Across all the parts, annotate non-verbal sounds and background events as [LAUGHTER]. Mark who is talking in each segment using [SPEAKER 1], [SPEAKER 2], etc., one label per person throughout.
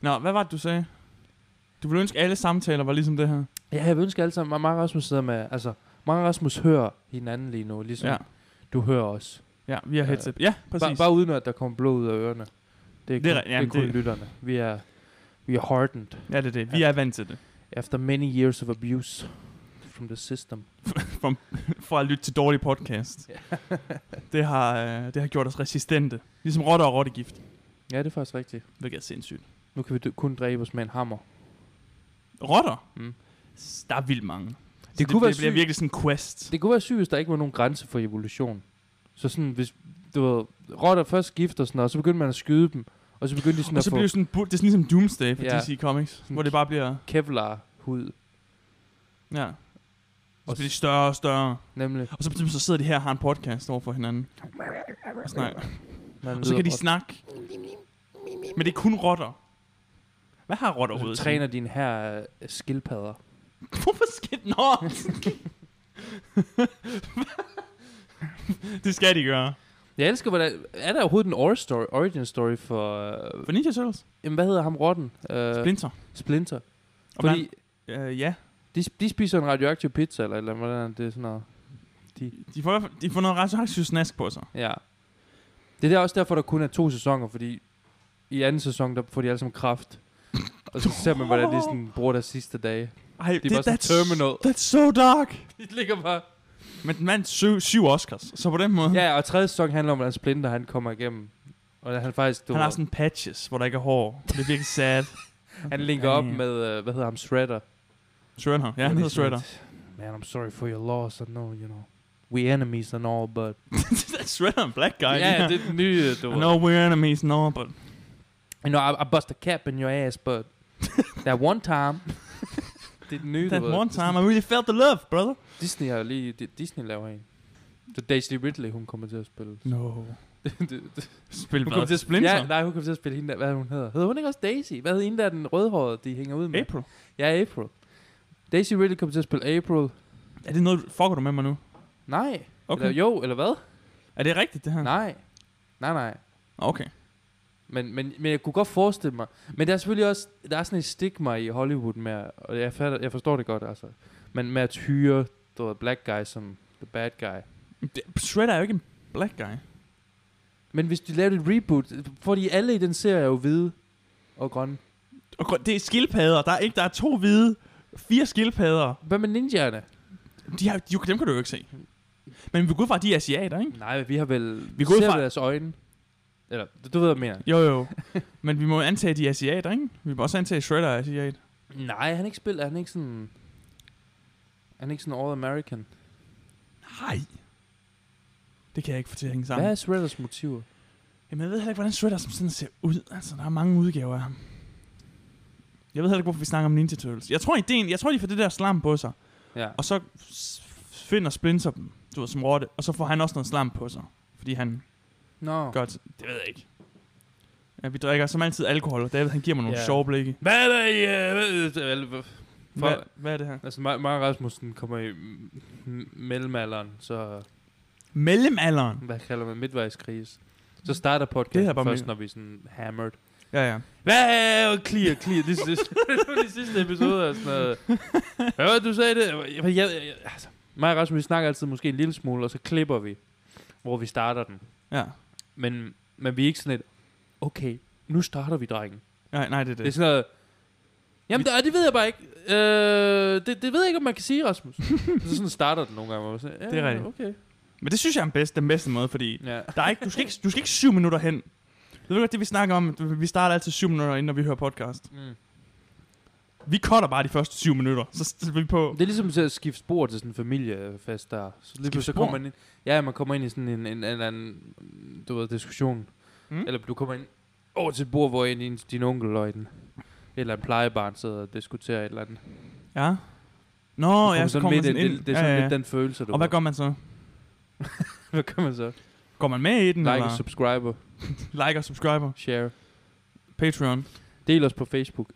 [SPEAKER 1] Nå, hvad var det, du sagde? Du ville ønske, at alle samtaler var ligesom det her.
[SPEAKER 2] Ja, jeg vil ønske alle sammen, at Mark og Rasmus sidder med, altså, Mark og Rasmus hører hinanden lige nu, ligesom
[SPEAKER 1] Ja,
[SPEAKER 2] ja. du hører os.
[SPEAKER 1] ja via
[SPEAKER 2] Øh,
[SPEAKER 1] headset. Ja,
[SPEAKER 2] Bare,
[SPEAKER 1] præcis.
[SPEAKER 2] bare uden at der kommer blod ud af ørerne. Det er kun,
[SPEAKER 1] Det er
[SPEAKER 2] det
[SPEAKER 1] re-
[SPEAKER 2] er,
[SPEAKER 1] jamen,
[SPEAKER 2] det er kun
[SPEAKER 1] det-
[SPEAKER 2] lytterne. Vi er, vi er hardened
[SPEAKER 1] Ja, det er det. Vi er vant til det. [LAUGHS]
[SPEAKER 2] after many years of abuse from the system.
[SPEAKER 1] For at lytte til dårlig podcast. [LAUGHS] Det har, øh, det har gjort os resistente. Ligesom rotter og rottegift.
[SPEAKER 2] Ja, det er faktisk rigtigt.
[SPEAKER 1] Hvilket er sindssygt.
[SPEAKER 2] Nu kan vi dø- kun dræbe os med en hammer.
[SPEAKER 1] Rotter?
[SPEAKER 2] Mm.
[SPEAKER 1] S- Der er vildt mange. Så Det,
[SPEAKER 2] kunne være
[SPEAKER 1] det bliver
[SPEAKER 2] sygt.
[SPEAKER 1] virkelig sådan en quest.
[SPEAKER 2] Det kunne være sygt, hvis der ikke var nogen grænse for evolution. Så sådan, hvis du ved, rotter først gifter sådan noget, og så begyndte man at skyde dem, og så begyndte de sådan
[SPEAKER 1] og
[SPEAKER 2] at
[SPEAKER 1] så
[SPEAKER 2] få
[SPEAKER 1] bliver det sådan, bu- det er sådan ligesom Doomsday for
[SPEAKER 2] Ja. Mm.
[SPEAKER 1] DC Comics,
[SPEAKER 2] Sådan
[SPEAKER 1] hvor det bare bliver,
[SPEAKER 2] kevlar-hud,
[SPEAKER 1] ja, og så bliver
[SPEAKER 2] Og
[SPEAKER 1] det
[SPEAKER 2] s-
[SPEAKER 1] større og større.
[SPEAKER 2] nemlig.
[SPEAKER 1] Og så, pludselig så sidder de her og har en podcast over for hinanden. Og, snakker.
[SPEAKER 2] Man
[SPEAKER 1] og så kan de snakke. Men det er kun rotter. Hvad har rotter
[SPEAKER 2] og
[SPEAKER 1] overhovedet?
[SPEAKER 2] så Altså, træner din her øh, skildpadder.
[SPEAKER 1] Hvorfor skal den over? [LAUGHS] det skal de gøre.
[SPEAKER 2] Jeg elsker, hvordan... Er der overhovedet en or- story, origin story for... Øh,
[SPEAKER 1] For Ninja Turtles?
[SPEAKER 2] jamen, hvad hedder ham rotten? Øh,
[SPEAKER 1] Splinter.
[SPEAKER 2] Splinter.
[SPEAKER 1] Og
[SPEAKER 2] Fordi
[SPEAKER 1] Øh, ja,
[SPEAKER 2] de, de spiser en radioaktiv pizza, eller, eller hvordan er det sådan noget.
[SPEAKER 1] de får, i hvert fald- de får noget ret så snask på sig.
[SPEAKER 2] Ja. Det er der også derfor, der kun er to sæsoner, fordi i anden sæson, der får de alle sammen kraft. Og så ser man, hvordan de sådan bruger deres sidste dage.
[SPEAKER 1] Ej,
[SPEAKER 2] De er bare sådan
[SPEAKER 1] that's,
[SPEAKER 2] Terminal.
[SPEAKER 1] that's so dark.
[SPEAKER 2] De ligger bare...
[SPEAKER 1] Men den vandt syv, syv Oscars, så på den måde.
[SPEAKER 2] Ja, og tredje sæson handler om, hvordan Splinter han kommer igennem. Og han faktisk... Du,
[SPEAKER 1] Han har sådan patches, hvor der ikke er hår. Det er virkelig
[SPEAKER 2] [LAUGHS]
[SPEAKER 1] sad.
[SPEAKER 2] han linker op med, øh, hvad hedder ham, Shredder.
[SPEAKER 1] Shredder. Ja, han hedder
[SPEAKER 2] Hvor det er
[SPEAKER 1] Shredder.
[SPEAKER 2] sådan lidt, Man, I'm sorry for your loss. I know, you know. We enemies and all, but...
[SPEAKER 1] [LAUGHS] Shredder er en black guy.
[SPEAKER 2] ja, det er den nye, du
[SPEAKER 1] I know we're enemies now, but...
[SPEAKER 2] You know, I, I bust a cap in your ass,
[SPEAKER 1] [LAUGHS]
[SPEAKER 2] but... that one time... [LAUGHS] det er den nye,
[SPEAKER 1] That
[SPEAKER 2] du ved.
[SPEAKER 1] one time I really felt the love, brother.
[SPEAKER 2] Disney har lige... Di- Disney laver en. Så Daisy Ridley, hun kommer til at spille.
[SPEAKER 1] No.
[SPEAKER 2] [LAUGHS] Det- det- det-
[SPEAKER 1] Spil
[SPEAKER 2] Hun
[SPEAKER 1] hvad?
[SPEAKER 2] kom
[SPEAKER 1] til
[SPEAKER 2] ja, nej, hun kommer til at spille hende der. Hvad er hun hedder? Hedder hun ikke også Daisy? Hvad hedder hende der, den rødhårede, de hænger ud med?
[SPEAKER 1] April.
[SPEAKER 2] Ja, April. Daisy Ridley kommer til at spille April.
[SPEAKER 1] Er det noget, fucker du med mig nu?
[SPEAKER 2] Nej.
[SPEAKER 1] Okay.
[SPEAKER 2] Eller, jo, eller hvad?
[SPEAKER 1] Er det rigtigt, det her?
[SPEAKER 2] Nej. Nej, nej.
[SPEAKER 1] Okay.
[SPEAKER 2] Men, men, men jeg kunne godt forestille mig. Men der er selvfølgelig også, der er sådan et stigma i Hollywood med, at- og jeg, fatter, jeg forstår det godt, altså. Men med at hyre du ved, black guy som the bad guy.
[SPEAKER 1] Det- Shredder er jo ikke en black guy.
[SPEAKER 2] Men hvis de lavede et reboot, får de alle i den serie jo hvide og grønne.
[SPEAKER 1] Og grøn- det er skildpadder. Der er ikke, der er to hvide, fire skildpadder.
[SPEAKER 2] Hvad med ninjaerne?
[SPEAKER 1] De har, de, dem kan du jo ikke se. Men vi går ud fra, at de er asiater, ikke?
[SPEAKER 2] Nej, vi har vel...
[SPEAKER 1] Vi
[SPEAKER 2] Vi
[SPEAKER 1] går ud
[SPEAKER 2] ser
[SPEAKER 1] fra-
[SPEAKER 2] fra... deres øjne. Eller, du, du ved, hvad jeg mener.
[SPEAKER 1] Jo,
[SPEAKER 2] [LAUGHS]
[SPEAKER 1] jo. Men vi må jo antage, at de er asiater, ikke? Vi må også antage, at Shredder er asiat.
[SPEAKER 2] Nej, han er ikke spillet, han er ikke sådan... Han er ikke sådan all-American.
[SPEAKER 1] Nej. Det kan jeg ikke få til at hænge sammen.
[SPEAKER 2] Hvad er Shredders motiver?
[SPEAKER 1] Jamen, jeg ved heller ikke, hvordan Shredder som sådan ser ud. Altså, der er mange udgaver af ham. Jeg ved heller ikke, hvorfor vi snakker om Ninja Turtles. Jeg tror, ideen, jeg tror, de får det der slam på sig.
[SPEAKER 2] Ja.
[SPEAKER 1] Og så s- finder Splinter dem, du ved, som rotte. Og så får han også noget slam på sig. Fordi han
[SPEAKER 2] Nå. No.
[SPEAKER 1] gør det. Det ved jeg ikke. Ja, vi drikker som altid alkohol, og David, han giver mig nogle
[SPEAKER 2] Ja.
[SPEAKER 1] sjove blikke.
[SPEAKER 2] Hvad er der i... øh, hvad- øh, hvad-
[SPEAKER 1] Hvad,
[SPEAKER 2] Fuck.
[SPEAKER 1] hvad er det her?
[SPEAKER 2] Altså, Mar- Mar Rasmussen kommer i m- m- mellemalderen, så...
[SPEAKER 1] Mellemalderen.
[SPEAKER 2] Hvad kalder man midtvejskrise? Så starter
[SPEAKER 1] Det her
[SPEAKER 2] podcasten
[SPEAKER 1] bare
[SPEAKER 2] først,
[SPEAKER 1] min-
[SPEAKER 2] når vi er sådan hammered.
[SPEAKER 1] Ja, ja.
[SPEAKER 2] Hvad er clear, clear? Det sidste, [LAUGHS] det var de sidste episode og sådan noget. Hvad var det, du sagde det? Jeg, jeg, jeg, altså, mig og Rasmus, vi snakker altid måske en lille smule, og så klipper vi, hvor vi starter den.
[SPEAKER 1] Ja.
[SPEAKER 2] Men, men vi er ikke sådan et, okay, nu starter vi, drengen.
[SPEAKER 1] Nej, nej, det er
[SPEAKER 2] Det er
[SPEAKER 1] det.
[SPEAKER 2] sådan noget, jamen det, det ved jeg bare ikke. Øh, det, det ved jeg ikke, om man kan sige,
[SPEAKER 1] [LAUGHS]
[SPEAKER 2] Rasmus. så sådan starter den nogle gange. hvor man Sådan, ja,
[SPEAKER 1] Det er rigtigt.
[SPEAKER 2] Okay.
[SPEAKER 1] Men det synes jeg er den bedste, den bedste måde, fordi
[SPEAKER 2] Ja.
[SPEAKER 1] Der er ikke, du, skal ikke, du skal ikke syv minutter hen. Det er godt, det vi snakker om. at Vi starter altid syv minutter, inden når vi hører podcast.
[SPEAKER 2] Mm.
[SPEAKER 1] Vi cutter bare de første syv minutter, så stiller vi på.
[SPEAKER 2] Det er ligesom til at skifte spor til sådan en familiefest der. Så lige pludselig så
[SPEAKER 1] spor?
[SPEAKER 2] kommer man ind, ja, man kommer ind i sådan en, en, en eller anden, du ved, diskussion.
[SPEAKER 1] Mm.
[SPEAKER 2] Mm. Eller du kommer ind over til et bord, hvor en, din, din onkel og en, eller en plejebarn sidder og diskuterer et eller andet.
[SPEAKER 1] Ja. Nå,
[SPEAKER 2] Du
[SPEAKER 1] ja, så kommer man
[SPEAKER 2] midt
[SPEAKER 1] sådan
[SPEAKER 2] ind-
[SPEAKER 1] ind.
[SPEAKER 2] det, det, er sådan
[SPEAKER 1] ja, ja.
[SPEAKER 2] lidt den følelse, du
[SPEAKER 1] Og hvad
[SPEAKER 2] har.
[SPEAKER 1] gør man så?
[SPEAKER 2] hvad gør man [LAUGHS] så?
[SPEAKER 1] Går man med i den?
[SPEAKER 2] Like,
[SPEAKER 1] eller?
[SPEAKER 2] subscriber,
[SPEAKER 1] like og subscriber.
[SPEAKER 2] share.
[SPEAKER 1] Patreon.
[SPEAKER 2] Del os på Facebook.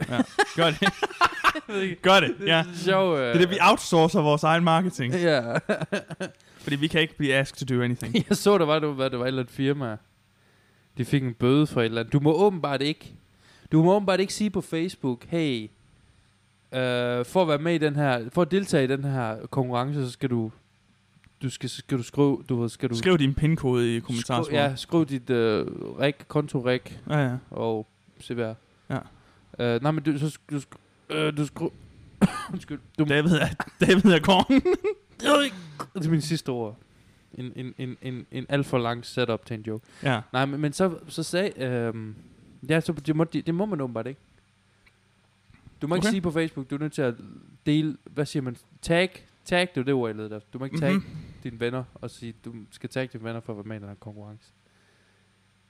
[SPEAKER 1] Gør
[SPEAKER 2] [LAUGHS]
[SPEAKER 1] det. Gør det, ja.
[SPEAKER 2] Sjov, øh,
[SPEAKER 1] Det er det, vi outsourcer vores egen marketing.
[SPEAKER 2] Ja.
[SPEAKER 1] Fordi vi kan ikke blive asked to do anything.
[SPEAKER 2] [LAUGHS] Jeg så, der var, der var, der var et eller andet firma. De fik en bøde for et eller andet. Du må åbenbart ikke. Du må åbenbart ikke sige på Facebook, hey, øh, for at være med i den her, for at deltage i den her konkurrence, så skal du, du skal, skal du skrive, du ved, skal du...
[SPEAKER 1] Skriv din pinkode i
[SPEAKER 2] skriv,
[SPEAKER 1] kommentarsporet.
[SPEAKER 2] ja, skriv dit øh, reg, konto-reg,
[SPEAKER 1] ja, ja.
[SPEAKER 2] og CVR.
[SPEAKER 1] Ja.
[SPEAKER 2] Øh, nej, men du, så sk- du, sk- øh, du skru... [COUGHS] Undskyld. Du, det,
[SPEAKER 1] David er, [LAUGHS] David er kongen.
[SPEAKER 2] det er min sidste ord. En, en, en, en, en alt for lang setup til en joke.
[SPEAKER 1] ja.
[SPEAKER 2] Nej, men, men så, så sagde... Øh, ja, så det, må, det, det må man åbenbart ikke. Du må okay. ikke
[SPEAKER 1] Okay.
[SPEAKER 2] sige på Facebook, du er nødt til at dele... Hvad siger man? Tag. Tag, det er det ord, jeg leder efter. Du må ikke tag
[SPEAKER 1] Mhm.
[SPEAKER 2] dine venner og sige, du skal tagge dine venner for at være med i den her konkurrence.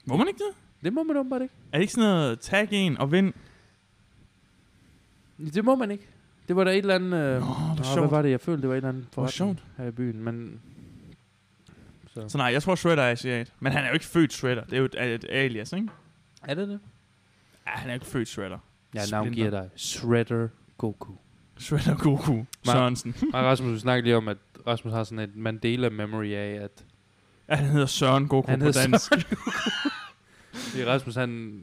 [SPEAKER 1] Må man ikke det?
[SPEAKER 2] Det må man åbenbart ikke.
[SPEAKER 1] Er det ikke sådan noget, tag en og vind?
[SPEAKER 2] Det må man ikke. Det var der et eller andet... Øh,
[SPEAKER 1] Nå, hvor
[SPEAKER 2] Hvad
[SPEAKER 1] sjovt.
[SPEAKER 2] var det? Jeg følte, det var et eller andet
[SPEAKER 1] Hvor
[SPEAKER 2] forretning
[SPEAKER 1] sjovt.
[SPEAKER 2] her i byen, men... Så.
[SPEAKER 1] Så nej, jeg tror Shredder er asiat. Men han er jo ikke født Shredder. Det er jo et, et alias, ikke?
[SPEAKER 2] Er det det?
[SPEAKER 1] Ja, han er ikke født Shredder.
[SPEAKER 2] Jeg
[SPEAKER 1] Splinter.
[SPEAKER 2] navngiver dig Shredder
[SPEAKER 1] [LAUGHS]
[SPEAKER 2] Goku.
[SPEAKER 1] Shredder Goku Sørensen.
[SPEAKER 2] Og Rasmus, vi snakkede lige om, at Rasmus har sådan et Mandela-memory af, at
[SPEAKER 1] Ja, han hedder Søren Goku
[SPEAKER 2] Han
[SPEAKER 1] han på
[SPEAKER 2] hedder
[SPEAKER 1] dansk.
[SPEAKER 2] fordi Rasmus, han...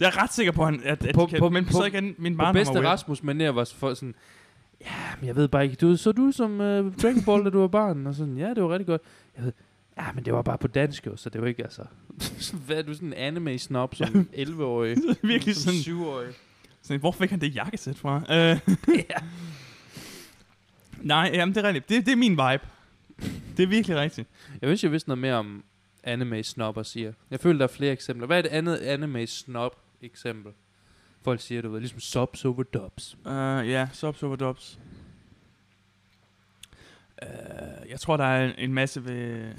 [SPEAKER 1] Jeg er ret sikker på, han, at, at
[SPEAKER 2] På-
[SPEAKER 1] på, kan,
[SPEAKER 2] på-
[SPEAKER 1] på, men
[SPEAKER 2] på-
[SPEAKER 1] så igen, min
[SPEAKER 2] På
[SPEAKER 1] barn
[SPEAKER 2] bedste Rasmus manér var for sådan... Ja, men jeg ved bare ikke, du, så du som øh, Dragon Ball, da du var barn? Og sådan, ja, det var rigtig godt. Jeg ved, ja, men det var bare på dansk jo, så det var ikke altså... [LAUGHS] Hvad er du sådan en anime-snob som 11-årig?
[SPEAKER 1] [LAUGHS] Virkelig
[SPEAKER 2] som
[SPEAKER 1] sådan,
[SPEAKER 2] 7-årig?
[SPEAKER 1] sådan, hvor fik han det jakkesæt fra? Uh,
[SPEAKER 2] [LAUGHS] ja.
[SPEAKER 1] nej, jamen, det er rigtigt. Det, det er min vibe. Det er virkelig rigtigt.
[SPEAKER 2] Jeg vidste, jeg vidste noget mere om anime-snobber siger. Jeg føler, der er flere eksempler. Hvad er et andet anime-snob-eksempel? Folk siger, du ved, ligesom subs over dubs.
[SPEAKER 1] Uh, ja, sub, super dubs. Uh, jeg tror, der er en, en masse ved...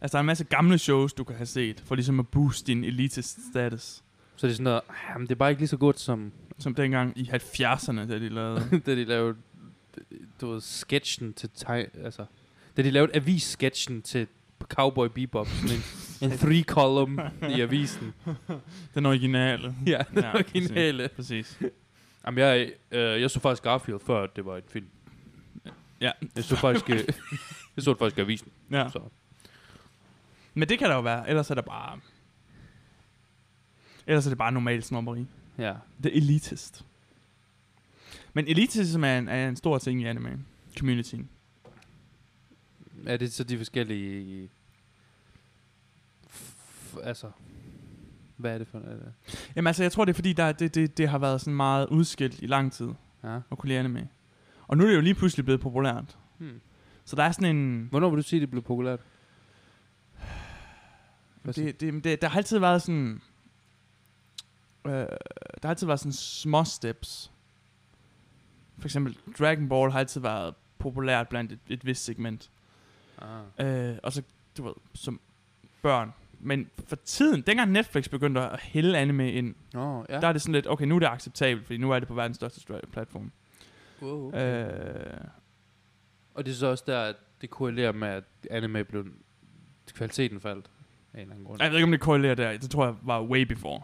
[SPEAKER 1] Altså, der er en masse gamle shows, du kan have set, for ligesom at booste din elite-status.
[SPEAKER 2] Så det er sådan noget, jamen, det er bare ikke lige så godt som,
[SPEAKER 1] Som dengang i 70'erne, da de lavede...
[SPEAKER 2] [LAUGHS] da de lavede, du ved, sketchen til, teg- altså, da de lavede avis-sketchen til Cowboy Bebop,
[SPEAKER 1] [LAUGHS]
[SPEAKER 2] sådan en, en three-column i avisen.
[SPEAKER 1] Den originale.
[SPEAKER 2] [LAUGHS] Ja, den
[SPEAKER 1] Ja,
[SPEAKER 2] originale.
[SPEAKER 1] Præcis.
[SPEAKER 2] Jamen, jeg, øh, jeg så faktisk Garfield, før det var en film.
[SPEAKER 1] Ja.
[SPEAKER 2] Jeg så faktisk, øh, [LAUGHS] jeg så det faktisk i avisen,
[SPEAKER 1] ja.
[SPEAKER 2] så.
[SPEAKER 1] Men det kan der jo være. Ellers er der bare... Ellers er det bare normalt snobberi.
[SPEAKER 2] Ja.
[SPEAKER 1] Det er elitist. Men elitism er en, er en stor ting i anime. Communityen.
[SPEAKER 2] Er det så de forskellige... F- altså... Hvad er det for øh, noget?
[SPEAKER 1] Jamen altså, jeg tror, det er fordi, der, det, det, det har været sådan meget udskilt i lang tid
[SPEAKER 2] Ja.
[SPEAKER 1] at kunne lide anime. Og nu er det jo lige pludselig blevet populært.
[SPEAKER 2] Hmm.
[SPEAKER 1] Så der er sådan en...
[SPEAKER 2] Hvornår vil du sige, det blev populært? Hvad siger
[SPEAKER 1] Det, det, det, der har altid været sådan... Øh, der har altid været sådan små steps. For eksempel Dragon Ball har altid været populært blandt et, et vist segment.
[SPEAKER 2] du? Ah.
[SPEAKER 1] Øh, og så, du ved, som børn. Men for tiden, dengang Netflix begyndte at hælde anime ind,
[SPEAKER 2] Nå, ja.
[SPEAKER 1] ja. der er det sådan lidt, okay, nu er det acceptabelt, fordi nu er det på verdens største stra- platform.
[SPEAKER 2] wow, okay. øh.
[SPEAKER 1] Okay. Øh,
[SPEAKER 2] Og det er så også der, at det korrelerer med, at anime blev... Kvaliteten faldt af en eller anden grund.
[SPEAKER 1] jeg ved ikke, om det korrelerer der. Det tror jeg var way before.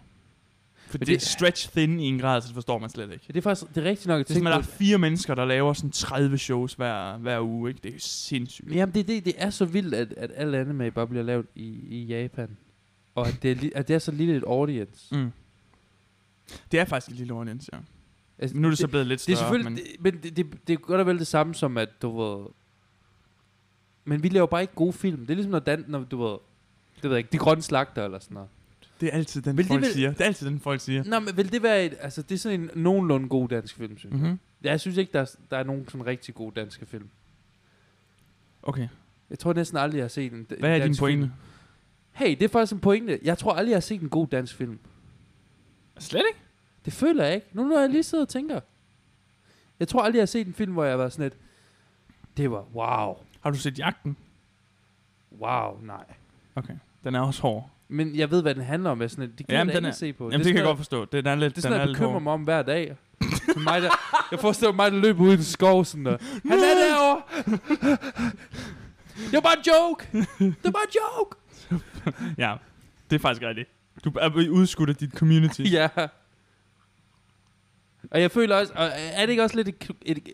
[SPEAKER 1] For
[SPEAKER 2] Men
[SPEAKER 1] det, det er
[SPEAKER 2] det-
[SPEAKER 1] stretch thin i en grad, så det forstår man slet ikke.
[SPEAKER 2] Ja, det er faktisk det er rigtigt nok at
[SPEAKER 1] Det er som,
[SPEAKER 2] tænke
[SPEAKER 1] at der er
[SPEAKER 2] på.
[SPEAKER 1] fire mennesker, der laver sådan 30 shows hver, hver uge, ikke? Det er sindssygt.
[SPEAKER 2] Jamen, det, er det, det er så vildt, at, at alle anime bare bliver lavet i, i Japan. Og at det, er, li- at det er så lille et audience.
[SPEAKER 1] Mm. Det er faktisk et lille audience, ja.
[SPEAKER 2] Altså,
[SPEAKER 1] Men nu er det så blevet lidt
[SPEAKER 2] Det
[SPEAKER 1] større.
[SPEAKER 2] er selvfølgelig,
[SPEAKER 1] men,
[SPEAKER 2] men, det, men det, det, det er godt og vel det samme som, at du ved... Men vi laver bare ikke gode film. Det er ligesom, når, Dan, når du ved... Det ved jeg ikke, de grønne slagter eller sådan noget.
[SPEAKER 1] det er altid den,
[SPEAKER 2] Vil det
[SPEAKER 1] folk
[SPEAKER 2] vel-
[SPEAKER 1] siger. Det er altid den, folk siger.
[SPEAKER 2] Nå, men vil det være et... Altså, det er sådan en nogenlunde god dansk film, synes jeg.
[SPEAKER 1] Mm-hmm.
[SPEAKER 2] Jeg synes ikke, der er, der er nogen sådan rigtig gode danske film.
[SPEAKER 1] Okay,
[SPEAKER 2] Jeg tror næsten aldrig, jeg har set en d-
[SPEAKER 1] hvad er din
[SPEAKER 2] dansk
[SPEAKER 1] pointe?
[SPEAKER 2] Film. Hey, det er faktisk en pointe. Jeg tror aldrig, jeg har set en god dansk film.
[SPEAKER 1] Slet ikke?
[SPEAKER 2] Det føler jeg ikke. Nu når jeg lige sidder og tænker. Jeg tror aldrig, jeg har set en film, hvor jeg har været sådan et... Det var wow.
[SPEAKER 1] Har du set Jagten?
[SPEAKER 2] Wow, nej.
[SPEAKER 1] Okay. Den er også hård.
[SPEAKER 2] Men jeg ved, hvad den handler om. Jeg er Sådan, at det kan
[SPEAKER 1] Jamen,
[SPEAKER 2] jeg da
[SPEAKER 1] den
[SPEAKER 2] ikke
[SPEAKER 1] er-
[SPEAKER 2] se på.
[SPEAKER 1] Jamen, det,
[SPEAKER 2] er
[SPEAKER 1] kan jeg
[SPEAKER 2] sådan
[SPEAKER 1] godt forstå. Den er lidt,
[SPEAKER 2] noget- Det er sådan,
[SPEAKER 1] den
[SPEAKER 2] noget,
[SPEAKER 1] er
[SPEAKER 2] jeg
[SPEAKER 1] lidt
[SPEAKER 2] bekymrer
[SPEAKER 1] hård.
[SPEAKER 2] mig om hver dag. Det er mig, der, jeg forestiller mig, der løber ud i en skov sådan der.
[SPEAKER 1] [LAUGHS]
[SPEAKER 2] Han er derovre! Det var bare en joke! Det var bare en joke!
[SPEAKER 1] Ja, det er faktisk rigtigt. Du er blevet udskudt af dit community.
[SPEAKER 2] ja. Og jeg føler også, og er det ikke også lidt et, et, et,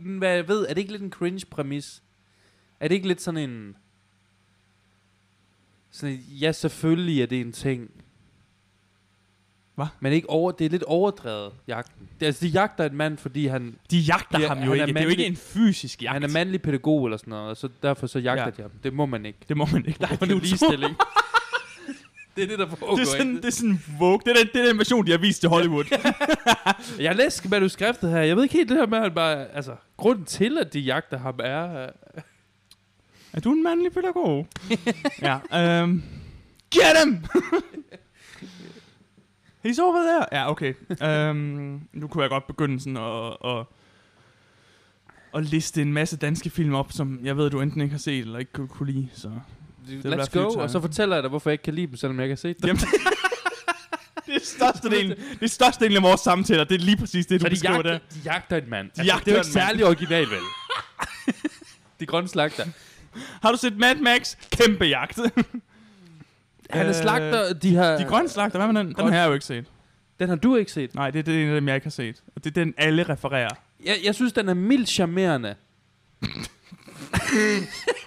[SPEAKER 2] hvad jeg ved, er det ikke lidt en cringe præmis? Er det ikke lidt sådan en, sådan en, ja selvfølgelig er det en ting,
[SPEAKER 1] Hva?
[SPEAKER 2] Men ikke over, det er lidt overdrevet, jagten. Det, altså, de jagter en mand, fordi han,
[SPEAKER 1] De jagter
[SPEAKER 2] Ja,
[SPEAKER 1] ham
[SPEAKER 2] han
[SPEAKER 1] jo
[SPEAKER 2] er
[SPEAKER 1] ikke. Det er jo
[SPEAKER 2] mandlig.
[SPEAKER 1] ikke en fysisk jagt.
[SPEAKER 2] han er mandlig pædagog eller sådan noget, og så derfor så jagter
[SPEAKER 1] Ja.
[SPEAKER 2] ja. de ham. Det må man ikke.
[SPEAKER 1] Det må man ikke. Der er
[SPEAKER 2] Det
[SPEAKER 1] ikke ligestilling.
[SPEAKER 2] [LAUGHS] det er det, der foregår.
[SPEAKER 1] Det er sådan,
[SPEAKER 2] ikke?
[SPEAKER 1] det er sådan Vogue. Det er, den, det er den version, de har vist til Hollywood.
[SPEAKER 2] Jeg læste manuskriptet her. Jeg ved ikke helt det her med, at han bare... Altså, grunden til, at de jagter ham, er... øh,
[SPEAKER 1] er du en mandlig [LAUGHS] pædagog? ja. Um, get him! [LAUGHS] He's over there. Ja, okay. Um, nu kunne jeg godt begynde sådan at, at, at liste en masse danske film op, som jeg ved, du enten ikke har set eller ikke kunne, kunne lide. Så. i hvert
[SPEAKER 2] Let's
[SPEAKER 1] fald
[SPEAKER 2] go.
[SPEAKER 1] et
[SPEAKER 2] Og så
[SPEAKER 1] tegn.
[SPEAKER 2] fortæller jeg dig, hvorfor jeg ikke kan lide dem, selvom jeg ikke har set dem.
[SPEAKER 1] Jamen, det er største delen, det er største delen af vores samtaler. Det er lige præcis det, du
[SPEAKER 2] Så de,
[SPEAKER 1] beskriver
[SPEAKER 2] jagter,
[SPEAKER 1] der.
[SPEAKER 2] de jagter en mand. Altså,
[SPEAKER 1] jagter
[SPEAKER 2] det er jo
[SPEAKER 1] en
[SPEAKER 2] ikke
[SPEAKER 1] mand.
[SPEAKER 2] særlig original,
[SPEAKER 1] [LAUGHS]
[SPEAKER 2] vel? de grønne slagter.
[SPEAKER 1] Har du set Mad Max? Kæmpe jagt. [LAUGHS]
[SPEAKER 2] Han er
[SPEAKER 1] Øh,
[SPEAKER 2] slagter, de har...
[SPEAKER 1] De grønne slagter, hvad med den? Den
[SPEAKER 2] Grøn-
[SPEAKER 1] har jeg jo ikke set.
[SPEAKER 2] Den har du ikke set.
[SPEAKER 1] Nej, det, det er en af dem, jeg ikke har set. Og det er den, alle refererer.
[SPEAKER 2] Jeg, jeg synes, den er mildt
[SPEAKER 1] [LAUGHS]
[SPEAKER 2] charmerende.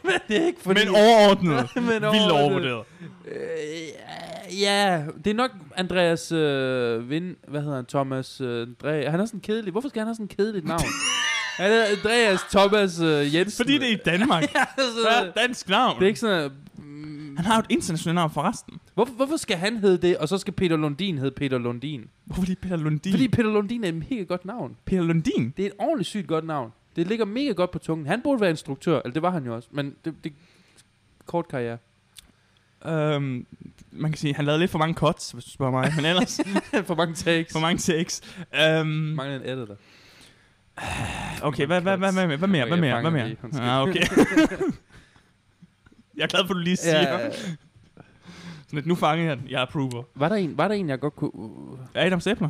[SPEAKER 2] men det er ikke fordi...
[SPEAKER 1] Men [LAUGHS] overordnet.
[SPEAKER 2] [LAUGHS] Men
[SPEAKER 1] Vildt
[SPEAKER 2] overordnet.
[SPEAKER 1] overvurderet.
[SPEAKER 2] Øh, ja, det er nok Andreas øh, Vind, hvad hedder han, Thomas øh, Andrea. Han er sådan kedelig. Hvorfor skal han have sådan en kedeligt navn?
[SPEAKER 1] [LAUGHS]
[SPEAKER 2] han er Andreas Thomas øh, Jensen.
[SPEAKER 1] Fordi det er i
[SPEAKER 2] [LAUGHS]
[SPEAKER 1] Danmark.
[SPEAKER 2] altså,
[SPEAKER 1] Hvad er dansk navn?
[SPEAKER 2] det er ikke sådan... Mm,
[SPEAKER 1] Han har jo et internationalt navn for resten.
[SPEAKER 2] hvorfor, hvorfor skal han hedde det, og så skal Peter Lundin hedde Peter Lundin?
[SPEAKER 1] Hvorfor lige Peter Lundin?
[SPEAKER 2] Fordi Peter Lundin er et mega godt navn.
[SPEAKER 1] Peter Lundin?
[SPEAKER 2] Det er et ordentligt sygt godt navn. Det ligger mega godt på tungen. Han burde være instruktør, eller det var han jo også, men det, det kort karriere.
[SPEAKER 1] [LAUGHS] Øhm, man kan sige, han lavede lidt for mange cuts, hvis du spørger mig. Men
[SPEAKER 2] [LAUGHS]
[SPEAKER 1] ellers,
[SPEAKER 2] For mange takes.
[SPEAKER 1] for mange takes. Øhm,
[SPEAKER 2] Mangler en editor.
[SPEAKER 1] okay, hvad, hvad, hvad, hvad, hvad, hvad mere? Hvad
[SPEAKER 2] Okay,
[SPEAKER 1] mere?
[SPEAKER 2] jeg
[SPEAKER 1] Hvad
[SPEAKER 2] fanger
[SPEAKER 1] mere?
[SPEAKER 2] lige, undskyld.
[SPEAKER 1] Ah, okay. [LAUGHS] jeg er glad for, at du lige siger.
[SPEAKER 2] Ja,
[SPEAKER 1] Sådan lidt, nu fanger jeg den. Jeg approver.
[SPEAKER 2] var, der en, var der en, jeg godt kunne... øh,
[SPEAKER 1] Adam Stepler.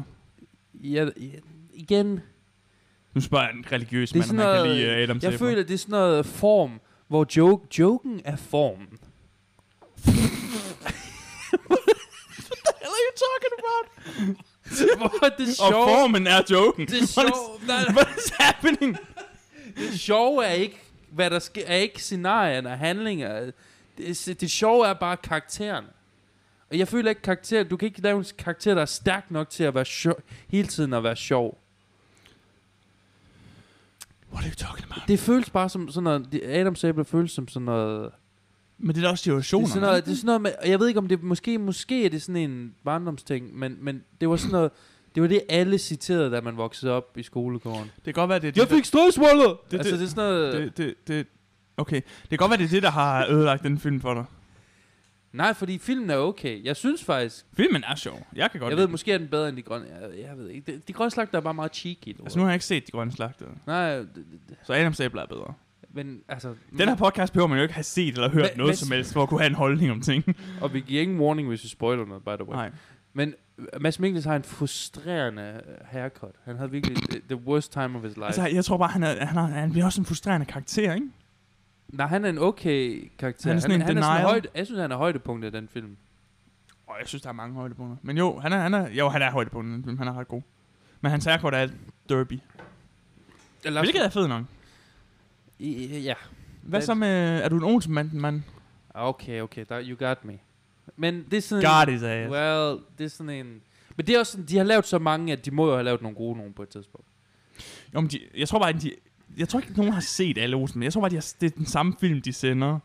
[SPEAKER 2] Jeg, jeg, igen,
[SPEAKER 1] Nu spørger jeg en religiøs
[SPEAKER 2] Det er
[SPEAKER 1] mand, om
[SPEAKER 2] sådan
[SPEAKER 1] han kan
[SPEAKER 2] noget-
[SPEAKER 1] lide øh, Adam
[SPEAKER 2] jeg
[SPEAKER 1] Stepler.
[SPEAKER 2] føler, det er sådan noget form, hvor joke, joken er formen. [LAUGHS]
[SPEAKER 1] hell are you talking about?
[SPEAKER 2] [LAUGHS] hvor er det
[SPEAKER 1] Og
[SPEAKER 2] sjovt.
[SPEAKER 1] formen er joken.
[SPEAKER 2] Det er sjovt. Nej, nej,
[SPEAKER 1] What is happening?
[SPEAKER 2] Det sjove er ikke, hvad der sker, er ikke scenarierne og handlinger. Det, det sjove er bare karakteren. Og jeg føler ikke karakter, du kan ikke lave en karakter, der er stærk nok til at være sjov, hele tiden at være sjov.
[SPEAKER 1] What are you talking about?
[SPEAKER 2] Det føles bare som sådan noget, det- Adam Sabler føles som sådan noget,
[SPEAKER 1] Men det er da også situationer.
[SPEAKER 2] Det er sådan noget, det er sådan noget med, og jeg ved ikke om det, måske, måske er det sådan en barndomsting, men, men det var sådan noget, det var det alle citerede, da man voksede op i skolegården.
[SPEAKER 1] det kan godt være, det er
[SPEAKER 2] Jeg
[SPEAKER 1] det,
[SPEAKER 2] fik strøsmålet!
[SPEAKER 1] det-
[SPEAKER 2] Altså det er sådan noget,
[SPEAKER 1] der, det, det, det, Okay, det kan godt være, det er det, der har ødelagt den film for dig.
[SPEAKER 2] nej fordi filmen er okay. Jeg synes faktisk,
[SPEAKER 1] Filmen er sjov. Jeg kan godt
[SPEAKER 2] jeg ved
[SPEAKER 1] lide den.
[SPEAKER 2] måske er den bedre end de grønne, jeg, jeg ved ikke, de, de grønne slagter er bare meget cheeky. Du
[SPEAKER 1] Altså, nu har jeg ikke set De Grønne Slagter,
[SPEAKER 2] Nej, det- det- det-
[SPEAKER 1] så Adam Sabler er bedre.
[SPEAKER 2] men altså,
[SPEAKER 1] Den her podcast behøver man jo ikke have set eller hørt
[SPEAKER 2] Hva-
[SPEAKER 1] noget
[SPEAKER 2] hvad-
[SPEAKER 1] som helst, for at kunne have en holdning om ting.
[SPEAKER 2] og vi giver ingen warning, hvis vi spoiler noget, by the way.
[SPEAKER 1] Nej.
[SPEAKER 2] Men øh, Mads Mikkelsen har en frustrerende øh, haircut. Han havde virkelig the, the worst time of his life.
[SPEAKER 1] Altså, jeg tror bare, han, er, han, er, han bliver også en frustrerende karakter, ikke?
[SPEAKER 2] Nej, han er en okay karakter.
[SPEAKER 1] Han er sådan en
[SPEAKER 2] han er sådan
[SPEAKER 1] denial.
[SPEAKER 2] højde, jeg synes, han er højdepunktet af den film.
[SPEAKER 1] Og jeg synes, der er mange højdepunkter. Men jo, han er, han er, jo, han er højdepunktet. i den film. Han er ret god. Men hans haircut er derby.
[SPEAKER 2] Eller,
[SPEAKER 1] Hvilket er fedt nok.
[SPEAKER 2] I, ja,
[SPEAKER 1] Hvad
[SPEAKER 2] Det-
[SPEAKER 1] så med... Er du en Olsenmand, mand?
[SPEAKER 2] okay, okay, der, you got me. Men det er sådan
[SPEAKER 1] God is ass.
[SPEAKER 2] en, Øh, Well, det er sådan en... Men det er også sådan, de har lavet så mange, at de må jo have lavet nogle gode nogen på et tidspunkt.
[SPEAKER 1] Jo, men de, jeg tror bare, at de... Jeg tror ikke, nogen har set alle Olsenmænd. Jeg tror bare, de har, det er den samme film, de sender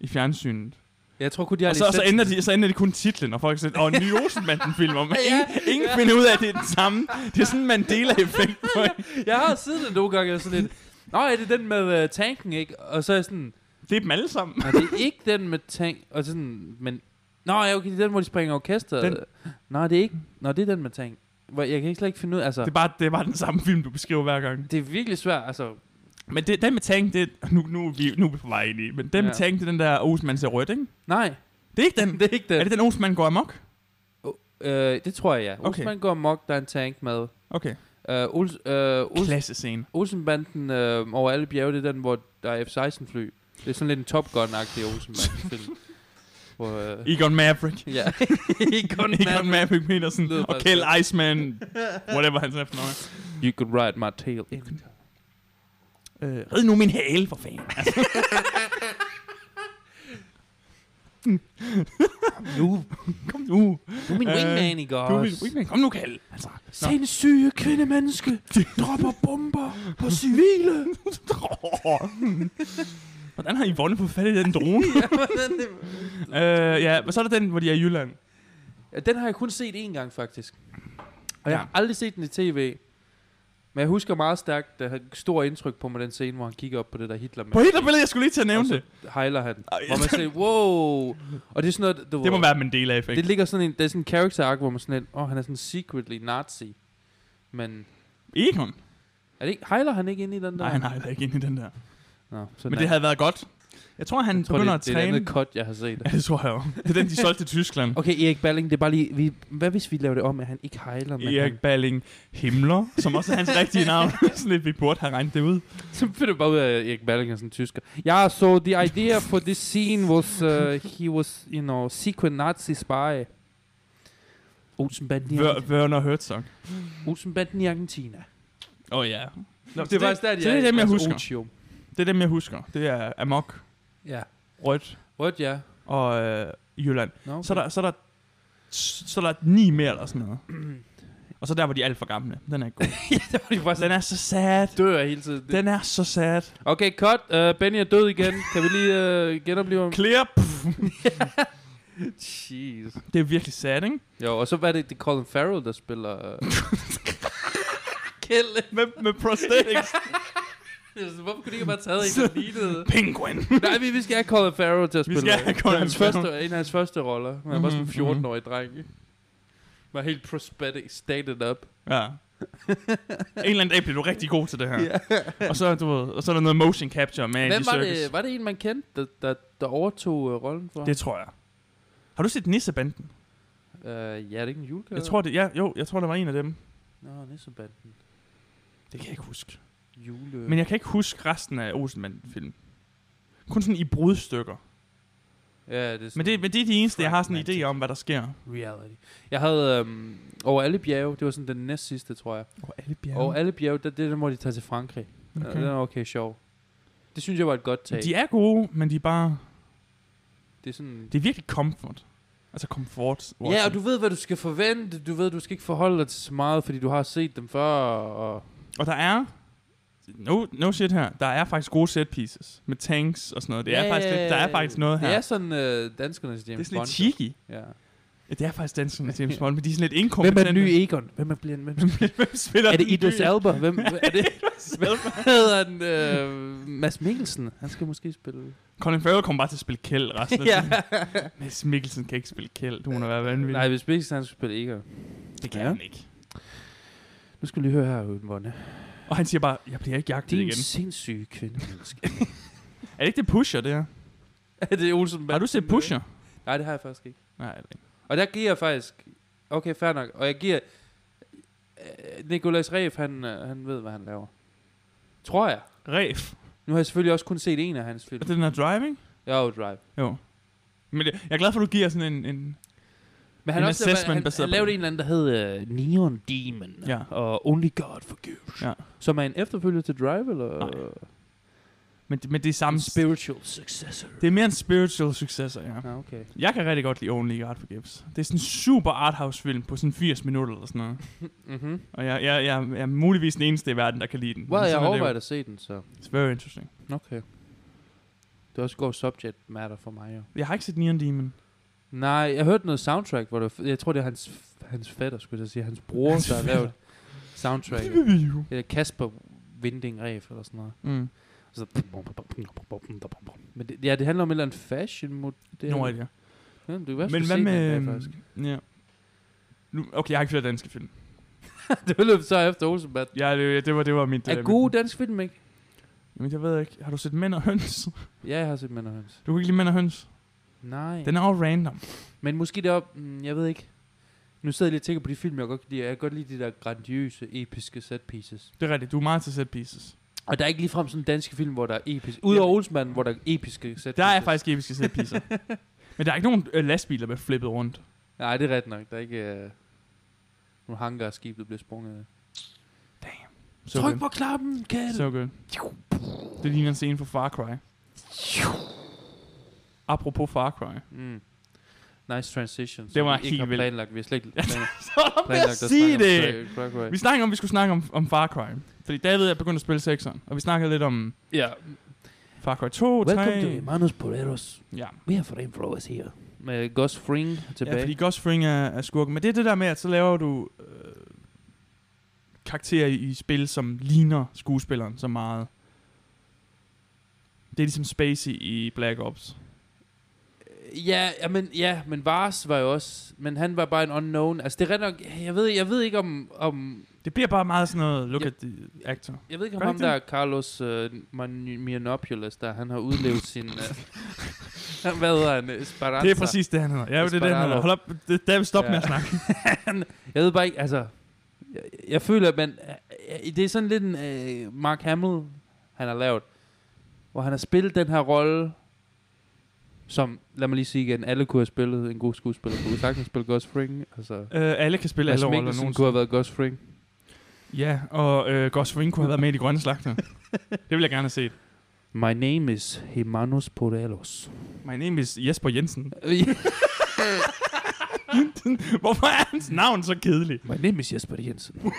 [SPEAKER 1] i fjernsynet.
[SPEAKER 2] Jeg tror kun, de har
[SPEAKER 1] Og så, og så,
[SPEAKER 2] licensen.
[SPEAKER 1] ender de, så ender de kun titlen, og folk siger, åh, en ny Olsenmanden-film. Og
[SPEAKER 2] [LAUGHS] Ja,
[SPEAKER 1] ingen, ingen finder ud af, at det er den samme. Det er sådan en Mandela-effekt.
[SPEAKER 2] [LAUGHS]
[SPEAKER 1] på en.
[SPEAKER 2] Jeg har siddet der nogle gange, og sådan lidt... Nå, er det den med uh, tanken, ikke? Og så er jeg sådan...
[SPEAKER 1] Det er dem alle sammen.
[SPEAKER 2] Nej, det er ikke den med tank... Og så sådan... Men... Nå, ja, okay, det er den, hvor de springer orkestret.
[SPEAKER 1] Den-
[SPEAKER 2] Nej, det er ikke... Nå, det er den med tank. Hvor Jeg kan ikke slet ikke finde ud... Altså,
[SPEAKER 1] Det er, bare, det er bare den samme film, du beskriver hver gang.
[SPEAKER 2] det er virkelig svært. Altså,
[SPEAKER 1] Men det, den med tanken, det er, nu, nu, er vi, nu er vi på vej ind i, men den ja. med
[SPEAKER 2] Ja.
[SPEAKER 1] tanken, det er den der Olsenmand ser rødt, ikke?
[SPEAKER 2] Nej,
[SPEAKER 1] Det er ikke den.
[SPEAKER 2] det er ikke den.
[SPEAKER 1] Er det den Olsenmand går amok?
[SPEAKER 2] det? Øh, det tror jeg, ja.
[SPEAKER 1] Okay.
[SPEAKER 2] Olsenbanden går amok, der er en tank med.
[SPEAKER 1] Okay.
[SPEAKER 2] Øh, Ols, øh, Ols,
[SPEAKER 1] Klasse scene.
[SPEAKER 2] Olsenbanden øh, over alle bjerge, det er den, hvor der er F-16-fly. Det er sådan lidt en Top Gun-agtig
[SPEAKER 1] [LAUGHS]
[SPEAKER 2] Olsenbanden-film. hvor, øh,
[SPEAKER 1] Egon Maverick.
[SPEAKER 2] ja, ikke kun
[SPEAKER 1] Egon Maverick Petersen
[SPEAKER 2] Lyder
[SPEAKER 1] og
[SPEAKER 2] faktisk
[SPEAKER 1] Kjell
[SPEAKER 2] godt.
[SPEAKER 1] Iceman, whatever han er for noget.
[SPEAKER 2] You could ride my tail. in.
[SPEAKER 1] Øh, red nu min hale, for fanden. Altså. aften.
[SPEAKER 2] Nu,
[SPEAKER 1] Kom nu.
[SPEAKER 2] du er min
[SPEAKER 1] Øh,
[SPEAKER 2] wingman, ikke
[SPEAKER 1] Du er min
[SPEAKER 2] også?
[SPEAKER 1] wingman. Kom nu, Kald. Altså,
[SPEAKER 2] Sindssyge kvindemenneske dropper
[SPEAKER 1] [LAUGHS]
[SPEAKER 2] bomber på civile.
[SPEAKER 1] Hvordan har I vundet på fat i den drone?
[SPEAKER 2] [LAUGHS]
[SPEAKER 1] øh, ja, og så er der den, hvor de er i Jylland.
[SPEAKER 2] Ja, den har jeg kun set én gang, faktisk. Og jeg
[SPEAKER 1] Ja.
[SPEAKER 2] har aldrig set den i tv. Men jeg husker meget stærkt, der har stor indtryk på mig den scene, hvor han kigger op på det der Hitler med.
[SPEAKER 1] På Hitlerbilledet, jeg skulle lige til at nævne
[SPEAKER 2] Og så
[SPEAKER 1] det.
[SPEAKER 2] Hejler han.
[SPEAKER 1] Ej,
[SPEAKER 2] Hvor
[SPEAKER 1] [LAUGHS]
[SPEAKER 2] man siger, wow. Og det er sådan noget, du,
[SPEAKER 1] Det må være Mandela effekt.
[SPEAKER 2] det ligger sådan en, der er sådan en character arc, hvor man sådan lidt, åh, oh, han er sådan secretly nazi. Men
[SPEAKER 1] Egon?
[SPEAKER 2] er det ikke, hejler han ikke ind i den der?
[SPEAKER 1] Nej, han har heller ikke ind i den der.
[SPEAKER 2] Nå, sådan
[SPEAKER 1] Men det
[SPEAKER 2] er-
[SPEAKER 1] havde været godt. Jeg tror, han
[SPEAKER 2] jeg tror,
[SPEAKER 1] begynder
[SPEAKER 2] det,
[SPEAKER 1] at
[SPEAKER 2] Det er et
[SPEAKER 1] træne.
[SPEAKER 2] andet cut, jeg har set.
[SPEAKER 1] [LAUGHS] Ja, det tror jeg jo. Det er den, de solgte til Tyskland.
[SPEAKER 2] Okay, Erik Balling, det er bare lige, vi, hvad hvis vi laver det om, at han ikke hejler, men
[SPEAKER 1] Erik Balling Himmler, som også er hans rigtige [LAUGHS] navn. Sådan lidt, vi burde have regnet det ud.
[SPEAKER 2] han, [LAUGHS] så finder du bare ud af, at Erik Balling er sådan en tysker. Ja, so the idea for this scene was, uh, he was, you know, secret Nazi spy. Olsenbanden i,
[SPEAKER 1] Wör-
[SPEAKER 2] Argentina.
[SPEAKER 1] Werner Herzog.
[SPEAKER 2] Olsenbanden i Argentina.
[SPEAKER 1] Åh oh, ja. Nå,
[SPEAKER 2] Det, det, var der, de
[SPEAKER 1] så det
[SPEAKER 2] i
[SPEAKER 1] er dem, jeg
[SPEAKER 2] deres
[SPEAKER 1] husker.
[SPEAKER 2] otium.
[SPEAKER 1] Det er dem, jeg husker. Det er Amok,
[SPEAKER 2] Ja.
[SPEAKER 1] Rødt
[SPEAKER 2] Rødt, ja.
[SPEAKER 1] og øh, Jylland.
[SPEAKER 2] Nå, okay.
[SPEAKER 1] Så er der, så er der, så er der ni mere eller sådan [CLEARS THROAT] noget. Og så der, hvor de er alt for gamle. Den er ikke god.
[SPEAKER 2] [LAUGHS] ja, det var de bare sådan,
[SPEAKER 1] Den er så sad.
[SPEAKER 2] dør hele tiden.
[SPEAKER 1] Den er så sad.
[SPEAKER 2] Okay, cut. Uh, Benny er død igen. Kan vi lige uh, genopleve ham?
[SPEAKER 1] Clear. Pff,
[SPEAKER 2] Jeez.
[SPEAKER 1] det er virkelig sad, ikke?
[SPEAKER 2] Jo, og så var det, det er Colin Farrell, der spiller...
[SPEAKER 1] [LAUGHS]
[SPEAKER 2] Uh... Kjell.
[SPEAKER 1] Med, med prosthetics.
[SPEAKER 2] [LAUGHS] Hvorfor kunne de ikke bare tage en, der lignede?
[SPEAKER 1] Penguin.
[SPEAKER 2] Nej, vi, vi skal have Colin Farrell til at
[SPEAKER 1] Vi
[SPEAKER 2] spille.
[SPEAKER 1] skal have
[SPEAKER 2] Det er
[SPEAKER 1] Colin
[SPEAKER 2] hans
[SPEAKER 1] Farrell.
[SPEAKER 2] første, En af hans første roller. Han var mm-hmm. sådan en
[SPEAKER 1] Mhm,
[SPEAKER 2] 14-årig dreng. ikke? Var helt prosthetic, stated up.
[SPEAKER 1] Ja. en eller anden dag bliver du rigtig god til det her. og, så, du ved, og så er der noget motion capture med
[SPEAKER 2] Hvem
[SPEAKER 1] Andy
[SPEAKER 2] var
[SPEAKER 1] Serkis.
[SPEAKER 2] det, var det en, man kendte, der, der, der overtog uh, rollen for?
[SPEAKER 1] Det tror jeg. Har du set Nissebanden?
[SPEAKER 2] Uh, ja, det er det ikke en julekalender.
[SPEAKER 1] Jeg tror det, ja, jo, jeg tror, der var en af dem.
[SPEAKER 2] Nå, Nissebanden.
[SPEAKER 1] Det kan jeg ikke huske.
[SPEAKER 2] Jule...
[SPEAKER 1] Men jeg kan ikke huske resten af Olsenmanden-film. Kun sådan i brudstykker.
[SPEAKER 2] ja, det er sådan
[SPEAKER 1] Men det, men det er de eneste, jeg har sådan en
[SPEAKER 2] Fragmented.
[SPEAKER 1] idé om, hvad der sker.
[SPEAKER 2] reality. Jeg havde øhm, over alle bjerge, det var sådan den næst sidste, tror jeg.
[SPEAKER 1] Over alle
[SPEAKER 2] Ja.
[SPEAKER 1] bjerge.
[SPEAKER 2] Over alle bjerge, der, det er den, hvor de tager til Frankrig. Okay. Den
[SPEAKER 1] okay.
[SPEAKER 2] er okay sjov. Det synes jeg var et godt tag.
[SPEAKER 1] De er gode, men de er bare...
[SPEAKER 2] det er sådan...
[SPEAKER 1] Det er virkelig comfort. Altså comfort.
[SPEAKER 2] ja, og du ved, hvad du skal forvente. Du ved, du skal ikke forholde dig til så meget, fordi du har set dem før. Og
[SPEAKER 1] Og der er... No, no shit her. Der er faktisk gode set pieces. Med tanks og sådan noget. Det er
[SPEAKER 2] Ja,
[SPEAKER 1] faktisk lidt, der er faktisk noget her.
[SPEAKER 2] Det er sådan øh, danskernes
[SPEAKER 1] det
[SPEAKER 2] James
[SPEAKER 1] er sådan lidt
[SPEAKER 2] Bond.
[SPEAKER 1] cheeky.
[SPEAKER 2] Ja.
[SPEAKER 1] Ja, det er faktisk danskerne
[SPEAKER 2] [LAUGHS]
[SPEAKER 1] til James Bond, men de er sådan lidt
[SPEAKER 2] Hvem
[SPEAKER 1] inkompetente.
[SPEAKER 2] er den nye Egon? Hvem er, bliver, hvem,
[SPEAKER 1] [LAUGHS] Hvem spiller
[SPEAKER 2] er det
[SPEAKER 1] den
[SPEAKER 2] Idris
[SPEAKER 1] nye? [LAUGHS]
[SPEAKER 2] Elba? Hvem, er det, [LAUGHS] hvad hedder den? Øh, Mads Mikkelsen? Han skal måske spille...
[SPEAKER 1] Colin Farrell kommer bare til at spille kæld resten af tiden. Mads Mikkelsen kan ikke spille kæld. Du må da være vanvittig.
[SPEAKER 2] Nej, hvis Mikkelsen han skal spille Egon.
[SPEAKER 1] det
[SPEAKER 2] ja.
[SPEAKER 1] ikke.
[SPEAKER 2] Nu skal du lige høre her, Øden Vonne.
[SPEAKER 1] Og han siger bare, jeg bliver ikke jagtet
[SPEAKER 2] Det er en
[SPEAKER 1] igen.
[SPEAKER 2] sindssyg kvinde,
[SPEAKER 1] Er det ikke det Pusher, det her?
[SPEAKER 2] [LAUGHS] Er det Olsen
[SPEAKER 1] Har du set Pusher?
[SPEAKER 2] Nej, det har jeg faktisk ikke.
[SPEAKER 1] Nej, det er ikke.
[SPEAKER 2] Og der giver jeg faktisk... Okay, fair nok. Og jeg giver... Øh, Nicolas Reef, han, øh, han ved, hvad han laver. Tror jeg.
[SPEAKER 1] Ref.
[SPEAKER 2] Nu har jeg selvfølgelig også kun set en af hans film.
[SPEAKER 1] Er det den her driving?
[SPEAKER 2] Jo, Drive.
[SPEAKER 1] Jo. Men det, jeg er glad for, at du giver sådan en... en
[SPEAKER 2] Men han,
[SPEAKER 1] En
[SPEAKER 2] har også, lavet-
[SPEAKER 1] assessment
[SPEAKER 2] han,
[SPEAKER 1] baseret på
[SPEAKER 2] han lavede
[SPEAKER 1] den.
[SPEAKER 2] en eller anden, der hed uh, Neon Demon.
[SPEAKER 1] Ja.
[SPEAKER 2] Og Only God Forgives.
[SPEAKER 1] Ja.
[SPEAKER 2] Som er en efterfølger til Drive, eller...
[SPEAKER 1] Nej. men, det- men det er samme...
[SPEAKER 2] en spiritual successor.
[SPEAKER 1] det er mere en spiritual successor, ja.
[SPEAKER 2] Ja, okay.
[SPEAKER 1] Jeg kan rigtig godt lide Only God Forgives. Det er sådan en super arthouse film på sådan 80 minutter eller sådan noget.
[SPEAKER 2] Mm-hmm.
[SPEAKER 1] Og jeg, jeg, jeg, jeg er muligvis den eneste i verden, der kan lide den.
[SPEAKER 2] Well, jeg
[SPEAKER 1] Sådan er det jo.
[SPEAKER 2] overvejer at se den, så...
[SPEAKER 1] It's very interesting.
[SPEAKER 2] Okay. Det er også god subject matter for mig, jo.
[SPEAKER 1] Jeg har ikke set Neon Demon.
[SPEAKER 2] Nej, jeg hørte noget soundtrack, hvor det var, jeg tror, det er hans, f- hans fætter, skulle jeg til at sige. Hans bror,
[SPEAKER 1] Hans
[SPEAKER 2] hans der har
[SPEAKER 1] fætter.
[SPEAKER 2] lavet soundtrack. Eller Kasper Vinding Ref, eller sådan noget.
[SPEAKER 1] Mm.
[SPEAKER 2] Så, men det, ja, det handler om en eller anden fashion
[SPEAKER 1] Det
[SPEAKER 2] model.
[SPEAKER 1] er idé.
[SPEAKER 2] Ja, du kan være,
[SPEAKER 1] Men hvad med... øhm,
[SPEAKER 2] Dag, faktisk. [LAUGHS]
[SPEAKER 1] ja. Nu, okay, jeg har ikke flere danske film.
[SPEAKER 2] det løb så efter Olsenbad.
[SPEAKER 1] Ja, det, det, var, det var mit...
[SPEAKER 2] Er
[SPEAKER 1] øh,
[SPEAKER 2] gode dansk film, ikke?
[SPEAKER 1] Mit, men jeg ved ikke. Har du set Mænd og Høns? [LAUGHS]
[SPEAKER 2] Ja, jeg har set Mænd og Høns.
[SPEAKER 1] Du kan ikke lide Mænd og Høns?
[SPEAKER 2] Nej. Den.
[SPEAKER 1] Den er jo random.
[SPEAKER 2] Men måske det op, mm, jeg ved ikke. Nu sidder jeg lige og tænker på de film, jeg godt kan lide. Jeg kan godt lide de der grandiøse, episke set pieces.
[SPEAKER 1] Det er rigtigt. Du er meget til set pieces.
[SPEAKER 2] Og der er ikke ligefrem sådan danske film, hvor der er episk... Udover Olsmanden, hvor der er episke set
[SPEAKER 1] Der er faktisk episke set
[SPEAKER 2] [LAUGHS]
[SPEAKER 1] pieces. men der er ikke nogen øh, lastbiler, der bliver flippet rundt.
[SPEAKER 2] Nej, det er ret nok. Der er ikke... Øh, nogle hangarskib, der bliver sprunget af.
[SPEAKER 1] So good.
[SPEAKER 2] på klappen, Kjell!
[SPEAKER 1] So good. Det ligner en scene fra Far Cry. apropos Far Cry.
[SPEAKER 2] Mm. Nice transition. som
[SPEAKER 1] Det var
[SPEAKER 2] vi ikke
[SPEAKER 1] helt
[SPEAKER 2] har
[SPEAKER 1] vildt.
[SPEAKER 2] planlagt. Vi har slet ikke
[SPEAKER 1] [LAUGHS]
[SPEAKER 2] planlagt,
[SPEAKER 1] [LAUGHS] Så er der med at
[SPEAKER 2] planlagt at
[SPEAKER 1] sige
[SPEAKER 2] snakke
[SPEAKER 1] det!
[SPEAKER 2] om Cry- Cry- Cry.
[SPEAKER 1] Vi snakker om, at vi skulle snakke om, om Far Cry. Fordi David er begyndt at spille sekseren, og vi snakkede lidt om
[SPEAKER 2] Ja.
[SPEAKER 1] Far Cry 2, 3...
[SPEAKER 2] Welcome to Manos Poleros.
[SPEAKER 1] Ja,
[SPEAKER 2] We have rain flowers here. Med Gus Fring tilbage.
[SPEAKER 1] ja fordi Gosfring er, er skurken. Men det er det der med, at så laver du øh, karakterer i spil, som ligner skuespilleren så meget. Det er ligesom Spacey i Black Ops.
[SPEAKER 2] Ja, ja, men, ja, men Vars var jo også... Men han var bare en unknown. Altså, det er ret nok... Jeg ved, jeg ved ikke om... om
[SPEAKER 1] Det bliver bare meget sådan noget, look
[SPEAKER 2] Ja.
[SPEAKER 1] at the actor.
[SPEAKER 2] jeg ved ikke om
[SPEAKER 1] Gør
[SPEAKER 2] ham
[SPEAKER 1] det ikke
[SPEAKER 2] der, Carlos uh, Mianopoulos, der han har udlevet sin... Uh, [LAUGHS] hvad hedder han? øh, Sparanza.
[SPEAKER 1] Det er præcis det, han hedder. Ja, det er det, han hedder.
[SPEAKER 2] Desperado.
[SPEAKER 1] Hold op, det, David, stop
[SPEAKER 2] Ja.
[SPEAKER 1] ja. med at
[SPEAKER 2] [LAUGHS]
[SPEAKER 1] snakke.
[SPEAKER 2] Jeg ved bare ikke, altså... Jeg, jeg føler, at man... øh, øh, Det er sådan lidt en øh, Mark Hamill, han har lavet. Hvor han har spillet den her rolle, som, lad mig lige sige igen, alle kunne have spillet en god skuespiller. Kunne sagtens spille Gus Fring. Altså,
[SPEAKER 1] Øh, alle kan spille
[SPEAKER 2] Mads
[SPEAKER 1] alle roller
[SPEAKER 2] Mikkelsen kunne have været Gus Fring.
[SPEAKER 1] Ja, og øh, Gosfring kunne have været med i De Grønne [LAUGHS] Slagter. det vil jeg gerne have set.
[SPEAKER 2] My name is Himanos
[SPEAKER 1] [LAUGHS]
[SPEAKER 2] Porelos.
[SPEAKER 1] My name is Jesper Jensen. [LAUGHS]
[SPEAKER 2] My
[SPEAKER 1] Hvorfor er hans navn så kedelig?
[SPEAKER 2] name is Jesper
[SPEAKER 1] [LAUGHS]
[SPEAKER 2] Jensen.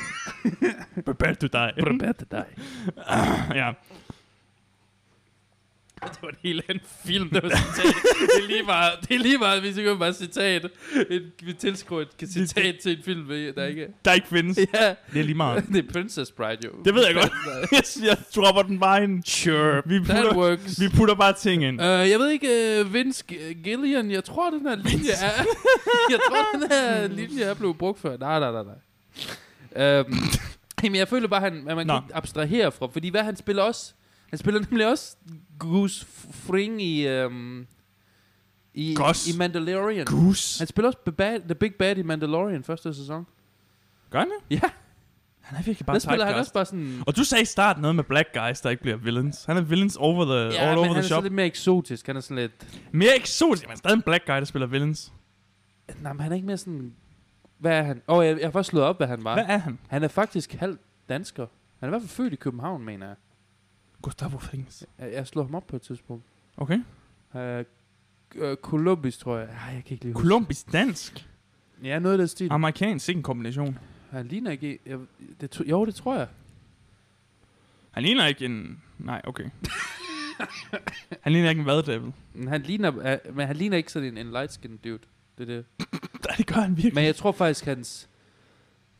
[SPEAKER 1] Prepare to die.
[SPEAKER 2] Prepare to die.
[SPEAKER 1] [CLEARS THROAT] ja.
[SPEAKER 2] [LAUGHS] Det var en helt anden film, der var citat. det er lige var, det er lige var, hvis ikke var citat. Et, vi tilskriver et citat til en film, der ikke er.
[SPEAKER 1] Der ikke [LAUGHS] findes.
[SPEAKER 2] Ja,
[SPEAKER 1] Det er lige meget.
[SPEAKER 2] [LAUGHS] det er Princess Bride jo.
[SPEAKER 1] Det ved jeg godt. [LAUGHS] jeg, jeg dropper den bare ind.
[SPEAKER 2] Sure,
[SPEAKER 1] Vi
[SPEAKER 2] that
[SPEAKER 1] putter-
[SPEAKER 2] works.
[SPEAKER 1] Vi putter bare ting
[SPEAKER 2] [LAUGHS]
[SPEAKER 1] ind.
[SPEAKER 2] Uh, jeg ved ikke, uh, Vince G- Gillian, jeg tror, den her linje er... [LAUGHS] jeg tror, den her linje er blevet brugt før. Nej, nej, nej, nej.
[SPEAKER 1] [LAUGHS]
[SPEAKER 2] Um, jamen, jeg føler bare, han, at man Nå.
[SPEAKER 1] Nå.
[SPEAKER 2] kan ikke abstrahere fra, fordi hvad han spiller også... Han spiller nemlig også Goose Fring i... Um, i,
[SPEAKER 1] Gus.
[SPEAKER 2] i Mandalorian.
[SPEAKER 1] Goose.
[SPEAKER 2] Han spiller også The, bad, The Big Bad i Mandalorian første sæson.
[SPEAKER 1] Gør han det?
[SPEAKER 2] Ja.
[SPEAKER 1] Han er virkelig bare
[SPEAKER 2] Bare der spiller han
[SPEAKER 1] typecast.
[SPEAKER 2] også bare sådan...
[SPEAKER 1] Og du sagde i starten noget med black guys, der ikke bliver villains. Han er villains over the,
[SPEAKER 2] Ja,
[SPEAKER 1] øh, all
[SPEAKER 2] men
[SPEAKER 1] over
[SPEAKER 2] han
[SPEAKER 1] the
[SPEAKER 2] er
[SPEAKER 1] shop.
[SPEAKER 2] sådan lidt mere eksotisk. Han er sådan lidt...
[SPEAKER 1] Mere eksotisk, men stadig en black guy, der spiller villains.
[SPEAKER 2] Nej, men han er ikke mere sådan... Hvad er han? Åh, oh, jeg, jeg har først slået op, hvad han var.
[SPEAKER 1] Hvad er han?
[SPEAKER 2] Han er faktisk halvt dansker. Han er i hvert fald født i København, mener jeg.
[SPEAKER 1] Gustavo Frings.
[SPEAKER 2] Jeg, jeg slog ham op på et tidspunkt.
[SPEAKER 1] Okay.
[SPEAKER 2] Uh, Columbus, tror jeg. Ej, jeg kan ikke lige huske.
[SPEAKER 1] Columbus dansk.
[SPEAKER 2] Ja, noget af den stil.
[SPEAKER 1] Amerikansk, sikke en kombination.
[SPEAKER 2] Han ligner ikke... Jeg, det to, jo, det tror jeg.
[SPEAKER 1] Han ligner ikke en... Nej, [LAUGHS] okay. han ligner ikke en vaddevil.
[SPEAKER 2] Men han ligner, uh, men han ligner ikke sådan en, en light-skinned dude. Det er det.
[SPEAKER 1] [LAUGHS] Nej, det gør han virkelig.
[SPEAKER 2] Men jeg tror faktisk, hans...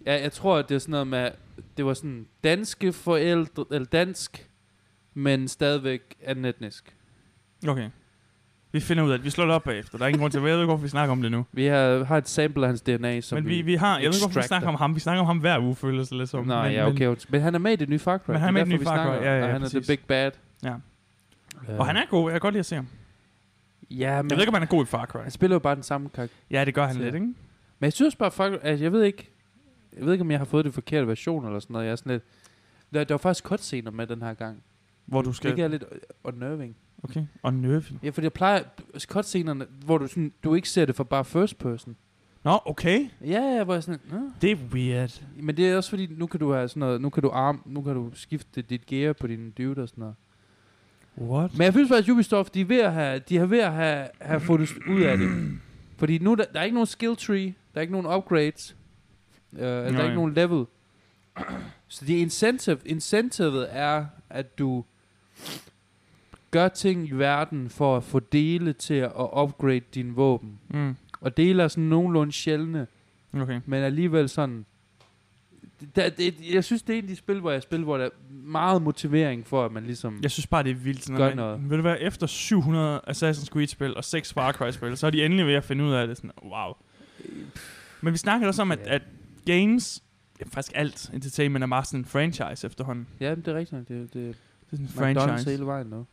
[SPEAKER 2] Ja, jeg tror, at det er sådan noget med... Det var sådan danske forældre... Eller dansk, men stadigvæk anden etnisk.
[SPEAKER 1] Okay. Vi finder ud af det. Vi slår det op bagefter. Der er ingen grund til, at jeg ved ikke, hvorfor vi snakker om det nu.
[SPEAKER 2] Vi har, har et sample af hans DNA, som
[SPEAKER 1] men vi, vi har... Jeg ved ikke, hvorfor vi
[SPEAKER 2] extracter.
[SPEAKER 1] snakker om ham. Vi snakker om ham hver uge, føler det sig lidt som.
[SPEAKER 2] Nå,
[SPEAKER 1] men,
[SPEAKER 2] ja,
[SPEAKER 1] men-
[SPEAKER 2] okay. undskyld. Men han er med i det nye Far Cry.
[SPEAKER 1] Men han er
[SPEAKER 2] Det
[SPEAKER 1] med i det nye
[SPEAKER 2] derfor,
[SPEAKER 1] Far
[SPEAKER 2] vi
[SPEAKER 1] Cry,
[SPEAKER 2] snakker om,
[SPEAKER 1] ja,
[SPEAKER 2] at
[SPEAKER 1] ja,
[SPEAKER 2] han er
[SPEAKER 1] præcis.
[SPEAKER 2] the big bad.
[SPEAKER 1] Ja.
[SPEAKER 2] Øh,
[SPEAKER 1] Og han er god. Jeg kan godt lide at se ham.
[SPEAKER 2] Ja, men
[SPEAKER 1] Jeg ved ikke, om han er god i Far Cry.
[SPEAKER 2] han spiller jo bare den samme karakter.
[SPEAKER 1] Ja, det gør han
[SPEAKER 2] Altså, Så-
[SPEAKER 1] lidt, ikke?
[SPEAKER 2] Men jeg synes bare, Far Cry, altså, jeg ved ikke, jeg ved ikke, om jeg har fået det forkerte version eller sådan noget. Jeg er sådan lidt, der, der var faktisk cutscener med den her gang.
[SPEAKER 1] Hvor du skal...
[SPEAKER 2] Det er lidt unnerving.
[SPEAKER 1] Okay. Og nervy.
[SPEAKER 2] Ja, fordi jeg plejer cutscenerne, hvor du, sådan, du ikke ser det for bare first person.
[SPEAKER 1] Nå, okay.
[SPEAKER 2] Ja, ja, hvor jeg sådan, Nå.
[SPEAKER 1] Det er weird.
[SPEAKER 2] Men det er også fordi, nu kan du have sådan noget, nu kan du arm, nu kan du skifte dit gear på din dude og sådan noget.
[SPEAKER 1] What?
[SPEAKER 2] Men jeg synes faktisk, at Ubisoft, de er ved at have, de er ved at have, have fundet ud af det. Fordi nu, er der, der er ikke nogen skill tree, der er ikke nogen upgrades, øh, eller der er
[SPEAKER 1] Nej.
[SPEAKER 2] ikke nogen level. [CLEARS THROAT] Så det incentive, incentivet er, at du gør ting i verden for at få dele til at upgrade dine våben.
[SPEAKER 1] Mm.
[SPEAKER 2] Og dele er sådan nogenlunde sjældne,
[SPEAKER 1] Okay.
[SPEAKER 2] men alligevel sådan... Der, det, jeg synes, det er en af de spil, hvor jeg spiller, hvor der er meget motivering for, at man ligesom...
[SPEAKER 1] Jeg synes bare, det er vildt. Sådan
[SPEAKER 2] Gør
[SPEAKER 1] noget.
[SPEAKER 2] noget.
[SPEAKER 1] Men Vil det være efter 700 Assassin's Creed-spil og 6 Far Cry-spil, så er de endelig ved at finde ud af det. Sådan, wow. Men vi snakkede også om, at,
[SPEAKER 2] Ja.
[SPEAKER 1] at games, ja, faktisk alt entertainment er bare sådan en franchise efterhånden.
[SPEAKER 2] Ja, men det er rigtigt. nok. Det, det,
[SPEAKER 1] Det er sådan en
[SPEAKER 2] McDonald's
[SPEAKER 1] franchise.
[SPEAKER 2] hele vejen nu.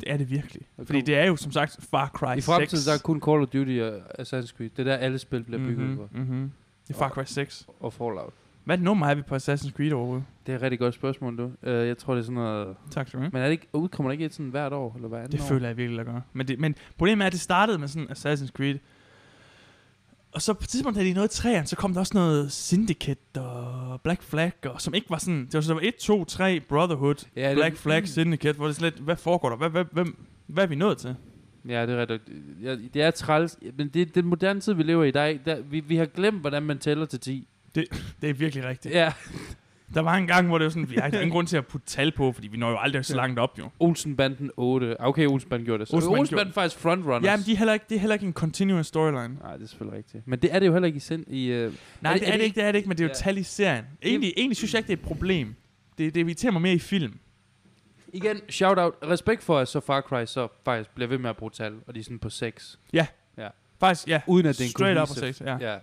[SPEAKER 1] Det er det virkelig.
[SPEAKER 2] Der
[SPEAKER 1] Fordi
[SPEAKER 2] kom-
[SPEAKER 1] det er jo som sagt Far Cry
[SPEAKER 2] I
[SPEAKER 1] 6.
[SPEAKER 2] fremtiden, der er kun Call of Duty og Assassin's Creed. Det er der, alle spil bliver bygget mm-hmm.
[SPEAKER 1] mm-hmm, mm-hmm. Det er Far Cry 6.
[SPEAKER 2] Og Fallout.
[SPEAKER 1] Hvad nummer er vi på Assassin's Creed overhovedet?
[SPEAKER 2] Det er et rigtig godt spørgsmål, du. Uh, jeg tror, det er sådan noget...
[SPEAKER 1] Tak skal du have.
[SPEAKER 2] Men er det ikke, udkommer det ikke et sådan hvert år, eller hvad
[SPEAKER 1] Det
[SPEAKER 2] år?
[SPEAKER 1] føler jeg virkelig, der gør. Men, det, men problemet er, at det startede med sådan Assassin's Creed. Og så på et tidspunkt, da de nåede træerne, så kom der også noget Syndicate og Black Flag, og, som ikke var sådan... Det var, så der var 1, 2, 3, Brotherhood,
[SPEAKER 2] Ja,
[SPEAKER 1] Black
[SPEAKER 2] det, Mm.
[SPEAKER 1] Flag, Syndicate, hvor det er sådan lidt, hvad foregår der? Hvad, hvad, hvem, hvad er vi nået til?
[SPEAKER 2] Ja, det er rigtigt. Ja, det er træls, men det er den moderne tid, vi lever i. Der er, ikke- der, vi, vi har glemt, hvordan man tæller til 10.
[SPEAKER 1] Det er virkelig rigtigt.
[SPEAKER 2] Ja,
[SPEAKER 1] Der var en gang, hvor det var sådan, vi har ingen grund til at putte tal på, fordi vi når jo aldrig så langt op, jo.
[SPEAKER 2] Olsenbanden 8. Ah, Okay, Olsenbanden gjorde det. Så
[SPEAKER 1] Olsenbanden
[SPEAKER 2] Olsenbanden, Olsenbanden faktisk frontrunner.
[SPEAKER 1] Ja, men de er heller ikke, det er heller ikke en continuous storyline.
[SPEAKER 2] Nej, det er selvfølgelig rigtigt. Men det er det jo heller ikke i sind i... Øh,
[SPEAKER 1] Nej, det er det ikke, det er det ikke, men det er jo
[SPEAKER 2] Ja.
[SPEAKER 1] tal i serien. Egentlig, egentlig synes jeg ikke, det er et problem. Det, det irriterer mig mere i film.
[SPEAKER 2] Igen, shout-out. Respekt for, at så Far Cry så faktisk bliver ved med at bruge tal, og de er sådan på 6.
[SPEAKER 1] Faktisk, ja.
[SPEAKER 2] Uden at det er en
[SPEAKER 1] Straight up og
[SPEAKER 2] cohesive-
[SPEAKER 1] sex, ja.
[SPEAKER 2] Ja.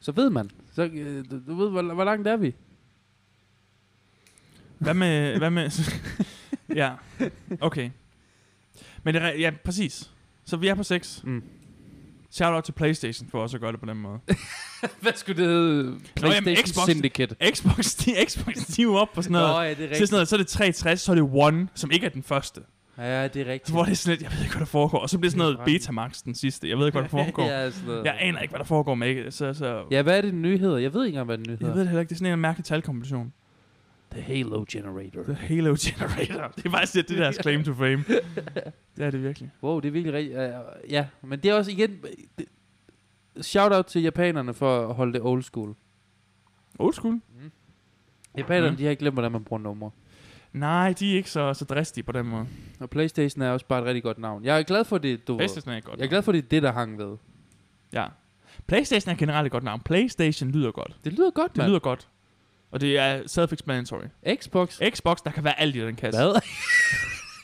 [SPEAKER 2] Så ved man. Så, øh, du, du ved, hvor, hvor langt er vi?
[SPEAKER 1] Hvad
[SPEAKER 2] [LAUGHS]
[SPEAKER 1] med... Hvad med ja, okay. Men det er, re- ja, præcis. Så vi er på 6.
[SPEAKER 2] Mm.
[SPEAKER 1] Shout out til Playstation for også at gøre det på den måde.
[SPEAKER 2] [LAUGHS]
[SPEAKER 1] [LAUGHS]
[SPEAKER 2] Hvad skulle det hedde? PlayStation
[SPEAKER 1] Xbox.
[SPEAKER 2] Syndicate.
[SPEAKER 1] Xbox, de, Xbox, de er jo op på sådan noget.
[SPEAKER 2] ja, det er
[SPEAKER 1] Så, er sådan noget, så er det 63, så er det One, som ikke er den første.
[SPEAKER 2] Ja, det er rigtigt.
[SPEAKER 1] Så hvor det er sådan lidt, jeg ved ikke, hvad der foregår. Og så bliver sådan noget Betamax den sidste, jeg ved ikke, hvad der foregår.
[SPEAKER 2] [LAUGHS] ja, sådan noget.
[SPEAKER 1] Jeg aner ikke, hvad der foregår med ikke. Så, så,
[SPEAKER 2] Ja, hvad er det nyheder? Jeg ved ikke engang, hvad det nyheder.
[SPEAKER 1] Jeg ved det heller ikke, det er sådan en mærkelig talkombination.
[SPEAKER 2] The Halo Generator.
[SPEAKER 1] The Halo Generator. [LAUGHS] Det er faktisk lidt
[SPEAKER 2] [LAUGHS]
[SPEAKER 1] det der claim to fame. Det er det virkelig.
[SPEAKER 2] Wow, det er virkelig rigtigt. Uh, ja, men det er også igen... Det, shout out til japanerne for at holde det old school.
[SPEAKER 1] Old school.
[SPEAKER 2] Japanerne,
[SPEAKER 1] Mhm.
[SPEAKER 2] mm. de har ikke glemt, hvordan man bruger numre.
[SPEAKER 1] Nej, de er ikke så, så dristige på den måde.
[SPEAKER 2] Og Playstation er også bare et rigtig godt navn. Jeg er glad for det, du ved.
[SPEAKER 1] Playstation er et godt
[SPEAKER 2] Jeg er glad for, det er det, der hang ved.
[SPEAKER 1] navn. Ja. Playstation er generelt et godt navn. Playstation lyder godt.
[SPEAKER 2] Det lyder godt,
[SPEAKER 1] Det
[SPEAKER 2] mand.
[SPEAKER 1] lyder godt. Og det er self-explanatory.
[SPEAKER 2] Xbox.
[SPEAKER 1] Xbox, der kan være alt i den kasse.
[SPEAKER 2] Hvad?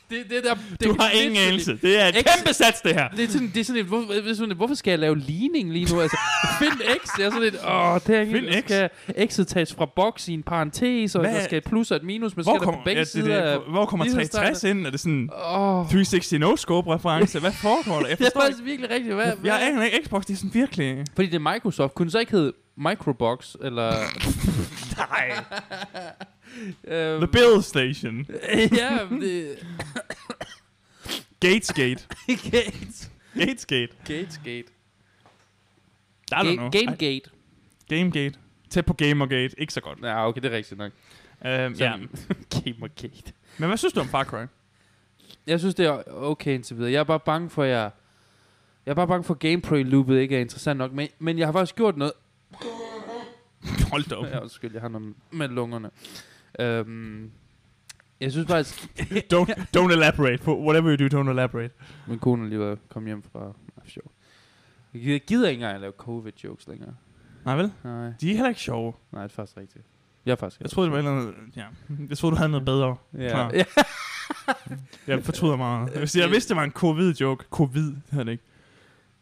[SPEAKER 2] det, det der, det
[SPEAKER 1] Du
[SPEAKER 2] kan
[SPEAKER 1] har ingen
[SPEAKER 2] literally-
[SPEAKER 1] anelse. Det er et
[SPEAKER 2] X-
[SPEAKER 1] kæmpe sats, det her.
[SPEAKER 2] Det er sådan, det er sådan et, hvorfor, det er sådan et, hvorfor skal jeg lave ligning lige nu? Altså, find X, jeg er sådan et, åh, det er ikke,
[SPEAKER 1] Find
[SPEAKER 2] Find
[SPEAKER 1] X.
[SPEAKER 2] skal X'et tages fra boks i en parentes, og
[SPEAKER 1] Hvad-
[SPEAKER 2] der skal et plus og et minus, men
[SPEAKER 1] Hvor
[SPEAKER 2] skal der på
[SPEAKER 1] kommer,
[SPEAKER 2] begge
[SPEAKER 1] ja, det,
[SPEAKER 2] sider af...
[SPEAKER 1] det, hvor kommer
[SPEAKER 2] lighedstegnet?
[SPEAKER 1] 360 ind? Er det sådan
[SPEAKER 2] Åh,
[SPEAKER 1] 360 no-scope-reference? Hvad foregår
[SPEAKER 2] [LAUGHS]
[SPEAKER 1] der? Jeg
[SPEAKER 2] det er
[SPEAKER 1] forstår ikke.
[SPEAKER 2] faktisk virkelig rigtigt, hvad?
[SPEAKER 1] Jeg
[SPEAKER 2] hvad?
[SPEAKER 1] aner ikke. Xbox, det er sådan virkelig...
[SPEAKER 2] Fordi det er Microsoft. Kunne det så ikke hedde Microbox, eller...
[SPEAKER 1] Nej.
[SPEAKER 2] [LAUGHS] øhm,
[SPEAKER 1] The Bill Station.
[SPEAKER 2] [LAUGHS] ja, men det...
[SPEAKER 1] [LAUGHS] Gatesgate.
[SPEAKER 2] Gate.
[SPEAKER 1] Gatesgate.
[SPEAKER 2] Gatesgate.
[SPEAKER 1] I don't know.
[SPEAKER 2] Ga- Gamegate.
[SPEAKER 1] Gamegate. Tæt på Gamergate. Ikke så godt.
[SPEAKER 2] Ja, okay, det er rigtigt nok.
[SPEAKER 1] Um, ja. [LAUGHS]
[SPEAKER 2] Sådan. Gamergate.
[SPEAKER 1] Men hvad synes du om Far Cry?
[SPEAKER 2] Jeg synes, det er okay indtil videre. Jeg er bare bange for, at jeg... Jeg er bare bange for, at gameplay-loopet ikke er interessant nok. Men, men jeg har faktisk gjort noget...
[SPEAKER 1] Hold da op.
[SPEAKER 2] Ja, undskyld, jeg har noget med lungerne. Øhm, jeg synes faktisk...
[SPEAKER 1] [LAUGHS] Don't, don't elaborate. For whatever you do, don't elaborate.
[SPEAKER 2] Min kone er lige var kommet hjem fra... Nej, sjov. Jeg gider- gider ikke engang at lave covid-jokes længere.
[SPEAKER 1] Nej vel?
[SPEAKER 2] Nej,
[SPEAKER 1] De er heller ikke sjove.
[SPEAKER 2] nej, det er faktisk rigtigt. Jeg er faktisk...
[SPEAKER 1] Jeg troede, det var et eller andet... Ja. Jeg troede, du havde noget bedre. klar.
[SPEAKER 2] ja.
[SPEAKER 1] Jeg fortryder meget. Hvis jeg vidste, det var en covid-joke. Covid hedder det ikke.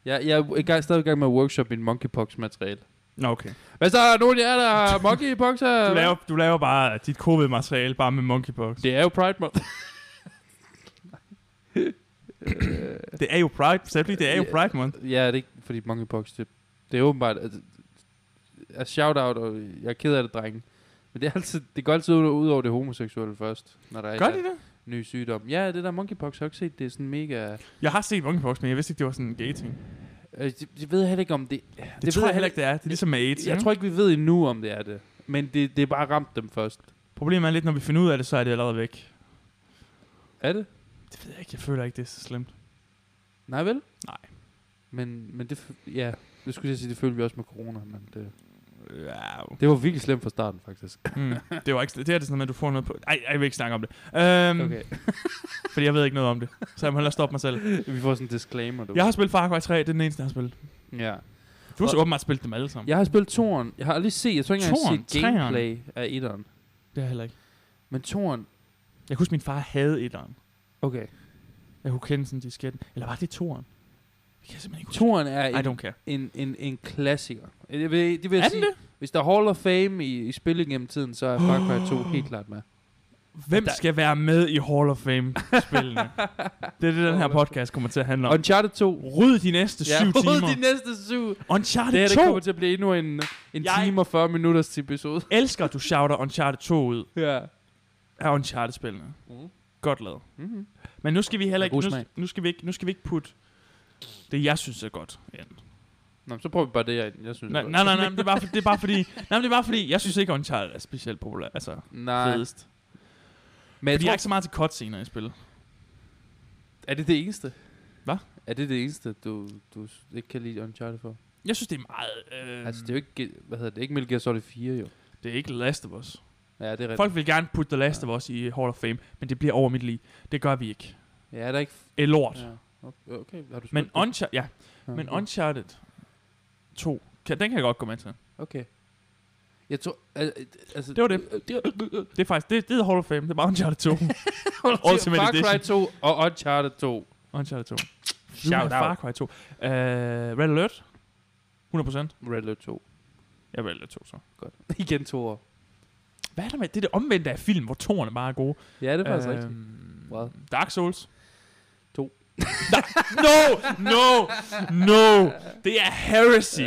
[SPEAKER 2] Jeg, jeg er i gang, stadig i gang med at workshop min monkeypox-materiale.
[SPEAKER 1] Nå, okay.
[SPEAKER 2] Hvis der er nogen af jer, der
[SPEAKER 1] [LAUGHS]
[SPEAKER 2] har monkeypox her...
[SPEAKER 1] Du laver, du laver bare dit covid-materiale, bare med monkeypox.
[SPEAKER 2] Det er jo Pride Month.
[SPEAKER 1] Det er jo Pride. Selvfølgelig, [LAUGHS] det er jo
[SPEAKER 2] Ja.
[SPEAKER 1] Pride Month.
[SPEAKER 2] Ja, det er ikke fordi monkeypox, det, det er åbenbart... Altså, altså shout-out, og jeg er ked af det, drenge. Men det, er altid, det går altid ud, ud over det homoseksuelle først, når der
[SPEAKER 1] Gør
[SPEAKER 2] er
[SPEAKER 1] de det?
[SPEAKER 2] en ny sygdom. Ja, det der monkeypox, har jeg ikke set, det er sådan mega...
[SPEAKER 1] Jeg har set monkeypox, men jeg vidste ikke, det var sådan en gay-ting.
[SPEAKER 2] Øh, det, det ved jeg heller ikke, om det... Det,
[SPEAKER 1] Det, det tror jeg heller ikke, det er. Det er ligesom med AIDS.
[SPEAKER 2] ikke. Jeg
[SPEAKER 1] ikke?
[SPEAKER 2] tror ikke, vi ved endnu, om det er det. Men det, det er bare ramt dem først.
[SPEAKER 1] Problemet er lidt, når vi finder ud af det, så er det allerede væk.
[SPEAKER 2] Er det?
[SPEAKER 1] Det ved jeg ikke. Jeg føler ikke, det er så slemt.
[SPEAKER 2] Nej, vel?
[SPEAKER 1] Nej.
[SPEAKER 2] Men, men det... f- Ja, det skulle jeg sige, det følte vi også med corona, men det...
[SPEAKER 1] Wow.
[SPEAKER 2] Det var virkelig slemt fra starten, faktisk.
[SPEAKER 1] Mm. Det var ikke, det her er sådan noget med, at du får noget på. Ej, jeg vil ikke snakke om det. Um, okay.
[SPEAKER 2] Okay.
[SPEAKER 1] Fordi jeg ved ikke noget om det. Så jeg må hellere stoppe mig selv.
[SPEAKER 2] [LAUGHS] vi får sådan en disclaimer, du.
[SPEAKER 1] Jeg har spillet Far Cry 3. Det er den eneste, jeg har spillet.
[SPEAKER 2] Ja.
[SPEAKER 1] Du har så
[SPEAKER 2] Og-
[SPEAKER 1] åbenbart spillet dem alle sammen.
[SPEAKER 2] Jeg har spillet toren. Jeg har aldrig set, jeg tror ikke engang, jeg
[SPEAKER 1] Toeren?
[SPEAKER 2] har set
[SPEAKER 1] Treeren?
[SPEAKER 2] gameplay af etteren.
[SPEAKER 1] Det har jeg heller ikke.
[SPEAKER 2] Men toren,
[SPEAKER 1] Jeg kunne huske, min far havde etteren.
[SPEAKER 2] okay.
[SPEAKER 1] Jeg kunne kende sådan disketten. Eller var det toeren? Det kan jeg simpelthen ikke huske.
[SPEAKER 2] Toren er
[SPEAKER 1] I
[SPEAKER 2] en,
[SPEAKER 1] don't care.
[SPEAKER 2] en, en, en klassiker. Øh, Det vil, det vil jeg
[SPEAKER 1] Er den
[SPEAKER 2] sige,
[SPEAKER 1] det?
[SPEAKER 2] hvis der er Hall of Fame i, i spillet gennem tiden,
[SPEAKER 1] [GASPS]
[SPEAKER 2] så er Far Cry 2 helt klart med.
[SPEAKER 1] Hvem
[SPEAKER 2] Der-
[SPEAKER 1] skal være med i Hall of
[SPEAKER 2] [LAUGHS]
[SPEAKER 1] Fame-spillene? det er det, den her podcast kommer til at handle om.
[SPEAKER 2] Uncharted 2.
[SPEAKER 1] Ryd de næste syv
[SPEAKER 2] [LAUGHS]
[SPEAKER 1] timer.
[SPEAKER 2] de næste syv. Det her,
[SPEAKER 1] Uncharted
[SPEAKER 2] det
[SPEAKER 1] 2.
[SPEAKER 2] kommer til at blive endnu en, en
[SPEAKER 1] Jeg-
[SPEAKER 2] time og 40 minutters episode.
[SPEAKER 1] elsker, at du shouter Uncharted 2 ud
[SPEAKER 2] ja.
[SPEAKER 1] af Uncharted-spillene.
[SPEAKER 2] Mhm.
[SPEAKER 1] Godt lavet.
[SPEAKER 2] Mm-hmm.
[SPEAKER 1] Men nu skal vi heller ikke,
[SPEAKER 2] God
[SPEAKER 1] nu,
[SPEAKER 2] smag.
[SPEAKER 1] nu, skal vi ikke, nu skal vi ikke putte det, jeg synes er godt. ind.
[SPEAKER 2] Nå, men så prøver vi bare det, jeg, jeg synes.
[SPEAKER 1] Nej,
[SPEAKER 2] er godt.
[SPEAKER 1] nej, nej, nej, men det er bare, for, det er bare fordi, nej, men det er bare fordi, jeg synes ikke, Uncharted er specielt populær. Altså,
[SPEAKER 2] nej.
[SPEAKER 1] fedest.
[SPEAKER 2] Men jeg
[SPEAKER 1] Fordi jeg
[SPEAKER 2] tror,
[SPEAKER 1] er ikke så meget til cutscener i spillet.
[SPEAKER 2] er det det eneste?
[SPEAKER 1] Hvad?
[SPEAKER 2] Er det det eneste, du, du s- ikke kan lide Uncharted for? Mm.
[SPEAKER 1] Jeg synes, det er meget... Øh,
[SPEAKER 2] Altså, det er jo ikke, Ge- hvad hedder det, ikke Metal Gear Solid 4, jo.
[SPEAKER 1] det er ikke Last of Us.
[SPEAKER 2] Ja, det er rigtigt.
[SPEAKER 1] Folk vil gerne putte The Last of Us i Hall of Fame, men det bliver over mit liv. Det gør vi ikke.
[SPEAKER 2] Ja, er der ikke... f-
[SPEAKER 1] Et lort.
[SPEAKER 2] Ja. Okay, okay, har du
[SPEAKER 1] Men,
[SPEAKER 2] spillet det?
[SPEAKER 1] Unchar- ja,
[SPEAKER 2] Ja,
[SPEAKER 1] men
[SPEAKER 2] okay.
[SPEAKER 1] Uncharted 2, kan, den kan jeg godt gå med til.
[SPEAKER 2] Okay. Jeg tror... al- Altså,
[SPEAKER 1] Det var det.
[SPEAKER 2] det var,
[SPEAKER 1] Det er faktisk, det, det er Hall of Fame, det er bare Uncharted 2. Ultimate
[SPEAKER 2] Far Cry
[SPEAKER 1] Edition.
[SPEAKER 2] 2 og Uncharted 2.
[SPEAKER 1] Uncharted 2.
[SPEAKER 2] Shout
[SPEAKER 1] Shout
[SPEAKER 2] out.
[SPEAKER 1] Far Cry 2. Uh, Red Alert, 100%.
[SPEAKER 2] Red Alert 2.
[SPEAKER 1] Jeg er Red Alert 2 så.
[SPEAKER 2] Godt. [LAUGHS] Igen to år.
[SPEAKER 1] Hvad er der med, det er det omvendte af film, hvor toerne bare er gode.
[SPEAKER 2] Ja, det er faktisk
[SPEAKER 1] Øhm,
[SPEAKER 2] rigtigt. Hvad?
[SPEAKER 1] Dark Souls.
[SPEAKER 2] To.
[SPEAKER 1] Da- no, no, no. Det er heresy.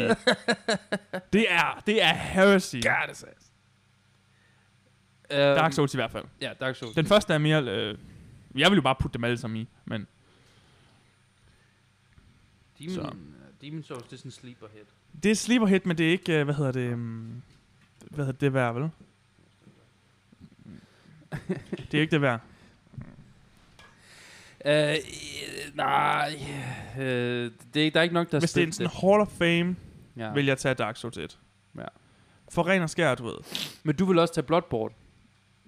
[SPEAKER 1] Det er, det er heresy.
[SPEAKER 2] God, det sags.
[SPEAKER 1] Dark Souls i hvert fald.
[SPEAKER 2] Ja, Dark Souls.
[SPEAKER 1] Den første er mere... Øh, jeg vil jo bare putte dem alle sammen i, men...
[SPEAKER 2] Demon,
[SPEAKER 1] så.
[SPEAKER 2] Demon Souls, det er sådan en sleeper hit.
[SPEAKER 1] Det er sleeper hit, men det er ikke... Øh, hvad hedder det... Um, hvad hedder det værd, vel? det er ikke det værd.
[SPEAKER 2] Øh, øh, nej, øh, det er, ikke- der er ikke nok, [LAUGHS] der har
[SPEAKER 1] Hvis det er en
[SPEAKER 2] spillet
[SPEAKER 1] sådan Hall of Fame,
[SPEAKER 2] Ja.
[SPEAKER 1] ja. vil jeg tage Dark Souls 1.
[SPEAKER 2] Ja.
[SPEAKER 1] For ren og skær, du ved.
[SPEAKER 2] Men du vil også tage Bloodborne.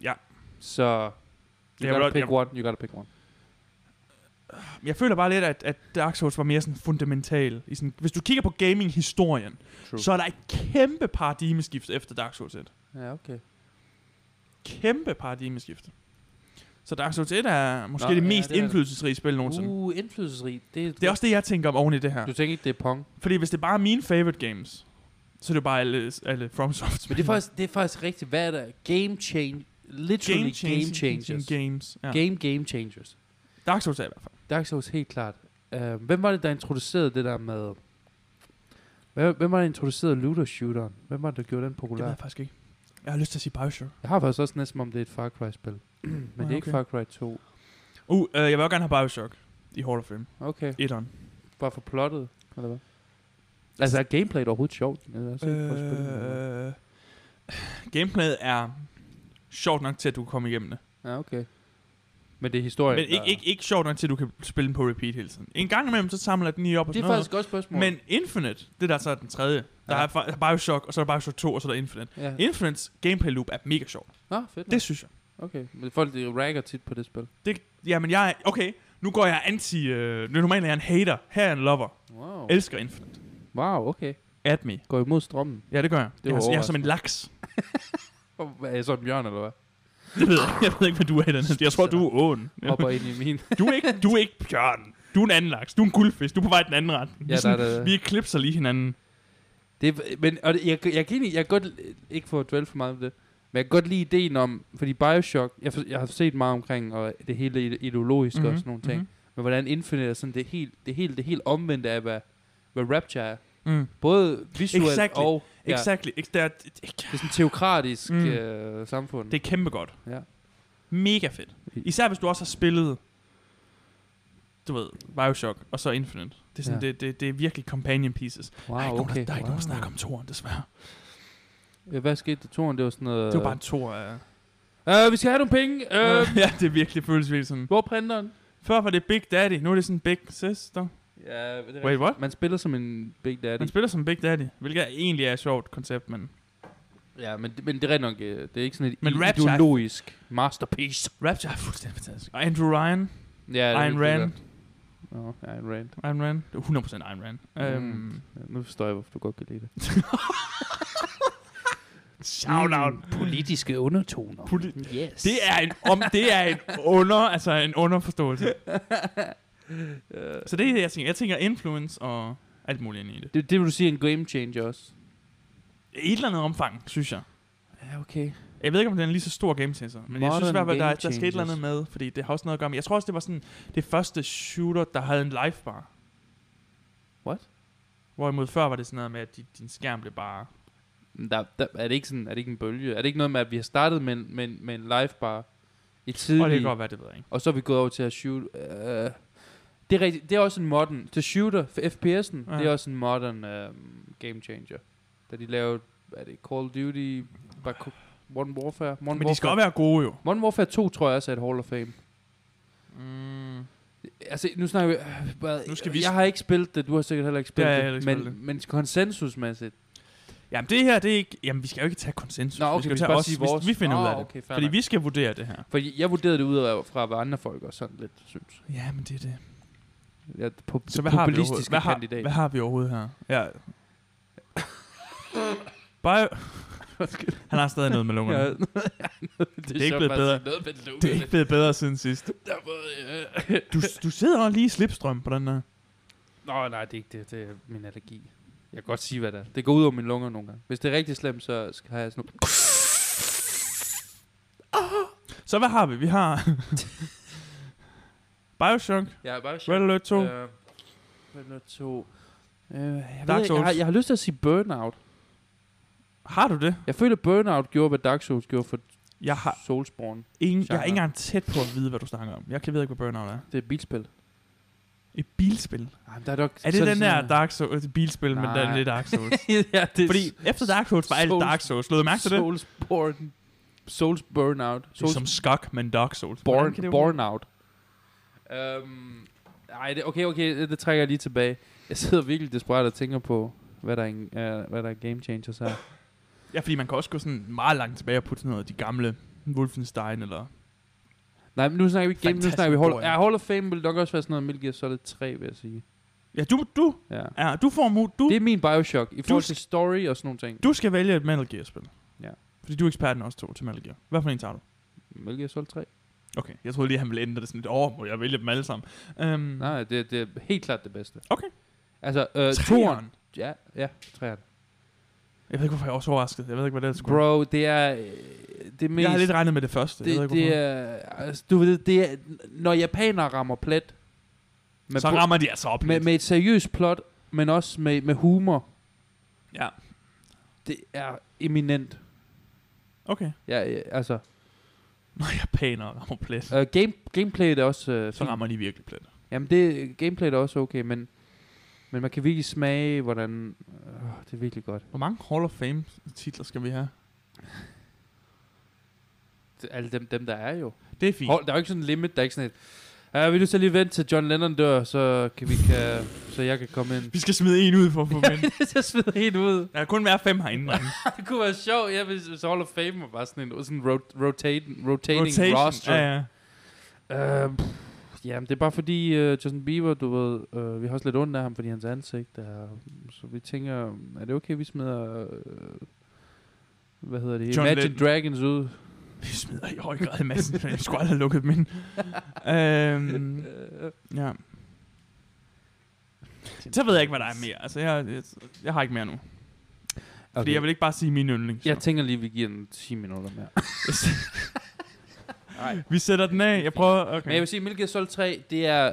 [SPEAKER 1] Ja.
[SPEAKER 2] Så you
[SPEAKER 1] Jeg,
[SPEAKER 2] gotta
[SPEAKER 1] vil,
[SPEAKER 2] pick
[SPEAKER 1] jeg,
[SPEAKER 2] one, you gotta pick one.
[SPEAKER 1] jeg føler bare lidt, at, at Dark Souls var mere sådan fundamental. I sådan, hvis du kigger på gaming-historien,
[SPEAKER 2] True.
[SPEAKER 1] så er der et kæmpe paradigmeskift efter Dark Souls 1.
[SPEAKER 2] Ja, okay.
[SPEAKER 1] Kæmpe paradigmeskift. Så Dark Souls 1 er måske Nå,
[SPEAKER 2] Nå,
[SPEAKER 1] det
[SPEAKER 2] ja,
[SPEAKER 1] mest
[SPEAKER 2] det er det.
[SPEAKER 1] ja, indflydelsesrige spil nogensinde. Uh.
[SPEAKER 2] Uh, indflydelsesrig. Det,
[SPEAKER 1] Det er også det, jeg tænker om oven i det her.
[SPEAKER 2] Du tænker ikke, det er Pong?
[SPEAKER 1] Fordi hvis det bare er mine favorite games, så er det jo bare alle, alle FromSoft
[SPEAKER 2] Men det er faktisk, det er faktisk rigtigt. Hvad er der? Game change. Literally game, game changers. Game,
[SPEAKER 1] Games. Ja.
[SPEAKER 2] game, game changers.
[SPEAKER 1] Dark Souls er i hvert fald.
[SPEAKER 2] Dark Souls, helt klart. Uh, hvem var det, der introducerede det der med... Hvem, hvem var det, der introducerede Looter Shooteren? Hvem var det, der gjorde den
[SPEAKER 1] Det ved
[SPEAKER 2] populær?
[SPEAKER 1] jeg faktisk ikke. Jeg har lyst til at sige Bioshock.
[SPEAKER 2] Jeg har faktisk også næsten som om, det er et Far Cry-spil. [CLEARS THROAT] Men det er
[SPEAKER 1] Ah,
[SPEAKER 2] ikke
[SPEAKER 1] okay.
[SPEAKER 2] Far Cry 2.
[SPEAKER 1] Uh, øh, jeg vil også gerne have Bioshock i Hall of Fame.
[SPEAKER 2] Okay.
[SPEAKER 1] Etteren.
[SPEAKER 2] Bare for plottet, eller hvad? Altså, er gameplayet overhovedet sjovt? Jeg har set øh, spil.
[SPEAKER 1] Øh, gameplayet er sjovt nok til, at du kan komme igennem det.
[SPEAKER 2] Ja, okay. Men det er historien,
[SPEAKER 1] Men ikke,
[SPEAKER 2] der-
[SPEAKER 1] ikke, ikke sjovt nok til, at du kan spille den på repeat hele tiden. En gang imellem, så samler den lige op og
[SPEAKER 2] Det
[SPEAKER 1] sådan
[SPEAKER 2] er
[SPEAKER 1] noget.
[SPEAKER 2] faktisk et godt spørgsmål.
[SPEAKER 1] Men Infinite, det der så er den tredje. Der
[SPEAKER 2] Ja.
[SPEAKER 1] er fa- Bioshock, og så er der Bioshock 2, og så er der Infinite.
[SPEAKER 2] Ja.
[SPEAKER 1] Infinite's gameplay loop er mega sjov.
[SPEAKER 2] Nå, fedt.
[SPEAKER 1] Det
[SPEAKER 2] Det,
[SPEAKER 1] synes jeg.
[SPEAKER 2] okay. Men folk, de ragger tit på det spil.
[SPEAKER 1] Det, jamen, jeg er, okay, nu går jeg anti, øh, nu normalt er jeg en hater, her er jeg en lover,
[SPEAKER 2] Wow.
[SPEAKER 1] elsker Infinite.
[SPEAKER 2] Wow, okay.
[SPEAKER 1] At me.
[SPEAKER 2] Går imod strømmen.
[SPEAKER 1] Ja, det gør jeg.
[SPEAKER 2] var
[SPEAKER 1] jeg, er- jeg er som
[SPEAKER 2] overraskende.
[SPEAKER 1] en laks.
[SPEAKER 2] Hvad er jeg så en bjørn, eller hvad?
[SPEAKER 1] Det ved jeg. jeg ved ikke, hvad du er i den her. Jeg tror, du er åen. Ja.
[SPEAKER 2] Hopper ind i min. [LAUGHS]
[SPEAKER 1] Du er ikke, du er ikke bjørn. Du er en anden laks. Du er en guldfisk. Du er på vej i den anden ret. Vi,
[SPEAKER 2] Ja,
[SPEAKER 1] er
[SPEAKER 2] der
[SPEAKER 1] sådan,
[SPEAKER 2] er det.
[SPEAKER 1] vi eklipser lige hinanden.
[SPEAKER 2] Det, men, og det, jeg, jeg, kan egentlig, jeg kan godt, ikke for at dvæle for meget om det, men jeg kan godt lide ideen om, fordi Bioshock, jeg, for- jeg har set meget omkring, og det hele ide- ideologiske
[SPEAKER 1] Mhm.
[SPEAKER 2] mm-hmm. og sådan nogle ting, mm-hmm. men hvordan Infinite er sådan det helt, det helt, det helt omvendte af, hvad, hvad Rapture er.
[SPEAKER 1] Mm-hmm. Mm.
[SPEAKER 2] Både visuelt
[SPEAKER 1] Exactly.
[SPEAKER 2] og ja,
[SPEAKER 1] Exactly. Ikke, der, det, det-
[SPEAKER 2] det er sådan et teokratisk mm.
[SPEAKER 1] Mm.
[SPEAKER 2] øh, samfund.
[SPEAKER 1] det er kæmpe godt.
[SPEAKER 2] Ja.
[SPEAKER 1] Mega fedt. Især hvis du også har spillet, du ved, Bioshock og så Infinite. Det er, sådan,
[SPEAKER 2] Ja.
[SPEAKER 1] ja. det, det, det er virkelig companion pieces.
[SPEAKER 2] wow,
[SPEAKER 1] der er ikke, nogen,
[SPEAKER 2] Ah, okay.
[SPEAKER 1] der, der er ikke
[SPEAKER 2] wow.
[SPEAKER 1] nogen snak om toren, desværre.
[SPEAKER 2] Ja, hvad skete der toren? Det var sådan noget...
[SPEAKER 1] Det var bare en tor af...
[SPEAKER 2] bare... Øh, vi skal have nogle penge!
[SPEAKER 1] [LAUGHS]
[SPEAKER 2] Øh,
[SPEAKER 1] ja, det er virkelig føles virkelig sådan.
[SPEAKER 2] hvor er printeren?
[SPEAKER 1] Før var det Big Daddy, nu er det sådan Big Sister.
[SPEAKER 2] Ja, det er rigtigt.
[SPEAKER 1] Wait, what?
[SPEAKER 2] Man spiller som en Big Daddy.
[SPEAKER 1] Man spiller som Big Daddy, hvilket egentlig er et sjovt koncept, men...
[SPEAKER 2] Ja, men, det- men det er rigtig nok, øh, det er ikke sådan et
[SPEAKER 1] Men
[SPEAKER 2] i-
[SPEAKER 1] Rapture-
[SPEAKER 2] ideologisk masterpiece.
[SPEAKER 1] Rapture er fuldstændig fantastisk. Og Andrew Ryan,
[SPEAKER 2] Ja, det er
[SPEAKER 1] Ayn
[SPEAKER 2] virkelig
[SPEAKER 1] Rand.
[SPEAKER 2] godt. Nå, ja, Ayn Rand.
[SPEAKER 1] Ayn Rand. Det er 100% Ayn Rand.
[SPEAKER 2] Mm.
[SPEAKER 1] Mm. Øhm,
[SPEAKER 2] Ja, nu forstår jeg, hvorfor du godt kan lide det.
[SPEAKER 1] shout out.
[SPEAKER 2] Politiske undertoner.
[SPEAKER 1] Poli-
[SPEAKER 2] yes.
[SPEAKER 1] det er en om, det er en under, altså en
[SPEAKER 2] [LAUGHS]
[SPEAKER 1] underforståelse. Så det er det, jeg tænker. Jeg tænker influence og alt muligt ind i det.
[SPEAKER 2] det, det vil du sige er en game changer også.
[SPEAKER 1] I et eller andet omfang, synes jeg.
[SPEAKER 2] Ja, okay.
[SPEAKER 1] Jeg ved ikke, om den er lige så stor game changer, men jeg synes
[SPEAKER 2] Modern
[SPEAKER 1] i hvert fald, der,
[SPEAKER 2] game
[SPEAKER 1] der skete et eller andet med, fordi det har også noget at gøre med. Jeg tror også, det var sådan det første shooter, der havde en life bar.
[SPEAKER 2] What?
[SPEAKER 1] Hvorimod før var det sådan noget med, at dit- din skærm blev bare...
[SPEAKER 2] Men Der, der, er, det ikke sådan, er det ikke en bølge? Er det ikke noget med, at vi har startet med, en- med, en- med en live bar i tidlig,
[SPEAKER 1] Og det kan godt være, det ved jeg ikke.
[SPEAKER 2] og så er vi gået over til at shoot... Øh, det, er rigtigt, det er også en modern... Til shooter, for FPS'en, ja.
[SPEAKER 1] Ja.
[SPEAKER 2] det er også en modern øh, game changer. Da de lavede, hvad er det, Call of Duty, Baco- Modern Warfare? Modern
[SPEAKER 1] Men
[SPEAKER 2] Warfare.
[SPEAKER 1] de skal også være gode jo.
[SPEAKER 2] Modern Warfare 2 tror jeg også er et Hall of Fame.
[SPEAKER 1] Mm.
[SPEAKER 2] Øh, altså, nu snakker vi... Øh, bare,
[SPEAKER 1] Nu skal vi
[SPEAKER 2] jeg
[SPEAKER 1] sn-
[SPEAKER 2] har ikke spillet det, du har sikkert heller ikke spillet
[SPEAKER 1] Ja, jeg
[SPEAKER 2] det.
[SPEAKER 1] har heller
[SPEAKER 2] men,
[SPEAKER 1] ikke spillet
[SPEAKER 2] men konsensusmæssigt.
[SPEAKER 1] Jamen det her, det er ikke... Jamen vi skal jo ikke tage konsensus.
[SPEAKER 2] Nå, okay,
[SPEAKER 1] skal
[SPEAKER 2] vi
[SPEAKER 1] jo
[SPEAKER 2] skal
[SPEAKER 1] tage
[SPEAKER 2] bare
[SPEAKER 1] os.
[SPEAKER 2] sige
[SPEAKER 1] Vi-
[SPEAKER 2] vores.
[SPEAKER 1] Vi finder
[SPEAKER 2] Nå,
[SPEAKER 1] ud af det.
[SPEAKER 2] okay, fair
[SPEAKER 1] fordi
[SPEAKER 2] nok.
[SPEAKER 1] vi skal vurdere det her.
[SPEAKER 2] Fordi jeg vurderede det ud af, fra, hvad andre folk også sådan lidt synes.
[SPEAKER 1] Ja, men det er det.
[SPEAKER 2] Ja, på,
[SPEAKER 1] Så hvad har, vi overhovedet?
[SPEAKER 2] populistiske
[SPEAKER 1] Hvad, har,
[SPEAKER 2] kandidat.
[SPEAKER 1] hvad har vi overhovedet her? Ja. Bare... Han har stadig noget med lungerne.
[SPEAKER 2] Ja,
[SPEAKER 1] [LAUGHS] Ja,
[SPEAKER 2] det,
[SPEAKER 1] ikke blevet bedre.
[SPEAKER 2] Noget med lungerne.
[SPEAKER 1] det er ikke blevet bedre siden sidst.
[SPEAKER 2] Der var, øh.
[SPEAKER 1] Du, du sidder også lige i slipstrøm på den her.
[SPEAKER 2] Nå, nej, det er ikke det. Det er min allergi. Jeg kan godt sige, hvad det er. Det går ud over mine lunger nogle gange. Hvis det er rigtig slemt, så skal har jeg sådan nogle...
[SPEAKER 1] Så hvad har vi? Vi har... [LAUGHS] Bioshock,
[SPEAKER 2] Jeg er bare
[SPEAKER 1] Red Alert 2.
[SPEAKER 2] Øh, Red Alert 2. Øh, jeg, ved
[SPEAKER 1] Dark
[SPEAKER 2] ikke, jeg, har,
[SPEAKER 1] Souls.
[SPEAKER 2] jeg har lyst til at sige Burnout.
[SPEAKER 1] Har du det?
[SPEAKER 2] Jeg føler, Burnout gjorde, hvad Dark Souls gjorde for
[SPEAKER 1] Jeg har,
[SPEAKER 2] Soulsborne.
[SPEAKER 1] ingen, jeg er
[SPEAKER 2] Genre.
[SPEAKER 1] ikke engang tæt på at vide, hvad du snakker om. Jeg kan ved ikke, hvad Burnout er.
[SPEAKER 2] Det er et bilspil.
[SPEAKER 1] Et bilspil.
[SPEAKER 2] Ej, men der er, dog,
[SPEAKER 1] Er det
[SPEAKER 2] så
[SPEAKER 1] den
[SPEAKER 2] sådan
[SPEAKER 1] der
[SPEAKER 2] noget-
[SPEAKER 1] Dark Souls, et bilspil, men det er
[SPEAKER 2] Nej.
[SPEAKER 1] det Dark Souls?
[SPEAKER 2] [LAUGHS] ja, [LAUGHS] det er
[SPEAKER 1] Fordi efter Dark Souls var alt
[SPEAKER 2] Souls-
[SPEAKER 1] Dark Souls. Lød du mærke til det?
[SPEAKER 2] Soulsborne. Souls Burnout.
[SPEAKER 1] Det er
[SPEAKER 2] Souls
[SPEAKER 1] som skok, men Dark Souls. Hvordan kan
[SPEAKER 2] Born,
[SPEAKER 1] det
[SPEAKER 2] Burnout. Um, ej, det, okay, okay, det, det trækker jeg lige tilbage. Jeg sidder virkelig desperat og tænker på, hvad der er, en, uh, hvad der er game changers her.
[SPEAKER 1] Ja, fordi man kan også gå sådan meget langt tilbage og putte sådan noget af de gamle Wolfenstein eller...
[SPEAKER 2] Nej, men nu snakker vi ikke game, nu
[SPEAKER 1] Fantastisk
[SPEAKER 2] snakker vi Hall,
[SPEAKER 1] historie.
[SPEAKER 2] ja, Hall of Fame vil nok også være sådan noget Metal Gear Solid 3, vil jeg sige.
[SPEAKER 1] Ja, du, du,
[SPEAKER 2] Ja.
[SPEAKER 1] ja, du får mu, du,
[SPEAKER 2] Det er min Bioshock i forhold
[SPEAKER 1] sk-
[SPEAKER 2] til story og sådan nogle ting.
[SPEAKER 1] du skal vælge et Metal Gear-spil.
[SPEAKER 2] Ja.
[SPEAKER 1] Fordi du er eksperten også to til Metal Gear. Hvad for en tager du?
[SPEAKER 2] Metal Gear Solid 3?
[SPEAKER 1] Okay, jeg troede lige, han ville ændre det sådan lidt over, må jeg vælge dem alle sammen. Um,
[SPEAKER 2] Nej, det, det er helt klart det bedste.
[SPEAKER 1] Okay.
[SPEAKER 2] Altså, øh, toren.
[SPEAKER 1] Toren.
[SPEAKER 2] Ja, ja, træerne.
[SPEAKER 1] Jeg ved ikke, hvorfor jeg var så overrasket. Jeg ved ikke, hvad det ellers skulle.
[SPEAKER 2] Bro, det er øh, det mest...
[SPEAKER 1] Jeg har lidt regnet med det første. jeg ved
[SPEAKER 2] det,
[SPEAKER 1] ikke,
[SPEAKER 2] det
[SPEAKER 1] hvorfor.
[SPEAKER 2] er, altså, du ved, det er, når japanere rammer plet, med,
[SPEAKER 1] så
[SPEAKER 2] pro-
[SPEAKER 1] rammer de altså op
[SPEAKER 2] med,
[SPEAKER 1] lidt.
[SPEAKER 2] med et seriøst plot, men også med, med humor,
[SPEAKER 1] Ja,
[SPEAKER 2] det er eminent.
[SPEAKER 1] okay. [LAUGHS]
[SPEAKER 2] Ja, ja, altså,
[SPEAKER 1] Når japanere rammer plet,
[SPEAKER 2] uh, game, gameplayet er også uh,
[SPEAKER 1] så rammer de virkelig plet.
[SPEAKER 2] Jamen, det, gameplayet er også okay, men, men man kan virkelig smage, hvordan... Øh, det er virkelig godt.
[SPEAKER 1] Hvor mange Hall of Fame-titler skal vi have?
[SPEAKER 2] Det, alle dem, dem, der er jo.
[SPEAKER 1] Det er fint.
[SPEAKER 2] Hold, der er jo ikke sådan en limit, der er ikke sådan et... Uh, vil du så lige vente til John Lennon dør, så, kan vi kan, så jeg kan [LAUGHS] komme ind?
[SPEAKER 1] Vi skal smide en ud for at få vinde.
[SPEAKER 2] så smider helt ud.
[SPEAKER 1] Der kan kun være fem herinde, drenge.
[SPEAKER 2] Det kunne være sjovt, ja, hvis, hvis Hall of Fame var bare sådan en sådan rot, rotating, rotating
[SPEAKER 1] Rotation.
[SPEAKER 2] roster.
[SPEAKER 1] Ja, ja.
[SPEAKER 2] Uh, jamen, det er bare fordi uh, Justin Bieber, du ved, uh, vi har også lidt ondt af ham, fordi hans ansigt er... Så vi tænker, er det okay, vi smider... Uh, hvad hedder det?
[SPEAKER 1] John
[SPEAKER 2] Imagine
[SPEAKER 1] Lennon.
[SPEAKER 2] Dragons ud.
[SPEAKER 1] Vi smider i høj grad en masse. Jeg skulle aldrig have lukket dem ind. øhm, ja. Så ved jeg ikke, hvad der er mere. Altså, jeg, jeg, jeg har ikke mere nu. Okay.
[SPEAKER 2] Okay.
[SPEAKER 1] Fordi jeg vil ikke bare sige min yndling.
[SPEAKER 2] jeg tænker lige, vi giver den 10 minutter mere. Nej.
[SPEAKER 1] Vi sætter den af. Jeg prøver...
[SPEAKER 2] Men jeg
[SPEAKER 1] Okay.
[SPEAKER 2] vil sige, Metal Gear Solid 3, det er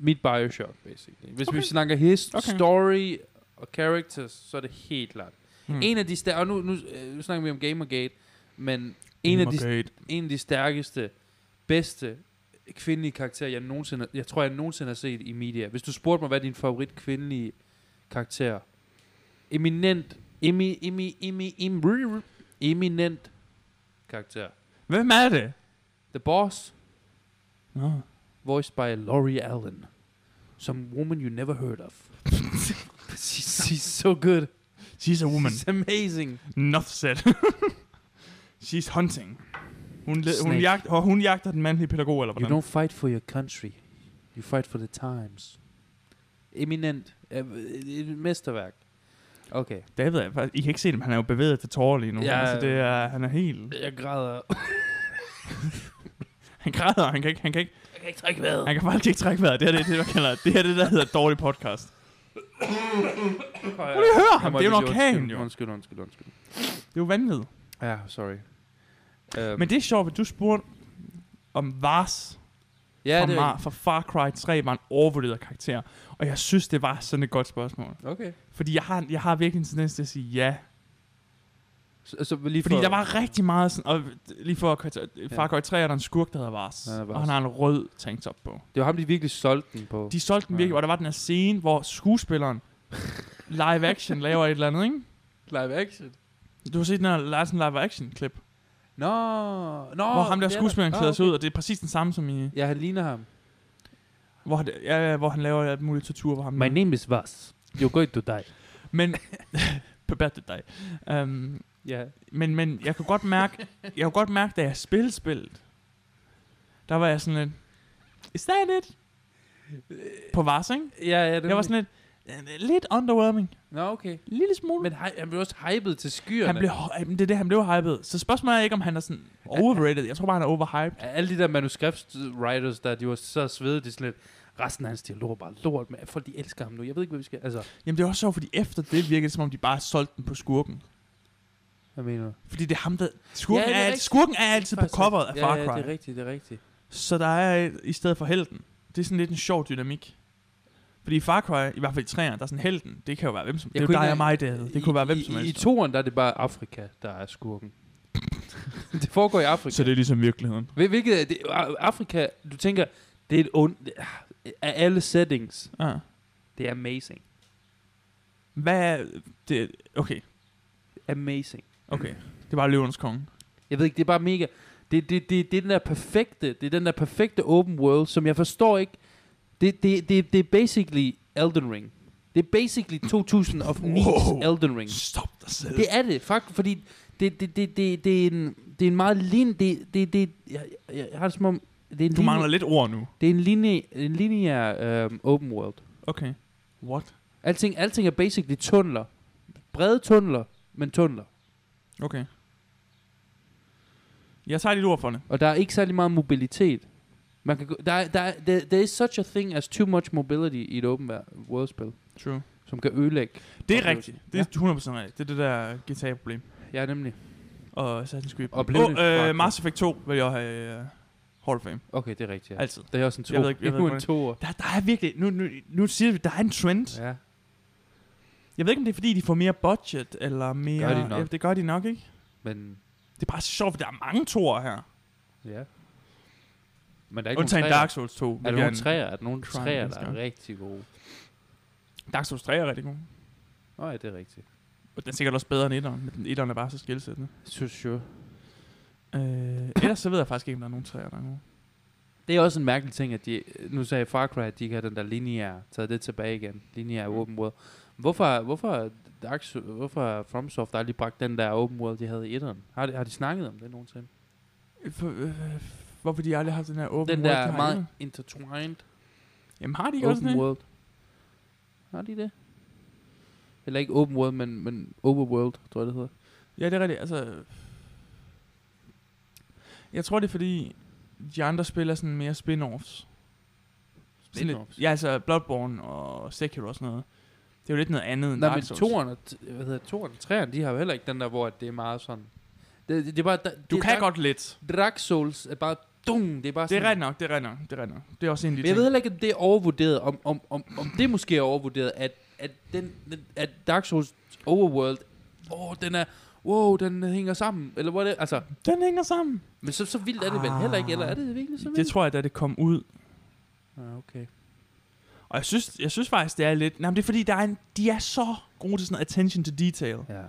[SPEAKER 2] mit Bioshock, basically. Hvis okay. vi snakker hist,
[SPEAKER 1] Okay.
[SPEAKER 2] okay. story og characters, så er det helt klart.
[SPEAKER 1] Hmm.
[SPEAKER 2] Mm. En af de stærke, og nu, nu, øh, nu snakker vi om Gamergate, men en af, de,
[SPEAKER 1] Gamergate.
[SPEAKER 2] en af de stærkeste, bedste kvindelige karakterer, jeg, nogensinde, jeg tror, jeg nogensinde har set i media. Hvis du spurgte mig, hvad er din favorit kvindelige karakter? Eminent, emi, emi, emi, emi, eminent karakter.
[SPEAKER 1] Hvem er det?
[SPEAKER 2] The Boss,
[SPEAKER 1] Nå.
[SPEAKER 2] voiced by Laurie Allen. Some woman you never heard
[SPEAKER 1] [LAUGHS]
[SPEAKER 2] of. she's, she's so good.
[SPEAKER 1] She's a woman.
[SPEAKER 2] She's amazing.
[SPEAKER 1] Enough said. [LAUGHS] She's hunting. Hun, le- hun,
[SPEAKER 2] Snake.
[SPEAKER 1] jagt, og hun jagter den mandlige pædagog, eller
[SPEAKER 2] You
[SPEAKER 1] hvordan?
[SPEAKER 2] don't fight for your country. You fight for the times. Eminent. Øh, Et et mesterværk. Okay.
[SPEAKER 1] David er faktisk... I kan ikke se dem. Han er jo bevæget til tårer lige nu. Ja.
[SPEAKER 2] Ja.
[SPEAKER 1] Altså, det er, han er helt...
[SPEAKER 2] Jeg [LAUGHS] græder.
[SPEAKER 1] Han græder, han kan ikke, han kan ikke,
[SPEAKER 2] Jeg kan ikke
[SPEAKER 1] [LAUGHS]
[SPEAKER 2] trække vejret.
[SPEAKER 1] han kan faktisk ikke trække vejret. Det her det er det, man kalder, det her det, der hedder dårlig podcast.
[SPEAKER 2] Prøv
[SPEAKER 1] lige høre ham.
[SPEAKER 2] må
[SPEAKER 1] Det er jo en
[SPEAKER 2] lige-
[SPEAKER 1] orkan,
[SPEAKER 2] undskyld,
[SPEAKER 1] jo.
[SPEAKER 2] Undskyld, undskyld, undskyld.
[SPEAKER 1] Det er jo vanvittigt.
[SPEAKER 2] Ja, sorry. Um,
[SPEAKER 1] Men det er sjovt, at du spurgte om Vars
[SPEAKER 2] ja,
[SPEAKER 1] ja, fra,
[SPEAKER 2] det
[SPEAKER 1] Mar-
[SPEAKER 2] er,
[SPEAKER 1] fra Far Cry 3 var en overvurderet karakter. Og jeg synes, det var sådan et godt spørgsmål.
[SPEAKER 2] Okay.
[SPEAKER 1] Fordi jeg har, jeg har virkelig en tendens til at sige ja.
[SPEAKER 2] Så, så lige
[SPEAKER 1] Fordi
[SPEAKER 2] for,
[SPEAKER 1] der var rigtig meget sådan... Og lige for at korrektere-
[SPEAKER 2] Ja.
[SPEAKER 1] Far Cry 3 er der en skurk, der hedder Vars. Ja,
[SPEAKER 2] Han hedder
[SPEAKER 1] Vars.
[SPEAKER 2] Vars.
[SPEAKER 1] Og han har en rød tanktop på.
[SPEAKER 2] Det var ham, de virkelig solgte den på.
[SPEAKER 1] De solgte den
[SPEAKER 2] Ja.
[SPEAKER 1] virkelig, og der var den her scene, hvor [LAUGHS] skuespilleren live action laver et eller andet, ikke?
[SPEAKER 2] live action.
[SPEAKER 1] Du har set den her Larsen live action klip.
[SPEAKER 2] Nå, nå.
[SPEAKER 1] Hvor ham der
[SPEAKER 2] det er
[SPEAKER 1] skuespilleren
[SPEAKER 2] Ah,
[SPEAKER 1] klæder sig
[SPEAKER 2] okay.
[SPEAKER 1] ud, og det er præcis den samme som i...
[SPEAKER 2] Ja, han ligner ham.
[SPEAKER 1] Hvor, han- ja, ja, hvor han laver alt muligt tortur på ham.
[SPEAKER 2] My name is Vas. You're going to die.
[SPEAKER 1] Men, [LAUGHS] Peberte dig. Um,
[SPEAKER 2] Ja.
[SPEAKER 1] men, men jeg kunne godt mærke, jeg kunne godt mærke, da jeg spillede spillet, der var jeg sådan lidt, is that it? På Vars, ikke?
[SPEAKER 2] Ja, ja. Det
[SPEAKER 1] Jeg var sådan lidt, lidt underwhelming.
[SPEAKER 2] Nå, okay.
[SPEAKER 1] En lille smule.
[SPEAKER 2] Men hy- han blev også hypet til skyerne.
[SPEAKER 1] han blev, hy- jamen, det er det, han blev hyped. Så spørgsmålet er ikke, om han er sådan overrated. Jeg tror bare, han er overhyped.
[SPEAKER 2] Alle de der manuskriptwriters, der de var så svede, de sådan lidt, resten af hans dialog er bare lort, men folk de elsker ham nu. Jeg ved ikke, hvad vi skal... Altså,
[SPEAKER 1] Jamen, det er også sjovt, fordi efter det virkede det, som om de bare solgte den på skurken.
[SPEAKER 2] hvad mener du?
[SPEAKER 1] Fordi det er ham, der... Skurken,
[SPEAKER 2] det
[SPEAKER 1] ja,
[SPEAKER 2] er
[SPEAKER 1] er, er,
[SPEAKER 2] rigtigt.
[SPEAKER 1] skurken er altid på
[SPEAKER 2] Faktisk-
[SPEAKER 1] coveret af
[SPEAKER 2] ja,
[SPEAKER 1] Far
[SPEAKER 2] Ja,
[SPEAKER 1] Cry.
[SPEAKER 2] det er rigtigt, det er rigtigt.
[SPEAKER 1] Så der er et- i stedet for helten. Det er sådan lidt en sjov dynamik. Fordi i Far Cry, i hvert fald i træerne, der er sådan helten. Det kan jo være hvem som...
[SPEAKER 2] Jeg
[SPEAKER 1] det er
[SPEAKER 2] kunne
[SPEAKER 1] jo dig
[SPEAKER 2] ikke
[SPEAKER 1] og mig, det havde. Det kunne være hvem som
[SPEAKER 2] I, i
[SPEAKER 1] helst.
[SPEAKER 2] toren, der er det bare Afrika, der er skurken. [LAUGHS] det foregår i Afrika.
[SPEAKER 1] Så det er ligesom virkeligheden.
[SPEAKER 2] Hvil- Hvilket er det, Afrika, du tænker, det er et ondt... Af alle settings,
[SPEAKER 1] Ja.
[SPEAKER 2] det er amazing.
[SPEAKER 1] Ah. Hvad er... Det, okay,
[SPEAKER 2] Amazing.
[SPEAKER 1] okay. Det var løvens konge.
[SPEAKER 2] Jeg ved ikke, det er bare mega... Det, det, det, det er den der perfekte, det er den der perfekte open world, som jeg forstår ikke. Det, det, det, det er basically Elden Ring. Det er basically 2009
[SPEAKER 1] Wow.
[SPEAKER 2] Elden Ring.
[SPEAKER 1] Stop dig selv.
[SPEAKER 2] Det er det, faktisk, fordi det, det, det, det, det, er, en, det er en meget lin... Det, det, det, jeg, jeg, jeg har det som om... Det er en
[SPEAKER 1] Du
[SPEAKER 2] linje-
[SPEAKER 1] mangler lidt ord nu.
[SPEAKER 2] Det er en, linje, en lineær øhm, open world.
[SPEAKER 1] Okay. What?
[SPEAKER 2] Alting, alting er basically tunneler. Brede tunneler, men tunneler.
[SPEAKER 1] Okay. Jeg tager dit ord for det.
[SPEAKER 2] Og der er ikke særlig meget mobilitet. Man kan, gå- der, er- der, er- there, there is such a thing as too much mobility i et open ver- world-spil,
[SPEAKER 1] True.
[SPEAKER 2] som kan ødelægge.
[SPEAKER 1] Det er
[SPEAKER 2] Oplevelsen.
[SPEAKER 1] rigtigt. Det er 100% rigtigt. Det er det der GTA-problem.
[SPEAKER 2] Ja, nemlig.
[SPEAKER 1] Og Assassin's Creed.
[SPEAKER 2] Og blev
[SPEAKER 1] Åh,
[SPEAKER 2] det
[SPEAKER 1] øh,
[SPEAKER 2] faktisk.
[SPEAKER 1] Mass Effect 2 vil jeg have uh, Hall of Fame.
[SPEAKER 2] Okay, det er rigtigt. Ja.
[SPEAKER 1] Altid.
[SPEAKER 2] Det er også en to.
[SPEAKER 1] Altså, Jeg ved ikke- jeg ved
[SPEAKER 2] Endnu
[SPEAKER 1] ikke,
[SPEAKER 2] en toer.
[SPEAKER 1] Der, der er virkelig... Nu, nu, nu siger vi, der er en trend. Ja.
[SPEAKER 2] Ja.
[SPEAKER 1] Jeg ved ikke, om det er, fordi de får mere budget, eller mere...
[SPEAKER 2] Gør de nok.
[SPEAKER 1] Ja, det gør de nok, ikke?
[SPEAKER 2] Men,
[SPEAKER 1] Det er bare sjovt, for der er mange toer her.
[SPEAKER 2] ja. Men der er ikke
[SPEAKER 1] Undtagen
[SPEAKER 2] nogen træer.
[SPEAKER 1] Dark Souls 2.
[SPEAKER 2] Er der
[SPEAKER 1] hvilket
[SPEAKER 2] nogen
[SPEAKER 1] en-
[SPEAKER 2] træer? Er der nogen
[SPEAKER 1] Trial
[SPEAKER 2] træer, der
[SPEAKER 1] mennesker.
[SPEAKER 2] er rigtig gode?
[SPEAKER 1] Dark Souls 3 er rigtig god.
[SPEAKER 2] Nå ja, det er rigtigt.
[SPEAKER 1] Og den er sikkert også bedre end 1'eren, men den 1'eren er bare så skilsættende.
[SPEAKER 2] So sure. [LAUGHS]
[SPEAKER 1] Øh, ellers så ved jeg faktisk ikke, om der er nogen træer, der er gode.
[SPEAKER 2] Det er også en mærkelig ting, at de, nu sagde Far Cry, at de ikke har den der lineære, taget det tilbage igen, lineære mm. open world. Hvorfor, hvorfor, Dark, Sou- hvorfor har FromSoft aldrig bragt den der open world, de havde i etteren? Har de, har de snakket om det nogensinde?
[SPEAKER 1] Øh, For, øh, hvorfor de aldrig har den her open
[SPEAKER 2] den
[SPEAKER 1] world?
[SPEAKER 2] der
[SPEAKER 1] de har
[SPEAKER 2] meget
[SPEAKER 1] ikke?
[SPEAKER 2] intertwined
[SPEAKER 1] Jamen har de ikke også
[SPEAKER 2] open
[SPEAKER 1] det?
[SPEAKER 2] world. Har de det? Eller ikke open world, men, men overworld, tror jeg det hedder.
[SPEAKER 1] Ja, det er rigtigt. Altså, jeg tror, det er fordi, de andre spiller sådan mere spin-offs. Sådan lidt-
[SPEAKER 2] Spin-offs?
[SPEAKER 1] Ja, altså Bloodborne og Sekiro og sådan noget. Det er jo lidt noget andet end
[SPEAKER 2] Nej, men
[SPEAKER 1] Dark Souls.
[SPEAKER 2] toeren og, t- hvad hedder, toeren og træerne, de har jo heller ikke den der, hvor det er meget sådan... Det, det, det er bare, da,
[SPEAKER 1] Du
[SPEAKER 2] det er
[SPEAKER 1] kan
[SPEAKER 2] Dark-
[SPEAKER 1] godt lidt.
[SPEAKER 2] Dark Souls er bare... Dung, det er bare
[SPEAKER 1] Det
[SPEAKER 2] sådan,
[SPEAKER 1] er ret nok, det er ret nok, det er ret nok. Det er også en af de
[SPEAKER 2] Men jeg ved
[SPEAKER 1] ting.
[SPEAKER 2] heller ikke, om det er overvurderet, om, om, om, om det måske er overvurderet, at, at, den, den, at Dark Souls Overworld, åh, oh, den er, wow, den hænger sammen, eller hvad det altså,
[SPEAKER 1] Den hænger sammen.
[SPEAKER 2] men så, så vildt er det vel heller ikke, eller er det virkelig så vildt?
[SPEAKER 1] Det tror jeg, da det kom ud.
[SPEAKER 2] ah, okay.
[SPEAKER 1] Og jeg synes, jeg synes faktisk, det er lidt... Nej, men det er fordi, der er en, de er så gode til sådan noget attention to detail.
[SPEAKER 2] Ja.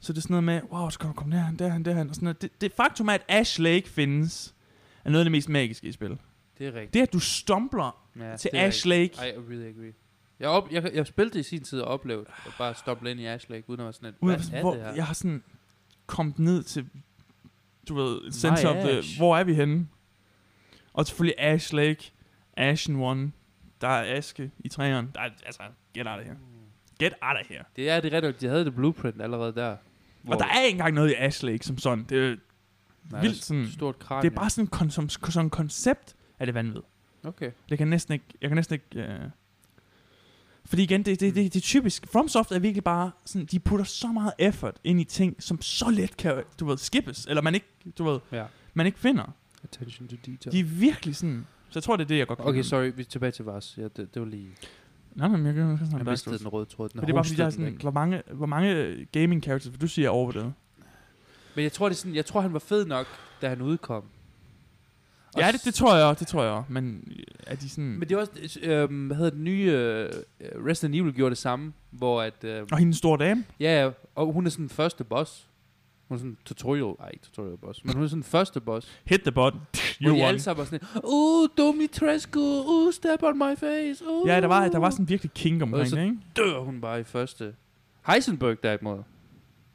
[SPEAKER 1] Så det er sådan noget med, wow, så kan du komme derhen, derhen, derhen. Og sådan noget. Det, det faktum, er, at Ash Lake findes, er noget af det mest magiske i spil.
[SPEAKER 2] Det er rigtigt.
[SPEAKER 1] Det, at du stumbler
[SPEAKER 2] ja,
[SPEAKER 1] ja, til
[SPEAKER 2] det er
[SPEAKER 1] Ash Lake,
[SPEAKER 2] rigtigt. I really agree. Jeg, op, jeg, jeg spillede det i sin tid og oplevede at bare stoppe ind i Ash Lake, uden at være sådan, at,
[SPEAKER 1] uden
[SPEAKER 2] hvad
[SPEAKER 1] at,
[SPEAKER 2] er
[SPEAKER 1] hvor
[SPEAKER 2] det her?
[SPEAKER 1] jeg har sådan kommet ned til, du ved, et sense
[SPEAKER 2] My
[SPEAKER 1] of the,
[SPEAKER 2] Ash.
[SPEAKER 1] hvor er vi henne? Og selvfølgelig Ash Lake, Ashen One, der er aske i træerne. Der er, altså, get out of here.
[SPEAKER 2] Mm.
[SPEAKER 1] Get out of here.
[SPEAKER 2] Det er det rigtigt, nok. de havde det blueprint allerede der. hvor-
[SPEAKER 1] Og der er ikke engang noget i Ash Lake som sådan. Det er,
[SPEAKER 2] Nej,
[SPEAKER 1] vildt
[SPEAKER 2] der er
[SPEAKER 1] sådan-
[SPEAKER 2] et Stort kran,
[SPEAKER 1] det er bare sådan et kon- som, som koncept, er det vanvittigt.
[SPEAKER 2] Okay.
[SPEAKER 1] Det kan næsten ikke, jeg kan næsten ikke... Øh... Fordi igen, det, det, det, det er typisk. FromSoft er virkelig bare sådan, de putter så meget effort ind i ting, som så let kan, du ved, skippes, eller man ikke, du ved,
[SPEAKER 2] Ja.
[SPEAKER 1] man ikke finder.
[SPEAKER 2] Attention to detail.
[SPEAKER 1] De er virkelig sådan... Så jeg tror, det er det, jeg godt kan
[SPEAKER 2] Okay,
[SPEAKER 1] lide.
[SPEAKER 2] sorry, vi er tilbage til Vars. Ja, det, det var lige...
[SPEAKER 1] Nej, nej, men jeg kan ikke snakke
[SPEAKER 2] Jeg
[SPEAKER 1] om Dark
[SPEAKER 2] mistede
[SPEAKER 1] Souls.
[SPEAKER 2] den røde tråd. Den
[SPEAKER 1] Men det er bare fordi,
[SPEAKER 2] hostede
[SPEAKER 1] der er sådan,
[SPEAKER 2] den væk.
[SPEAKER 1] hvor mange, hvor mange gaming characters, vil du sige, er overvurderet?
[SPEAKER 2] Men jeg tror, det er sådan, jeg tror, han var fed nok, da han udkom. Og
[SPEAKER 1] Ja,
[SPEAKER 2] s-
[SPEAKER 1] det, det tror jeg også, det tror jeg også. Men er de sådan...
[SPEAKER 2] Men det er også, øh, hvad hedder den nye, øh, Resident Evil gjorde det samme, hvor at, øh,
[SPEAKER 1] Og hende store dame?
[SPEAKER 2] ja, ja, og hun er sådan den første boss. Hun er sådan tutorial, nej, ikke tutorial boss, men hun er sådan den første boss.
[SPEAKER 1] Hit the button.
[SPEAKER 2] Hvor de
[SPEAKER 1] Johan.
[SPEAKER 2] alle sammen var sådan, lidt, uh, Domitrescu, uh, step on my face, uh.
[SPEAKER 1] Ja, der var, der var sådan virkelig kink omkring
[SPEAKER 2] så-
[SPEAKER 1] det, ikke?
[SPEAKER 2] dør hun bare i første. Heisenberg derimod,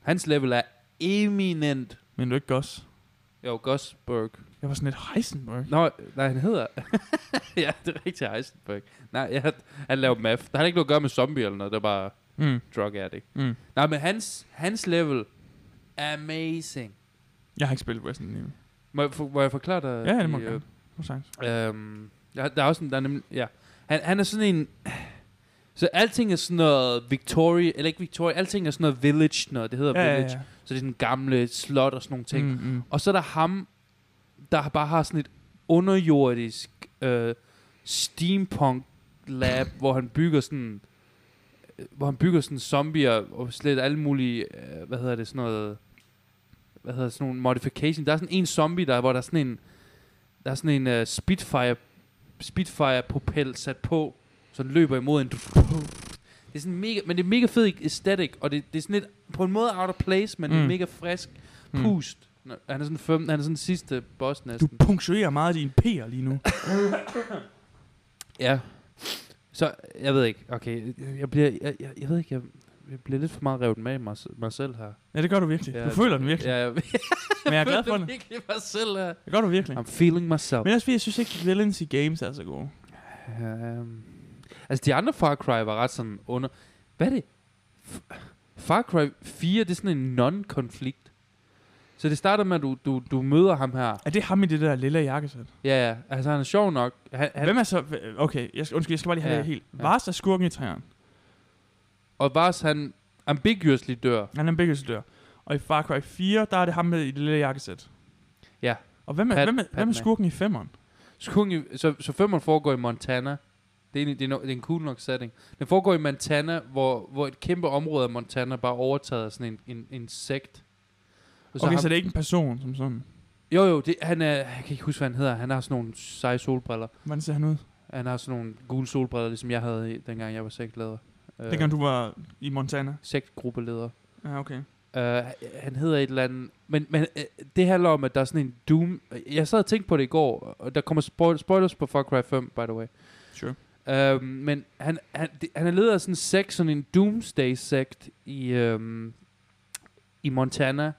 [SPEAKER 2] hans level er eminent.
[SPEAKER 1] Men du er ikke Goss.
[SPEAKER 2] Jo, Gosberg.
[SPEAKER 1] Jeg var sådan lidt Heisenberg.
[SPEAKER 2] Nå, nej, han hedder... [LAUGHS] ja, det er rigtigt Heisenberg. Nej, ja, han laver math. Han har ikke noget at gøre med zombie eller noget, det er bare
[SPEAKER 1] Mm,
[SPEAKER 2] drug addict.
[SPEAKER 1] mm.
[SPEAKER 2] Nej, men hans, hans level er amazing.
[SPEAKER 1] Jeg har ikke spillet Resident Evil.
[SPEAKER 2] Må jeg, for, må jeg forklare dig?
[SPEAKER 1] Ja, det må
[SPEAKER 2] i,
[SPEAKER 1] du gerne. Hvor sagt.
[SPEAKER 2] øh, øhm, der, der er også en, der er nemlig... Ja, han, han er sådan en... Så alting er sådan noget Victoria, eller ikke Victoria, alting er sådan noget village, noget, det hedder
[SPEAKER 1] Ja, ja,
[SPEAKER 2] village.
[SPEAKER 1] ja.
[SPEAKER 2] Så det er sådan gamle slot og sådan nogle ting. Mm.
[SPEAKER 1] Mm, mm.
[SPEAKER 2] Og så er der ham, der bare har sådan et underjordisk øh, steampunk lab, hvor han bygger sådan øh, hvor han bygger sådan zombier og slet alle mulige, øh, hvad hedder det, sådan noget, hvad hedder det, sådan nogle modification. Der er sådan en zombie, der, hvor der er sådan en, der er sådan en øh, Spitfire, Spitfire propel sat på, så den løber imod en. Det er sådan mega, men det er mega fed aesthetic, og det, det er sådan lidt, på en måde out of place, men mm. det
[SPEAKER 1] Mm.
[SPEAKER 2] er mega frisk
[SPEAKER 1] Mm.
[SPEAKER 2] pust. Nå, Han er sådan fem, han er sådan sidste boss
[SPEAKER 1] Du
[SPEAKER 2] næsten.
[SPEAKER 1] punkterer meget af dine P'er lige nu.
[SPEAKER 2] Ja. Så jeg ved ikke. Okay, jeg- jeg bliver jeg, jeg, jeg ved ikke, jeg, jeg bliver lidt for meget revet med i mig, s- mig selv her.
[SPEAKER 1] Ja, det gør du virkelig.
[SPEAKER 2] Ja,
[SPEAKER 1] Du føler den virkelig.
[SPEAKER 2] Ja, jeg,
[SPEAKER 1] Men jeg er glad for
[SPEAKER 2] [LAUGHS] føler
[SPEAKER 1] den.
[SPEAKER 2] virkelig mig selv her.
[SPEAKER 1] Det gør du virkelig.
[SPEAKER 2] I'm feeling myself.
[SPEAKER 1] Men også fordi jeg synes ikke, at villains i games er så gode.
[SPEAKER 2] Um, altså de andre Far Cry var ret sådan under Hvad er det? F- Far Cry 4, det er sådan en non-konflikt. Så det starter med, at du, du, du møder ham her.
[SPEAKER 1] Er det ham i det der lille jakkesæt?
[SPEAKER 2] Ja, ja. Altså, han er sjov nok. Han, han,
[SPEAKER 1] Hvem er så... Okay, jeg skal, undskyld, jeg skal bare lige have
[SPEAKER 2] Ja,
[SPEAKER 1] det helt.
[SPEAKER 2] ja.
[SPEAKER 1] Vars er skurken i træerne.
[SPEAKER 2] Og Vars, han ambiguously dør.
[SPEAKER 1] Han er en begge dør. Og i Far Cry 4, der er det ham med i det lille jakkesæt.
[SPEAKER 2] Ja.
[SPEAKER 1] Og hvem er,
[SPEAKER 2] Pat-
[SPEAKER 1] hvem er, hvem er
[SPEAKER 2] Patman.
[SPEAKER 1] skurken i femmeren?
[SPEAKER 2] Skung i, så, så femmeren foregår i Montana. Det er, en, det, er no, det er en cool nok setting. Den foregår i Montana, hvor, hvor et kæmpe område af Montana bare er overtaget af sådan en, en, en sekt. Og
[SPEAKER 1] Okay,
[SPEAKER 2] ham,
[SPEAKER 1] så det er ikke en person som sådan.
[SPEAKER 2] Jo, jo, det, han er, jeg kan ikke huske, hvad han hedder. Han har sådan nogle seje solbriller.
[SPEAKER 1] Hvordan ser han ud?
[SPEAKER 2] Han har sådan nogle gule solbriller, ligesom jeg havde, i, dengang jeg var sektleder. Øh,
[SPEAKER 1] Dengang du var i Montana.
[SPEAKER 2] Sektgruppeleder.
[SPEAKER 1] Ja, okay.
[SPEAKER 2] Uh, han hedder et eller andet... Men, men uh, det handler om, at der er sådan en Doom... Jeg sad og tænkte på det i går, og der kommer spoil- spoilers på Far Cry 5, by the way.
[SPEAKER 1] Sure.
[SPEAKER 2] Øhm, men han, han, det- han er leder af sådan en sekt, sådan en doomsday-sekt i, øhm, i Montana.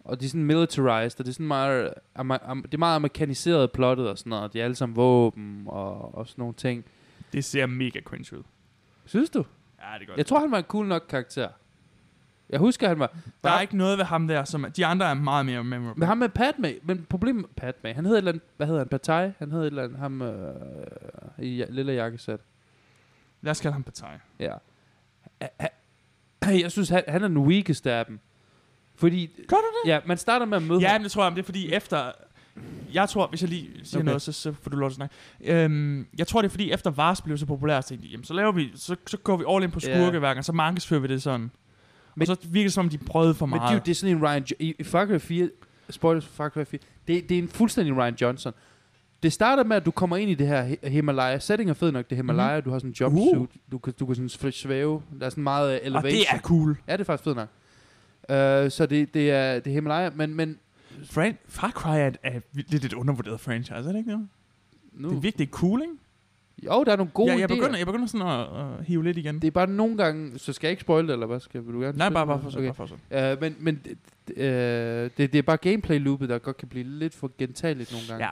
[SPEAKER 2] Og de er sådan militarized, og det er sådan meget, ama, am, det er meget amerikaniseret plottet og sådan noget. De er alle sammen våben og, og sådan nogle ting.
[SPEAKER 1] Det ser mega cringe ud.
[SPEAKER 2] Synes du?
[SPEAKER 1] Ja, det gør
[SPEAKER 2] Jeg tror, han var en cool nok karakter. Jeg husker, han var...
[SPEAKER 1] Der er ikke noget ved ham der, som... er- De andre er meget mere memorable.
[SPEAKER 2] Men ham med Padme, men problemet med Padme, han hedder et eller andet, hvad hedder han, Patai? Han hedder et eller andet, ham øh, i ja- lille jakkesæt.
[SPEAKER 1] Lad os kalde ham Patai.
[SPEAKER 2] Ja. Ha- ha- Jeg synes, han, han er den weakeste af dem. Fordi...
[SPEAKER 1] Gør
[SPEAKER 2] du det? Ja, man starter med at møde
[SPEAKER 1] Ja,
[SPEAKER 2] ham.
[SPEAKER 1] men det tror jeg, men det er fordi efter... Jeg tror, hvis jeg lige siger
[SPEAKER 2] Okay.
[SPEAKER 1] okay. noget, så, så får du lov til at snakke. Øhm, jeg tror, det er fordi, efter Vars blev så populær, så tænkte de, jamen, så, laver vi, så, så går vi all in på
[SPEAKER 2] Ja.
[SPEAKER 1] skurkeværken, og så markedsfører vi det sådan.
[SPEAKER 2] Men-
[SPEAKER 1] Men, og så virker det, som om de prøvede for
[SPEAKER 2] Men
[SPEAKER 1] meget.
[SPEAKER 2] dude, det er sådan en Ryan... Jo- I, i Far Cry 4... Spoilers for Far Cry 4. Det, det er en fuldstændig Ryan Johnson. Det starter med, at du kommer ind i det her Hi- Himalaya. Setting er fed nok, det er Himalaya.
[SPEAKER 1] Mhm.
[SPEAKER 2] Du har sådan en jumpsuit. Uh. Du, kan, du kan sådan fl- svæve. Der er sådan meget uh,
[SPEAKER 1] og
[SPEAKER 2] elevation.
[SPEAKER 1] det er cool.
[SPEAKER 2] Ja, det er faktisk fedt nok. Uh, så det, det, er, det er Himalaya, men, men
[SPEAKER 1] Fran- Far Cry er, et- er et- lidt et undervurderet franchise, er det ikke det?
[SPEAKER 2] nu...
[SPEAKER 1] Det er virkelig cool, ikke?
[SPEAKER 2] jo, der er nogle gode
[SPEAKER 1] ja, jeg,
[SPEAKER 2] idéer.
[SPEAKER 1] begynder, jeg begynder sådan at, at hive lidt igen.
[SPEAKER 2] Det er bare nogle gange... Så skal jeg ikke spoil det, eller hvad? Skal, vil du gerne
[SPEAKER 1] Nej,
[SPEAKER 2] spille
[SPEAKER 1] bare, bare
[SPEAKER 2] det?
[SPEAKER 1] fortsæt. Okay. Bare fortsæt.
[SPEAKER 2] Øh, men men d- d- øh, det, det er bare gameplay-loopet, der godt kan blive lidt for gentageligt nogle gange.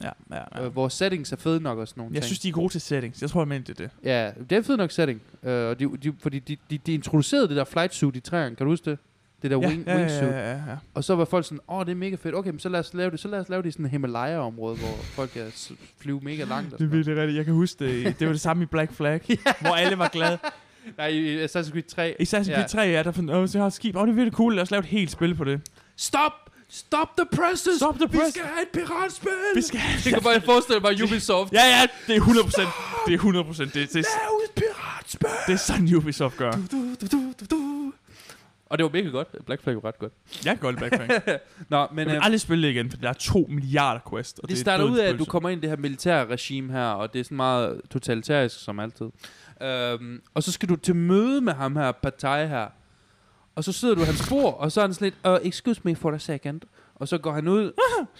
[SPEAKER 1] Ja, ja, ja. ja.
[SPEAKER 2] Øh, hvor settings er fede nok og sådan nogle
[SPEAKER 1] jeg
[SPEAKER 2] ting.
[SPEAKER 1] synes, de er gode til settings. Jeg tror, jeg mente det. er det.
[SPEAKER 2] Ja, det er fed nok setting. Øh, og de, de, fordi de, de, de introducerede det der flight suit i træerne, kan du huske det? Det der
[SPEAKER 1] Ja,
[SPEAKER 2] wing,
[SPEAKER 1] ja, ja,
[SPEAKER 2] wingsuit.
[SPEAKER 1] ja, ja, ja.
[SPEAKER 2] Og så var folk sådan, åh, det er mega fedt. Okay, men så lad os lave det. Så lad os lave det i sådan et Himalaya-område, hvor folk kan s- flyve mega langt. og
[SPEAKER 1] Det er
[SPEAKER 2] sådan noget.
[SPEAKER 1] virkelig rigtigt. Jeg kan huske det. i- Det var det samme i Black
[SPEAKER 2] [LAUGHS]
[SPEAKER 1] Flag, hvor alle var glade.
[SPEAKER 2] Nej, i Assassin's Creed 3.
[SPEAKER 1] I Assassin's Creed 3 er der sådan, åh, så har et skib. Åh, det er virkelig cool. Lad os lave et helt spil på det.
[SPEAKER 2] Stop! Stop the presses!
[SPEAKER 1] Stop the
[SPEAKER 2] Vi
[SPEAKER 1] press.
[SPEAKER 2] skal have et piratspil!
[SPEAKER 1] Vi skal...
[SPEAKER 2] Jeg kan bare forestille mig Ubisoft.
[SPEAKER 1] Ja, ja, det er 100 procent. Det er 100 procent. Det, det,
[SPEAKER 2] Lav et piratspil!
[SPEAKER 1] det, er sådan, Ubisoft gør.
[SPEAKER 2] Du, du, du, du, du. Og det var mega godt. Black Flag var ret godt.
[SPEAKER 1] Jeg kan godt lide Black Flag.
[SPEAKER 2] Nå, [LAUGHS] men
[SPEAKER 1] Jeg vil
[SPEAKER 2] øh,
[SPEAKER 1] aldrig spille det igen, for der er 2 milliarder quest. Og
[SPEAKER 2] det starter ud af, at du
[SPEAKER 1] kommer...
[SPEAKER 2] kommer ind i det her militære regime her, og det er sådan meget totalitærisk som altid. Øhm, og så skal du til møde med ham her, Patai her. Og så sidder du ved hans "Øh,
[SPEAKER 1] [LAUGHS]
[SPEAKER 2] bord, og så er han sådan lidt, uh, excuse me for a second. Og så går han ud,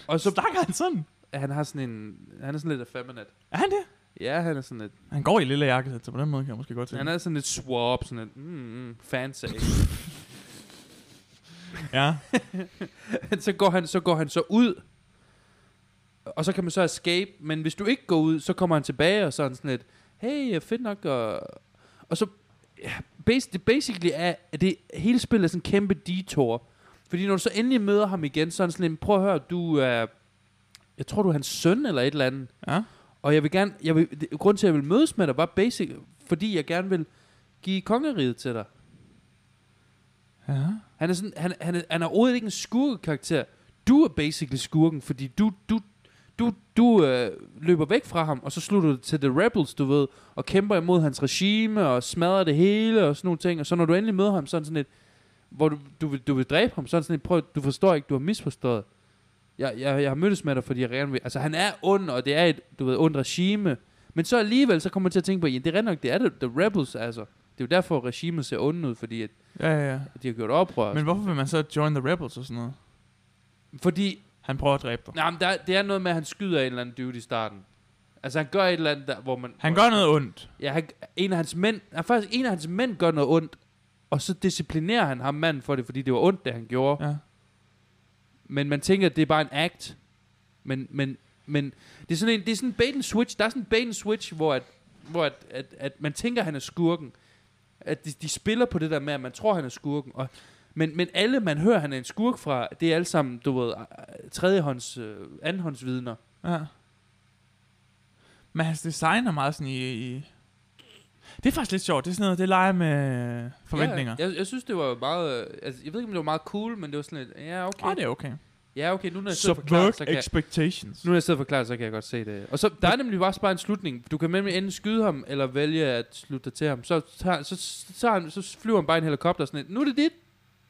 [SPEAKER 2] og så
[SPEAKER 1] Så snakker han sådan.
[SPEAKER 2] at han har sådan en... Han er sådan lidt effeminate.
[SPEAKER 1] Er han det?
[SPEAKER 2] Ja, han er sådan lidt...
[SPEAKER 1] Han går i lille jakkesæt, så på den måde kan jeg måske godt se.
[SPEAKER 2] Han er sådan lidt swab, sådan lidt... Mm, mm, fancy.
[SPEAKER 1] Ja.
[SPEAKER 2] [LAUGHS] så, går han, så går han så ud, og så kan man så escape, men hvis du ikke går ud, så kommer han tilbage og sådan sådan lidt, hey, øh, fedt nok, og, og så, ja, bas, det basically er, at det hele spillet er sådan en kæmpe detour, fordi når du så endelig møder ham igen, så er han sådan lidt, prøv at høre, du er, jeg tror du er hans søn eller et eller andet,
[SPEAKER 1] ja.
[SPEAKER 2] og jeg vil gerne, jeg vil, det, grunden til, at jeg vil mødes med dig, var basic, fordi jeg gerne vil give kongeriget til dig.
[SPEAKER 1] Ja.
[SPEAKER 2] Han er, sådan, han, han, er, han er overhovedet ikke en skurkekarakter. Du er basically skurken, fordi du, du, du, du øh, løber væk fra ham, og så slutter du til The Rebels, du ved, og kæmper imod hans regime, og smadrer det hele, og sådan nogle ting. Og så når du endelig møder ham, så er han sådan et, hvor du, du, vil, du vil dræbe ham, så er han sådan et, prøv, du forstår ikke, du har misforstået. Jeg, jeg, jeg har mødtes med dig, fordi jeg gerne vil... Altså, han er ond, og det er et, du ved, ondt regime. Men så alligevel, så kommer man til at tænke på, ja, det er rent nok, det er det, The Rebels, altså. Det er jo derfor, regimet ser ondt ud, fordi at
[SPEAKER 1] Ja, ja, ja.
[SPEAKER 2] de har gjort oprør.
[SPEAKER 1] Men hvorfor vil man så join the rebels og sådan noget?
[SPEAKER 2] Fordi,
[SPEAKER 1] Han prøver at dræbe dig.
[SPEAKER 2] nej, men der, det er noget med, at han skyder en eller anden dude i starten. Altså, han gør et eller andet, der, hvor man...
[SPEAKER 1] Han
[SPEAKER 2] hvor,
[SPEAKER 1] gør noget ondt.
[SPEAKER 2] Ja, han, en af hans mænd... Ja, faktisk, en af hans mænd gør noget ondt, og så disciplinerer han ham manden for det, fordi det var ondt, det han gjorde. Ja.
[SPEAKER 1] Ja.
[SPEAKER 2] Men man tænker, at det er bare en act. Men, men, men det er sådan en, det er sådan en bait and switch. Der er sådan en bait and switch, hvor, at, hvor at, at, at man tænker, at han er skurken. At de, de spiller på det der med, at man tror, han er skurken. Og, men, men alle, man hører, han er en skurk fra, det er alle sammen, du ved, øh, tredjehånds, øh, andenhåndsvidner.
[SPEAKER 1] Ja. Men hans design er meget sådan i, i... Det er faktisk lidt sjovt. Det er sådan noget, det leger med forventninger. Ja,
[SPEAKER 2] Ja, jeg, jeg synes, det var meget... øh, Altså, jeg ved ikke, om det var meget cool, men det var sådan lidt... Ja, okay.
[SPEAKER 1] ja. Oh, det er okay.
[SPEAKER 2] Ja, okay, nu når jeg sidder og forklarer, så
[SPEAKER 1] Subvert
[SPEAKER 2] kan jeg,
[SPEAKER 1] expectations.
[SPEAKER 2] nu når jeg sidder og forklarer, så kan jeg godt se det. Og så, der er nemlig bare, bare en slutning. Du kan nemlig enten skyde ham, eller vælge at slutte dig til ham. Så, tager, så, så, tager han, så flyver han bare i en helikopter og sådan lidt. Nu er det dit.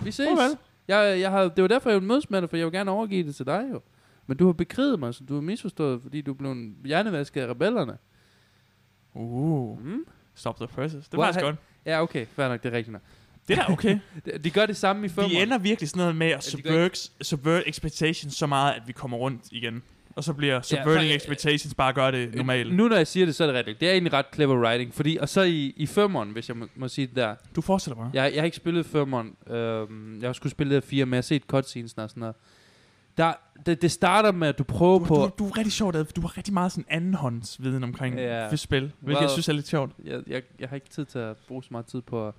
[SPEAKER 2] Vi ses.
[SPEAKER 1] Farvel.
[SPEAKER 2] Jeg, jeg har, det var derfor, jeg ville mødes med dig, for jeg vil gerne overgive det til dig jo. Men du har bekriget mig, så du har misforstået, fordi du blev en hjernevasket af rebellerne.
[SPEAKER 1] Uh,
[SPEAKER 2] Mm.
[SPEAKER 1] stop the presses. Det er
[SPEAKER 2] Hvor
[SPEAKER 1] faktisk
[SPEAKER 2] han-
[SPEAKER 1] godt.
[SPEAKER 2] Ja, okay, fair nok, det er rigtigt nok.
[SPEAKER 1] Det er da
[SPEAKER 2] [LAUGHS]
[SPEAKER 1] okay.
[SPEAKER 2] De, de gør det samme i
[SPEAKER 1] Vi
[SPEAKER 2] femmeren.
[SPEAKER 1] ender virkelig sådan noget med at
[SPEAKER 2] Ja, de gør
[SPEAKER 1] subvert, subvert expectations så meget, at vi kommer rundt igen. Og så bliver subverting
[SPEAKER 2] for- Øh,
[SPEAKER 1] expectations bare gør det normalt.
[SPEAKER 2] Nu når jeg siger det, så er det rigtigt. Det er egentlig ret clever writing. Fordi, og så i, i femmeren, hvis jeg må, må sige det der.
[SPEAKER 1] Du fortsætter bare.
[SPEAKER 2] Jeg, jeg har ikke spillet femmeren. Øhm, jeg har skulle spille det her fire, men jeg har set cutscenes og sådan noget. Der, det, det starter med, at du prøver
[SPEAKER 1] Du,
[SPEAKER 2] på...
[SPEAKER 1] du, du er rigtig sjovt, Ad, for du har rigtig meget sådan andenhåndsviden omkring
[SPEAKER 2] Ja.
[SPEAKER 1] yeah. spil, hvilket
[SPEAKER 2] Well-
[SPEAKER 1] jeg synes er lidt sjovt.
[SPEAKER 2] jeg, jeg, jeg har ikke tid til at bruge så meget tid på... at-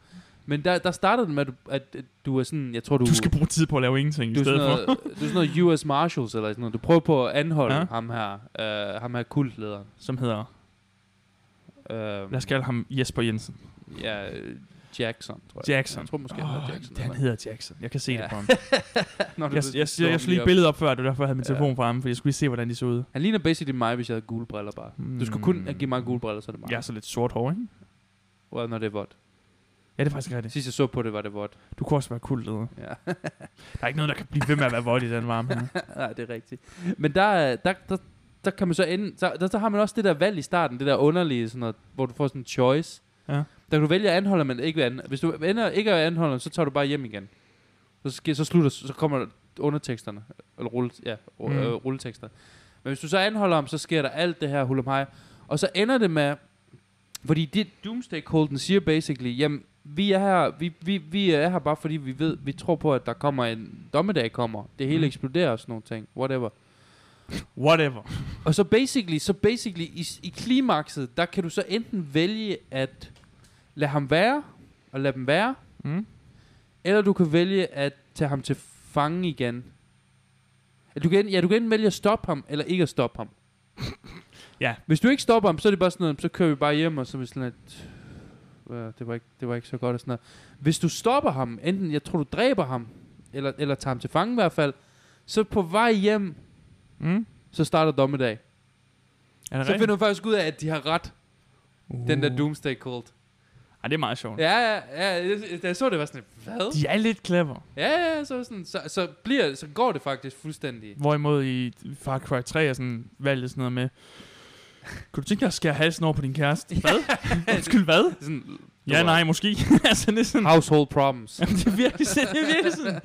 [SPEAKER 2] Men der, der starter det med, at du, at, at du er sådan... Jeg tror, du...
[SPEAKER 1] Du skal bruge tid på at lave ingenting i
[SPEAKER 2] du er, sådan
[SPEAKER 1] stedet for.
[SPEAKER 2] noget, du er sådan noget US Marshals eller sådan noget. Du prøver på at anholde ja.
[SPEAKER 1] Ja.
[SPEAKER 2] ham her, øh, ham her kultlederen.
[SPEAKER 1] Som hedder,
[SPEAKER 2] Øh,
[SPEAKER 1] lad os kalde ham Jesper Jensen.
[SPEAKER 2] ja, øh, Jackson, tror jeg.
[SPEAKER 1] Jackson.
[SPEAKER 2] Jeg tror måske, han
[SPEAKER 1] oh,
[SPEAKER 2] hedder Jackson.
[SPEAKER 1] han
[SPEAKER 2] eller-
[SPEAKER 1] hedder Jackson. Jeg kan se
[SPEAKER 2] Ja.
[SPEAKER 1] det på
[SPEAKER 2] [LAUGHS]
[SPEAKER 1] ham.
[SPEAKER 2] Nå, det
[SPEAKER 1] Jeg,
[SPEAKER 2] ved-
[SPEAKER 1] jeg, jeg, jeg slog lige
[SPEAKER 2] op.
[SPEAKER 1] et billede op før, det var derfor, jeg havde min
[SPEAKER 2] Ja.
[SPEAKER 1] telefon fremme, for jeg skulle lige se, hvordan de så ud.
[SPEAKER 2] Han ligner basically mig, hvis jeg havde gule briller bare. Mm. Du skulle kun
[SPEAKER 1] Mm.
[SPEAKER 2] give mig gule briller, så er det mig.
[SPEAKER 1] Jeg er så lidt sort hår, ikke?
[SPEAKER 2] Well, når det er vådt.
[SPEAKER 1] Ja, det er faktisk rigtigt.
[SPEAKER 2] Sidst jeg så på det, var det vådt.
[SPEAKER 1] Du kunne også være kuldleder.
[SPEAKER 2] Ja.
[SPEAKER 1] Der
[SPEAKER 2] [LAUGHS]
[SPEAKER 1] er ikke noget, der kan blive ved med at være vold i den varme her.
[SPEAKER 2] Nej, det er rigtigt. Men der, er- der, der, der kan man så ende... Så, der, der, har man også det der valg i starten, det der underlige, sådan noget, hvor du får sådan en choice.
[SPEAKER 1] Ja.
[SPEAKER 2] Der kan du vælge at anholde, men ikke anholde. Hvis du ender ikke at anholde, så tager du bare hjem igen. Så, sker, så slutter, så kommer underteksterne, eller rulle, ja, mm.
[SPEAKER 1] Mm.
[SPEAKER 2] øh, rulletekster. Men hvis du så anholder ham, så sker der alt det her hulamhej. Og så ender det med, fordi det Doomsday Colden siger basically, jamen, vi er her, vi, vi, vi er her bare fordi vi ved, vi tror på, at der kommer en dommedag kommer. Det hele mm.
[SPEAKER 1] Mm.
[SPEAKER 2] eksploderer og sådan nogle ting, whatever.
[SPEAKER 1] Whatever.
[SPEAKER 2] Og så basically, så basically i, i klimakset, der kan du så enten vælge at lade ham være, og lade dem være,
[SPEAKER 1] Mm?
[SPEAKER 2] eller du kan vælge at tage ham til fange igen. At Du kan, enten- ja, du kan enten vælge at stoppe ham, eller ikke at stoppe ham.
[SPEAKER 1] [LAUGHS] Ja.
[SPEAKER 2] Hvis du ikke stopper ham, så er det bare sådan noget, så kører vi bare hjem, og så er vi sådan lidt, "Øh, det var, ikke, det var ikke så godt og sådan noget. Hvis du stopper ham, enten jeg tror du dræber ham, eller, eller tager ham til fange i hvert fald, så på vej hjem,
[SPEAKER 1] Mm?
[SPEAKER 2] så starter dommedag.
[SPEAKER 1] Er det
[SPEAKER 2] Så
[SPEAKER 1] rigtigt?
[SPEAKER 2] finder du faktisk ud af, at de har ret, uh. den der
[SPEAKER 1] Uh.
[SPEAKER 2] Doomsday Cult.
[SPEAKER 1] Ej, det er meget sjovt.
[SPEAKER 2] Ja, ja, ja, jeg, jeg så det, var sådan, lidt, hvad?
[SPEAKER 1] De er lidt clever.
[SPEAKER 2] Ja, ja, ja, så, sådan, så, så, bliver, så går det faktisk fuldstændig.
[SPEAKER 1] Hvorimod i Far Cry 3 er sådan valget sådan noget med, kunne du tænke dig at skære halsen over på din kæreste? Hvad? [LAUGHS] Undskyld, hvad?
[SPEAKER 2] Sådan,
[SPEAKER 1] Ja, nej, måske. [LAUGHS] altså, det er sådan,
[SPEAKER 2] Household problems.
[SPEAKER 1] Jamen, det er virkelig sådan, det er virkelig sådan.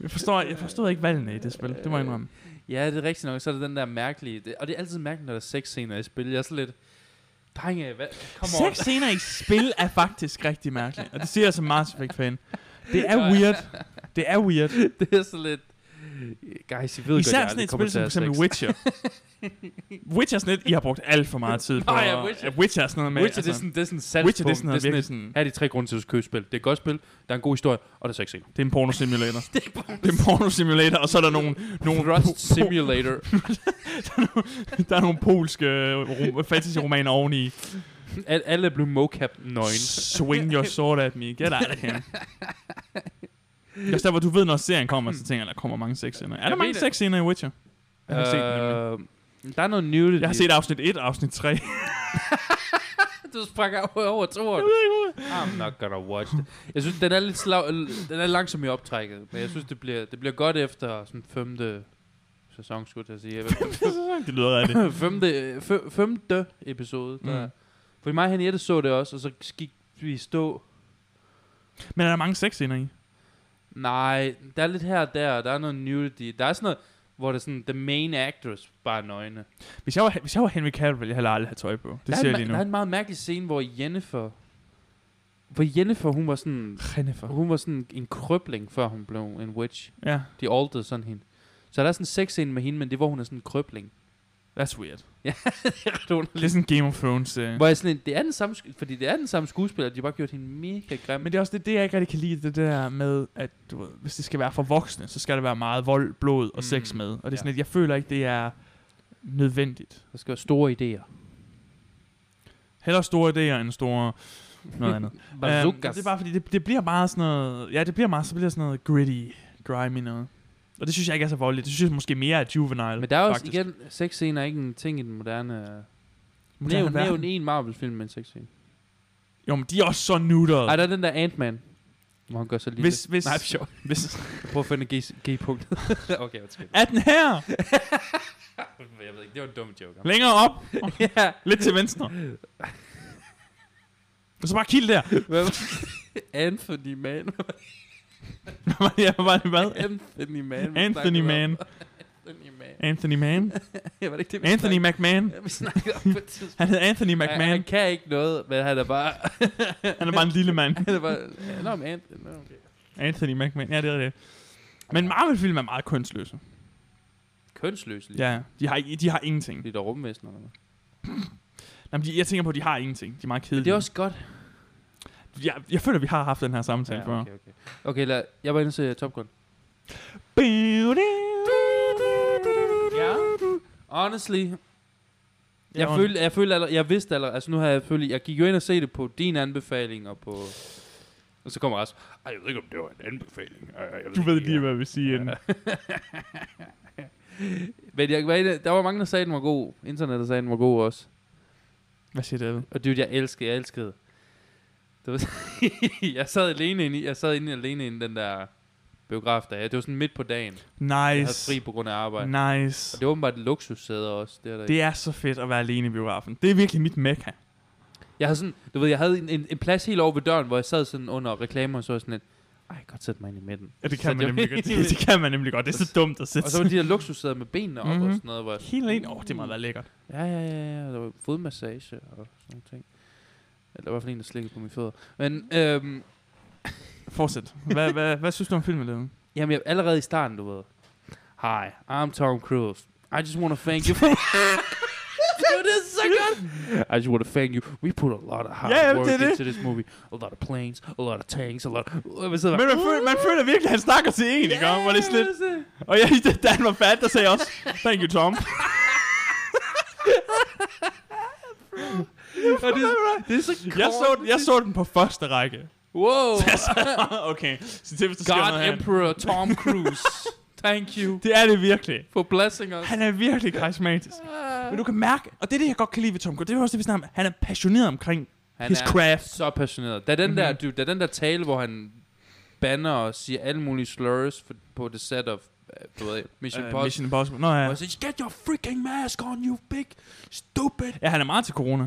[SPEAKER 1] Jeg forstår, jeg forstår ikke valgene i det spil, det må jeg indrømme.
[SPEAKER 2] Ja, det er rigtigt nok. Så er det den der mærkelige... Det, og det er altid mærkeligt, når der er sexscener i spil. Jeg er så lidt... Drenge, hvad? Come on.
[SPEAKER 1] Sex scener i spil er faktisk rigtig mærkeligt. Og det siger jeg som Mars Effect-fan. Det er
[SPEAKER 2] Ja.
[SPEAKER 1] weird. Det er weird.
[SPEAKER 2] [LAUGHS] det er så lidt... Guys, I ved godt,
[SPEAKER 1] Især
[SPEAKER 2] jeg
[SPEAKER 1] sådan
[SPEAKER 2] aldrig
[SPEAKER 1] et
[SPEAKER 2] kommer
[SPEAKER 1] spil
[SPEAKER 2] til
[SPEAKER 1] som
[SPEAKER 2] at
[SPEAKER 1] for
[SPEAKER 2] have
[SPEAKER 1] eksempel
[SPEAKER 2] sex.
[SPEAKER 1] Witcher. Witcher er sådan et, I har brugt alt for meget
[SPEAKER 2] [LAUGHS]
[SPEAKER 1] tid på.
[SPEAKER 2] Nå ja,
[SPEAKER 1] og-
[SPEAKER 2] Witcher.
[SPEAKER 1] ja, Witcher er sådan noget med. altså,
[SPEAKER 2] Witcher, det er sådan, det er sådan et
[SPEAKER 1] Witcher, det er sådan
[SPEAKER 2] salgspunkt.
[SPEAKER 1] noget
[SPEAKER 2] det er
[SPEAKER 1] virkelig
[SPEAKER 2] sådan
[SPEAKER 1] sådan...
[SPEAKER 2] et, her er de tre grunde til at købe spil. Det er et godt spil, der er en god historie, og der er sexscener.
[SPEAKER 1] Det er en pornosimulator. [LAUGHS] det er en pornosimulator, og så er der nogle, nogle,
[SPEAKER 2] Thrust
[SPEAKER 1] po- po-
[SPEAKER 2] Simulator.
[SPEAKER 1] der er nogle polske øh, ro- fantasy-romaner oveni.
[SPEAKER 2] Al- alle blev mocap nøgen.
[SPEAKER 1] Swing your sword at me. Get out of here. Det er også der, hvor du ved, når serien kommer, så tænker jeg, der kommer mange sexscener. Er der
[SPEAKER 2] Jeg
[SPEAKER 1] mange
[SPEAKER 2] ved det.
[SPEAKER 1] sexscener i Witcher? Jeg har ikke set den nemlig.
[SPEAKER 2] Øh, der er noget nudity.
[SPEAKER 1] Jeg har set afsnit 1 og afsnit 3.
[SPEAKER 2] Du sprang over, over toren. I'm not gonna watch det. Jeg synes, den er lidt slav, den er langsom i optrækket, men jeg synes, det bliver, det bliver godt efter sådan femte sæson, skulle jeg
[SPEAKER 1] [LAUGHS]
[SPEAKER 2] til at sige.
[SPEAKER 1] [LAUGHS] det lyder rigtigt.
[SPEAKER 2] femte, fø, femte episode. Der.
[SPEAKER 1] Mm.
[SPEAKER 2] Mm. Fordi mig og Henriette så det også, og så gik vi i stå.
[SPEAKER 1] Men er der mange sexscener i?
[SPEAKER 2] Nej, der er lidt her og der, der er noget nudity. Der er sådan noget, hvor det er sådan, the main actress bare er nøgne.
[SPEAKER 1] Hvis jeg var, hvis jeg var Henry Cavill, ville jeg heller aldrig have tøj på. Det
[SPEAKER 2] der,
[SPEAKER 1] siger
[SPEAKER 2] er
[SPEAKER 1] jeg
[SPEAKER 2] en,
[SPEAKER 1] lige
[SPEAKER 2] ma-
[SPEAKER 1] nu.
[SPEAKER 2] der er en meget mærkelig scene, hvor Jennifer... Hvor Jennifer, hun var sådan...
[SPEAKER 1] Jennifer.
[SPEAKER 2] Hun var sådan en krøbling, før hun blev en witch.
[SPEAKER 1] Ja,
[SPEAKER 2] De alterede sådan hende. Så der er sådan en sexscene med hende, men det er, hvor hun er sådan en krøbling.
[SPEAKER 1] that's weird.
[SPEAKER 2] Det er ret underligt.
[SPEAKER 1] [LAUGHS] Det er sådan en Game of Thrones-serie.
[SPEAKER 2] Hvor jeg sådan, en- det er den samme, sk- fordi det er den samme skuespiller, de har bare gjort hende mega grim.
[SPEAKER 1] Men det er også det, det, jeg ikke rigtig kan lide, det der med, at du, ved, hvis det skal være for voksne, så skal der være meget vold, blod og sex
[SPEAKER 2] Mm,
[SPEAKER 1] med. Og det er sådan,
[SPEAKER 2] ja.
[SPEAKER 1] at jeg føler ikke, det er nødvendigt.
[SPEAKER 2] Der skal være store idéer.
[SPEAKER 1] Heller store idéer end store noget
[SPEAKER 2] [LAUGHS]
[SPEAKER 1] andet. Øhm,
[SPEAKER 2] Bazookas.
[SPEAKER 1] det er bare fordi, det, det, bliver meget sådan noget, ja, det bliver meget, så bliver det sådan noget gritty, grimy noget. Og det synes jeg ikke er så voldeligt. Det synes jeg måske mere er juvenile.
[SPEAKER 2] Men der er også
[SPEAKER 1] faktisk.
[SPEAKER 2] faktisk. igen, sexscener er ikke en ting i den moderne...
[SPEAKER 1] Moderne
[SPEAKER 2] moderne nævn,
[SPEAKER 1] verden.
[SPEAKER 2] nævn en Marvel-film med en sexscene.
[SPEAKER 1] Jo, men de er også så nuttede.
[SPEAKER 2] Ej, der er den der Ant-Man, hvor han gør så lille.
[SPEAKER 1] Hvis, hvis,
[SPEAKER 2] Nej, sjov.
[SPEAKER 1] hvis,
[SPEAKER 2] Prøv at finde G- G-punktet. okay, undskyld.
[SPEAKER 1] er den her?
[SPEAKER 2] [LAUGHS] Jeg ved ikke, det var en dum joke.
[SPEAKER 1] Længere op,
[SPEAKER 2] [LAUGHS] ja.
[SPEAKER 1] lidt til venstre. Og så bare kild der. [LAUGHS]
[SPEAKER 2] Hvad var [LAUGHS] Anthony Mann.
[SPEAKER 1] ja, var det hvad?
[SPEAKER 2] Anthony Mann. vi
[SPEAKER 1] Anthony
[SPEAKER 2] snakkede om.
[SPEAKER 1] Mann.
[SPEAKER 2] Anthony Mann.
[SPEAKER 1] Anthony Mann.
[SPEAKER 2] [LAUGHS] Ja, var det ikke det, vi
[SPEAKER 1] Anthony
[SPEAKER 2] snakkede-
[SPEAKER 1] McMahon.
[SPEAKER 2] Ja, vi snakkede om på et tidspunkt.
[SPEAKER 1] Han hed Anthony
[SPEAKER 2] Han, han
[SPEAKER 1] McMahon.
[SPEAKER 2] kan ikke noget, men han er bare... [LAUGHS]
[SPEAKER 1] Han er bare en lille mand.
[SPEAKER 2] han er bare... Nå, men Anthony... Nå, okay.
[SPEAKER 1] Anthony McMahon. Ja, det er det. Men Marvel-film er meget kønsløse.
[SPEAKER 2] Kønsløs lige.
[SPEAKER 1] Ja, de har, ikke- de har ingenting.
[SPEAKER 2] Lidt over rumvæsener. eller hvad?
[SPEAKER 1] Jamen, de, jeg tænker på, at de har ingenting. De er meget
[SPEAKER 2] Men
[SPEAKER 1] kedelige.
[SPEAKER 2] det er også godt,
[SPEAKER 1] jeg, jeg føler, vi har haft den her samtale før.
[SPEAKER 2] okay, okay. Okay, lad, jeg var inde til Top Gun. Ja. Honestly, jeg,
[SPEAKER 1] Ja,
[SPEAKER 2] følte, jeg, følte allerede, jeg vidste allerede, altså nu har jeg følt, jeg gik jo ind og se det på din anbefaling og på... Og så kommer Rasmus. Ej, jeg ved ikke, om det var en anbefaling. Ej, jeg
[SPEAKER 1] Du ved
[SPEAKER 2] ikke,
[SPEAKER 1] lige,
[SPEAKER 2] ja."
[SPEAKER 1] hvad vi siger. inden.
[SPEAKER 2] Men jeg, var inde- der var mange, der sagde, den var god. Internettet sagde, den var god også.
[SPEAKER 1] Hvad siger David?
[SPEAKER 2] Og det jeg elskede, jeg elskede. Det var [LAUGHS] jeg sad alene inde i, jeg sad inde alene inde i den der biograf der. Det var sådan midt på dagen. Jeg havde
[SPEAKER 1] Nice.
[SPEAKER 2] fri på grund af arbejde.
[SPEAKER 1] Nice.
[SPEAKER 2] Og det var åbenbart et luksussæde også. Det er der
[SPEAKER 1] Det er så fedt at være alene i biografen. Det er virkelig mit mekka.
[SPEAKER 2] Jeg havde sådan, du ved, jeg havde en, en, en plads helt over ved døren, hvor jeg sad sådan under reklamer, og så var jeg sådan lidt, ej, jeg kan godt sætte mig ind i midten.
[SPEAKER 1] Ja, det
[SPEAKER 2] Så
[SPEAKER 1] kan, man
[SPEAKER 2] det-
[SPEAKER 1] nemlig godt. [LAUGHS] Det, det kan man nemlig godt. Det er så dumt at sætte
[SPEAKER 2] Og så var de der luksussæder med benene op mm-hmm.
[SPEAKER 1] Mhm.
[SPEAKER 2] og sådan noget. Hvor jeg, sådan,
[SPEAKER 1] Helt alene. Åh, oh, det må være lækkert.
[SPEAKER 2] ja, ja, ja, ja, der var fodmassage og sådan nogle ting. Eller der var i hvert fald en, der slikkede på mine fødder. Men, øhm,
[SPEAKER 1] Fortsæt. Hvad, hvad, hvad synes du om filmen, David?
[SPEAKER 2] jamen, jeg, allerede i starten, du ved. Hi, I'm Tom Cruise. I just want to thank you for... [LAUGHS] Dude, this is so good. I just want to thank you. We put a lot of hard
[SPEAKER 1] Ja, jamen,
[SPEAKER 2] work
[SPEAKER 1] det er det.
[SPEAKER 2] into this movie. A lot of planes, a lot of tanks, a lot of... Men
[SPEAKER 1] [LAUGHS]
[SPEAKER 2] så
[SPEAKER 1] Men man føler, man føler virkelig, at han snakker til en, ikke? Yeah, var det slet... Og jeg, da han var fat, der sagde jeg også, thank you, [LAUGHS] Tom.
[SPEAKER 2] Og det, det er så kort.
[SPEAKER 1] Jeg så, den- jeg så den på første række.
[SPEAKER 2] Wow.
[SPEAKER 1] [LAUGHS] okay, så det, hvis der sker
[SPEAKER 2] God
[SPEAKER 1] noget her.
[SPEAKER 2] Emperor Tom Cruise. Thank you
[SPEAKER 1] Det er det virkelig.
[SPEAKER 2] for blessing us. Ah.
[SPEAKER 1] Han er virkelig karismatisk. Men du kan mærke, og det er det, jeg godt kan lide ved Tom Cruise, det er jo også det, vi snakker om. Han er passioneret omkring
[SPEAKER 2] Han
[SPEAKER 1] his
[SPEAKER 2] er
[SPEAKER 1] craft.
[SPEAKER 2] så passioneret. Da den der, dude, da den der tale, hvor han banner og siger alle mulige slurs for, på the set of øh, du ved, Mission
[SPEAKER 1] Øh,
[SPEAKER 2] Impossible.
[SPEAKER 1] Mission Impossible. Nå
[SPEAKER 2] Ja.
[SPEAKER 1] ja.
[SPEAKER 2] Og så get your freaking mask on, you big stupid.
[SPEAKER 1] Ja, han er meget til corona.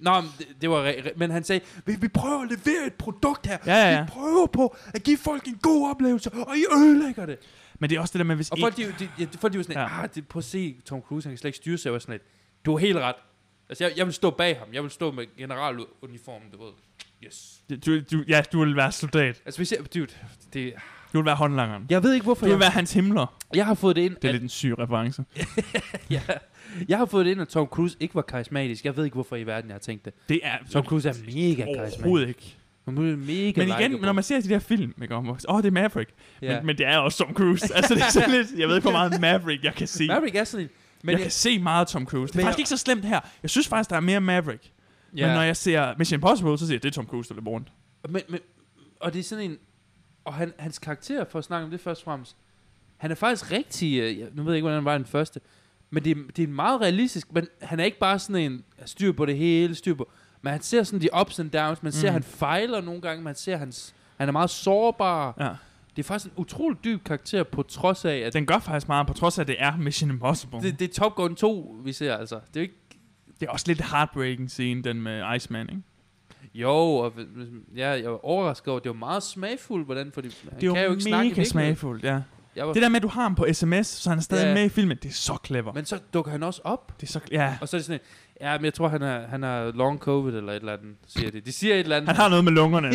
[SPEAKER 2] Nå, men det, det var re- re- men han sagde, vi, vi prøver at levere et produkt her.
[SPEAKER 1] Ja, ja, ja.
[SPEAKER 2] Vi prøver på at give folk en god oplevelse, og I ødelægger det.
[SPEAKER 1] Men det er også det der med, hvis
[SPEAKER 2] Og
[SPEAKER 1] ikke...
[SPEAKER 2] folk, de, de, de, folk, de var sådan, ja. ah, det, prøv at se Tom Cruise, han kan slet ikke styre sig. Jeg var sådan lidt, du har helt ret. Altså, jeg, jeg vil stå bag ham. Jeg vil stå med generaluniformen, du ved. Yes.
[SPEAKER 1] Du, du, ja, du vil være soldat.
[SPEAKER 2] Altså, hvis jeg, dude, det,
[SPEAKER 1] Du vil være håndlangeren.
[SPEAKER 2] jeg ved ikke, hvorfor
[SPEAKER 1] Du vil være hans himler.
[SPEAKER 2] jeg har fået det ind,
[SPEAKER 1] Det er lidt en syg reference.
[SPEAKER 2] ja, jeg har fået det ind, at Tom Cruise ikke var karismatisk. Jeg ved ikke, hvorfor i verden jeg har tænkt det.
[SPEAKER 1] Det er
[SPEAKER 2] Tom Cruise er mega karismatisk.
[SPEAKER 1] overhovedet ikke.
[SPEAKER 2] Han er mega
[SPEAKER 1] Men igen, når man ser de der film, ikke om, åh, oh, det er Maverick.
[SPEAKER 2] Ja.
[SPEAKER 1] Men, men, det er også Tom Cruise. altså, det er sådan lidt, jeg ved ikke, hvor
[SPEAKER 2] [LAUGHS]
[SPEAKER 1] meget Maverick jeg kan se.
[SPEAKER 2] Maverick er sådan en...
[SPEAKER 1] men jeg, jeg kan se meget Tom Cruise. Det
[SPEAKER 2] Men
[SPEAKER 1] er
[SPEAKER 2] jeg-
[SPEAKER 1] faktisk ikke så slemt her. Jeg synes faktisk, der er mere Maverick.
[SPEAKER 2] ja,
[SPEAKER 1] Men når jeg ser Mission Impossible, så siger jeg, det er Tom Cruise, der løber rundt.
[SPEAKER 2] men, men, og det er sådan en... Og han, hans karakter, for at snakke om det først og fremmest, han er faktisk rigtig... øh, jeg- Nu ved jeg ikke, hvordan han var i den første. Men det, er- det er en meget realistisk... Men han er ikke bare sådan en styr på det hele, styr på... Men han ser sådan de ups and downs. Man ser,
[SPEAKER 1] Mm.
[SPEAKER 2] han fejler nogle gange. Man ser, hans, han er meget sårbar.
[SPEAKER 1] Ja.
[SPEAKER 2] Det er faktisk en utrolig dyb karakter, på trods af, at
[SPEAKER 1] Den gør faktisk meget, på trods af, at det er Mission Impossible. Det,
[SPEAKER 2] det, det er Top Gun 2, vi ser altså. Det er jo ikke...
[SPEAKER 1] det er også lidt heartbreaking scene, den med Iceman, ikke?
[SPEAKER 2] Jo, og hvis- hvis- ja, jeg var overrasket over, det var meget smagfuldt, hvordan... Fordi han
[SPEAKER 1] Det er jo,
[SPEAKER 2] kan jo ikke snakke i
[SPEAKER 1] mega
[SPEAKER 2] virkeligheden.
[SPEAKER 1] smagfuldt, ja.
[SPEAKER 2] Jeg var,
[SPEAKER 1] Det der med, at du har ham på sms, så han er stadig
[SPEAKER 2] Ja.
[SPEAKER 1] med i filmen, det er så clever.
[SPEAKER 2] Men så dukker han også op.
[SPEAKER 1] Det er så, ja.
[SPEAKER 2] Og så er det sådan, et, ja, men jeg tror, han har, han har long covid eller et eller andet, siger de. De siger et eller andet. [LAUGHS]
[SPEAKER 1] Han har noget med lungerne.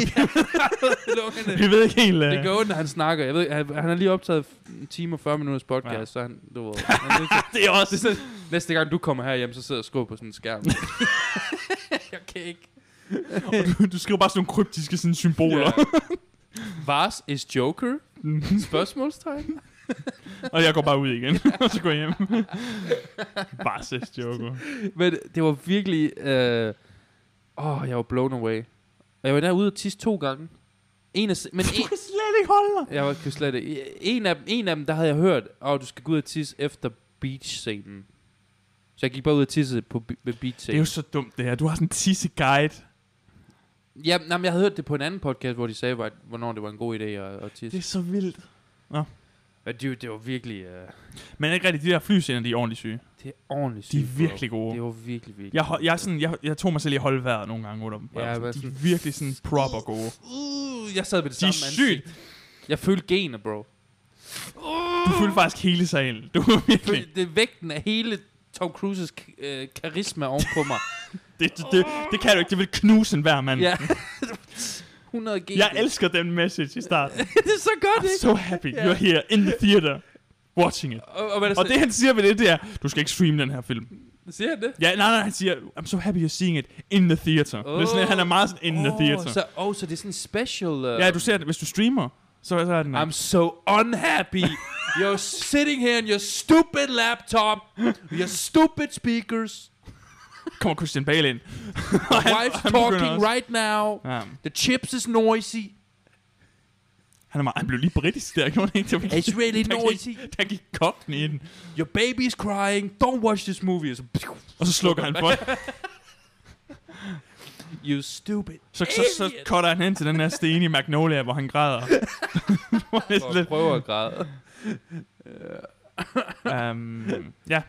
[SPEAKER 2] Lungerne.
[SPEAKER 1] Vi ved ikke helt... Uh...
[SPEAKER 2] det går ondt, når han snakker. Jeg ved, han, han har lige optaget en time og 40 minutters podcast,
[SPEAKER 1] Ja.
[SPEAKER 2] ja. så han, du ved, han er nødt til-
[SPEAKER 1] det er også...
[SPEAKER 2] det er sådan, næste gang du kommer herhjem, så sidder jeg og skriver på sådan en skærm. jeg kan ikke.
[SPEAKER 1] [LAUGHS] Og du, du skriver bare sådan nogle kryptiske sådan, symboler.
[SPEAKER 2] Vars is Joker? Spørgsmålstegn?
[SPEAKER 1] [LAUGHS] og jeg går bare ud igen, [LAUGHS] og så går jeg hjem. bare sæst, Joko.
[SPEAKER 2] Men det var virkelig... Åh, øh, oh, jeg var blown away. Og jeg var derude og tisse to gange. En af, s- men en,
[SPEAKER 1] Du kan slet ikke holde dig.
[SPEAKER 2] Jeg var kan slet ikke. En af, dem, en af dem, der havde jeg hørt, at oh, du skal gå ud og tisse efter beach-scenen. Så jeg gik bare ud og tissede på be-
[SPEAKER 1] Det
[SPEAKER 2] ved
[SPEAKER 1] er
[SPEAKER 2] beach-scenen.
[SPEAKER 1] jo så dumt, det her. Du har sådan en tisse-guide.
[SPEAKER 2] Ja, nej, men jeg havde hørt det på en anden podcast, hvor de sagde, hvor- hvornår det var en god idé at, at
[SPEAKER 1] Det
[SPEAKER 2] tisse.
[SPEAKER 1] er så vildt.
[SPEAKER 2] Men det, det var virkelig... Uh,
[SPEAKER 1] Men ikke rigtigt, de der flyscener, de er ordentligt syge.
[SPEAKER 2] det er
[SPEAKER 1] De
[SPEAKER 2] ordentligt sygt,
[SPEAKER 1] er
[SPEAKER 2] bro.
[SPEAKER 1] virkelig gode.
[SPEAKER 2] Det var virkelig, virkelig.
[SPEAKER 1] Jeg, hold- jeg, er sådan, jeg, jeg tog mig selv i at holde vejret nogle gange under dem.
[SPEAKER 2] Ja,
[SPEAKER 1] Ja, de
[SPEAKER 2] hvad
[SPEAKER 1] er
[SPEAKER 2] sådan-
[SPEAKER 1] virkelig sådan proper gode.
[SPEAKER 2] Uh, jeg sad med det
[SPEAKER 1] De er
[SPEAKER 2] samme
[SPEAKER 1] sygt.
[SPEAKER 2] ansigt. Jeg følte gener, bro.
[SPEAKER 1] Du følte faktisk hele salen. Du var virkelig...
[SPEAKER 2] Følte, det er vægten af hele Tom Cruises k- øh, karisma ovenpå
[SPEAKER 1] [LAUGHS]
[SPEAKER 2] mig.
[SPEAKER 1] Det, det, det, det kan du ikke. Det vil knuse en hver mand.
[SPEAKER 2] ja. [LAUGHS] 100 gener.
[SPEAKER 1] Jeg elsker den message i starten.
[SPEAKER 2] det er [LAUGHS] så godt,
[SPEAKER 1] I'm
[SPEAKER 2] ikke?
[SPEAKER 1] so happy you're here in the theater watching it.
[SPEAKER 2] Og, og, man
[SPEAKER 1] Og
[SPEAKER 2] er sådan-
[SPEAKER 1] det han siger ved det, det er, du skal ikke streame den her film.
[SPEAKER 2] Siger han det?
[SPEAKER 1] Ja, nej, nej, han siger, I'm so happy you're seeing it in the theater. Oh. Det er sådan, at han er meget sådan, in oh, the theater.
[SPEAKER 2] Så, oh, så det er sådan en special... Uh,
[SPEAKER 1] Ja, du ser det, hvis du streamer, så, så er den
[SPEAKER 2] I'm so unhappy. you're sitting here in your stupid laptop. Your stupid
[SPEAKER 1] [LAUGHS]
[SPEAKER 2] speakers.
[SPEAKER 1] kommer Christian Bale ind.
[SPEAKER 2] My wife's
[SPEAKER 1] han begynder
[SPEAKER 2] talking
[SPEAKER 1] også.
[SPEAKER 2] right now.
[SPEAKER 1] Ja,
[SPEAKER 2] The chips is noisy.
[SPEAKER 1] han, er meget, han blev lige britisk der, gjorde han ikke? [LAUGHS] Det var
[SPEAKER 2] It's really
[SPEAKER 1] der
[SPEAKER 2] noisy.
[SPEAKER 1] Gik, der gik kokken i den,
[SPEAKER 2] Your baby's crying. Don't watch this movie. Og Så,
[SPEAKER 1] og så slukker han for det.
[SPEAKER 2] you stupid.
[SPEAKER 1] Så, så, så
[SPEAKER 2] Idiot.
[SPEAKER 1] cutter han hen til den her sten i Magnolia, hvor han græder. [LAUGHS] Hvor det er sådan lidt,
[SPEAKER 2] prøver at græde.
[SPEAKER 1] um, ja,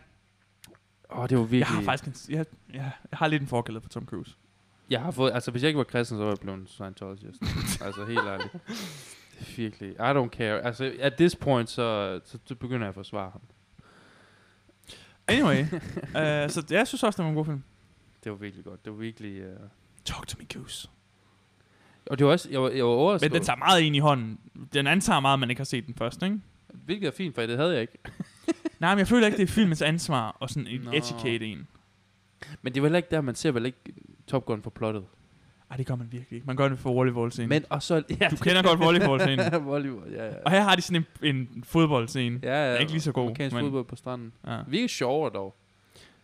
[SPEAKER 2] Åh, oh, det var virkelig...
[SPEAKER 1] jeg har faktisk en, jeg, jeg, jeg har lidt en forkælder for Tom Cruise.
[SPEAKER 2] Jeg har fået, altså hvis jeg ikke var kristen, så var jeg blevet en Scientologist. altså helt ærligt. Det er virkelig, I don't care. Altså at this point, så, så, så begynder jeg at forsvare ham. [LAUGHS]
[SPEAKER 1] Anyway, uh, så jeg synes også, det var en god film.
[SPEAKER 2] Det var virkelig godt. Det var virkelig... Uh...
[SPEAKER 1] Talk to me, Goose.
[SPEAKER 2] Og det var også, jeg var, jeg var overrasket.
[SPEAKER 1] Men den tager meget ind i hånden. Den antager meget, at man ikke har set den først,
[SPEAKER 2] [LAUGHS]
[SPEAKER 1] ikke?
[SPEAKER 2] over- Hvilket er fint, for det havde jeg ikke.
[SPEAKER 1] Nej, men jeg føler ikke, det er filmens ansvar at sådan
[SPEAKER 2] Nå.
[SPEAKER 1] no. educate en.
[SPEAKER 2] Men det var heller ikke der, man ser vel ikke øh, Top Gun for plottet.
[SPEAKER 1] Ej, det gør man virkelig ikke. Man gør det for volleyball-scenen.
[SPEAKER 2] Men og så... Ja,
[SPEAKER 1] Mm. Du kender godt
[SPEAKER 2] [LAUGHS]
[SPEAKER 1] volleyball-scenen.
[SPEAKER 2] volleyball, ja, ja.
[SPEAKER 1] Og her har de sådan en, en fodboldscene. Ja.
[SPEAKER 2] Ja, ja,
[SPEAKER 1] er ikke lige så god,
[SPEAKER 2] Amerikansk
[SPEAKER 1] men-
[SPEAKER 2] fodbold på stranden.
[SPEAKER 1] ja.
[SPEAKER 2] Virkelig sjovere dog.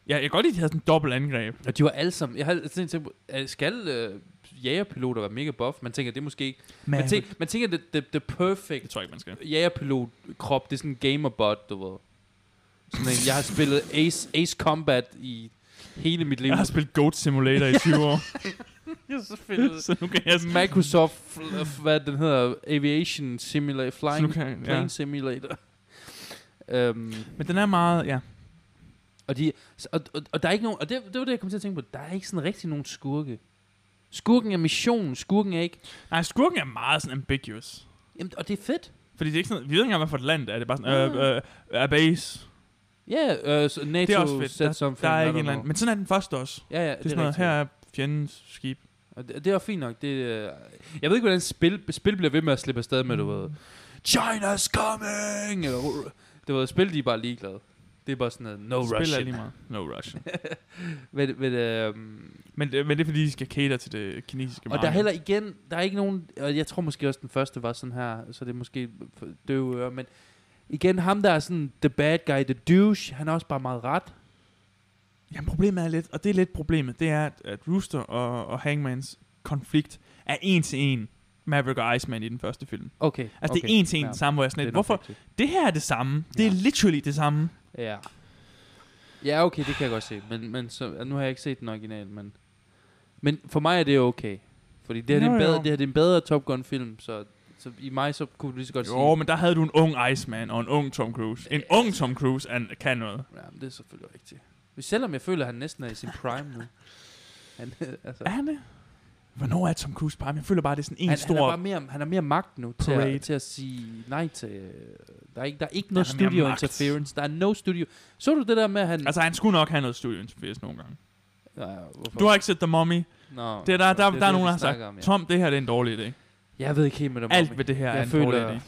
[SPEAKER 1] Jeg kan godt lide, at de havde sådan en dobbelt angreb.
[SPEAKER 2] Og de var alle sammen... Jeg havde sådan tænkt, på, øh, skal øh, jægerpiloter være mega buff? Man tænker, det er måske ikke... Man, tænker, man tænker, det the, the perfect
[SPEAKER 1] det tror jeg ikke, man skal.
[SPEAKER 2] jægerpilot-krop, det er sådan en gamerbot, du ved. Sådan en, jeg har spillet Ace, Ace Combat i hele mit liv.
[SPEAKER 1] Jeg har spillet Goat Simulator i 20
[SPEAKER 2] [LAUGHS]
[SPEAKER 1] år,
[SPEAKER 2] jeg har spillet
[SPEAKER 1] så nu kan jeg... Sådan,
[SPEAKER 2] Microsoft, fl- f- hvad den hedder, Aviation Simulator,
[SPEAKER 1] så nu
[SPEAKER 2] Flying
[SPEAKER 1] kan,
[SPEAKER 2] Plane
[SPEAKER 1] ja.
[SPEAKER 2] Simulator. Øhm,
[SPEAKER 1] Men den er meget, ja.
[SPEAKER 2] og, de, s- og, og, og, der er ikke nogen, og det, det var det, jeg kom til at tænke på. Der er ikke sådan rigtig nogen skurke. Skurken er missionen, skurken er ikke...
[SPEAKER 1] Nej, skurken er meget sådan ambiguous.
[SPEAKER 2] Jamen, og det er fedt.
[SPEAKER 1] Fordi det er ikke sådan, vi ved ikke engang, hvad for et land det er. Det er bare sådan,
[SPEAKER 2] Ja.
[SPEAKER 1] øh, øh, er base.
[SPEAKER 2] Ja, yeah, uh, so NATO
[SPEAKER 1] Det er også fedt.
[SPEAKER 2] said something,
[SPEAKER 1] Der er
[SPEAKER 2] I
[SPEAKER 1] ikke
[SPEAKER 2] don't
[SPEAKER 1] en eller anden.
[SPEAKER 2] know.
[SPEAKER 1] Men sådan er den første også.
[SPEAKER 2] Ja, ja,
[SPEAKER 1] Det er sådan noget, her
[SPEAKER 2] rigtigt.
[SPEAKER 1] er fjendens skib.
[SPEAKER 2] Og det, det er jo fint nok. Det, øh, jeg ved ikke, hvordan spil, spil bliver ved med at slippe afsted med, du ved. China's coming! Eller, "Ru-" du ved, spil de er bare ligeglade. Det er bare sådan noget, no
[SPEAKER 1] Spil er
[SPEAKER 2] Russian.
[SPEAKER 1] lige meget. No Russian.
[SPEAKER 2] Men, men, øhm,
[SPEAKER 1] [LAUGHS] men, det, men det er fordi, de skal cater til det kinesiske
[SPEAKER 2] og der er heller igen, der er ikke nogen, og jeg tror måske også den første var sådan her, så det er måske for døve ører, men igen, ham der er sådan the bad guy, the douche, han er også bare meget ret.
[SPEAKER 1] Jamen, problemet er lidt, og det er lidt problemet, det er, at, at Rooster og, og Hangmans konflikt er en til en Maverick og Iceman i den første film.
[SPEAKER 2] Okay.
[SPEAKER 1] Altså,
[SPEAKER 2] okay.
[SPEAKER 1] det er en til en
[SPEAKER 2] ja.
[SPEAKER 1] det samme, hvor jeg er sådan
[SPEAKER 2] Det er
[SPEAKER 1] lidt,
[SPEAKER 2] nok
[SPEAKER 1] hvorfor?
[SPEAKER 2] rigtigt.
[SPEAKER 1] Det her er det samme. Det er
[SPEAKER 2] Ja.
[SPEAKER 1] literally det samme.
[SPEAKER 2] Ja. Ja, okay, det kan jeg godt se. Men, men så, nu har jeg ikke set den original, men... Men for mig er det okay. Fordi det her, det er,
[SPEAKER 1] Nå,
[SPEAKER 2] en
[SPEAKER 1] jo.
[SPEAKER 2] bedre, det her det er en bedre Top Gun-film, så, så i mig så kunne du lige så godt
[SPEAKER 1] Jo,
[SPEAKER 2] sige...
[SPEAKER 1] men der havde du en ung Iceman og en ung Tom Cruise. En
[SPEAKER 2] Ja.
[SPEAKER 1] ung Tom Cruise er, kan noget.
[SPEAKER 2] Ja, men det er selvfølgelig rigtigt. Men Selvom jeg føler, at han næsten er i sin prime
[SPEAKER 1] [LAUGHS]
[SPEAKER 2] nu. Han, altså,
[SPEAKER 1] Er han det? Hvornår er Tom Cruise bare? Jeg føler bare, det er sådan en
[SPEAKER 2] han,
[SPEAKER 1] stor...
[SPEAKER 2] han, har bare mere, han har mere magt nu til
[SPEAKER 1] parade.
[SPEAKER 2] at, til at sige nej til... øh, Der er ikke, der er ikke noget
[SPEAKER 1] Han har mere
[SPEAKER 2] studio
[SPEAKER 1] magt.
[SPEAKER 2] interference. Der er no studio... Så du det der med, at han...
[SPEAKER 1] Altså, han skulle nok have noget studio interface nogle gange.
[SPEAKER 2] nej, hvorfor?
[SPEAKER 1] Du har ikke set The Mummy.
[SPEAKER 2] Nå,
[SPEAKER 1] Det er der,
[SPEAKER 2] så
[SPEAKER 1] der,
[SPEAKER 2] det
[SPEAKER 1] der er nogen,
[SPEAKER 2] det, vi
[SPEAKER 1] der har sagt,
[SPEAKER 2] snakker om, ja.
[SPEAKER 1] Tom, det her det er en dårlig idé.
[SPEAKER 2] Jeg ved ikke helt med dem.
[SPEAKER 1] Alt ved det her
[SPEAKER 2] jeg
[SPEAKER 1] er en
[SPEAKER 2] føler-
[SPEAKER 1] dårlig idé.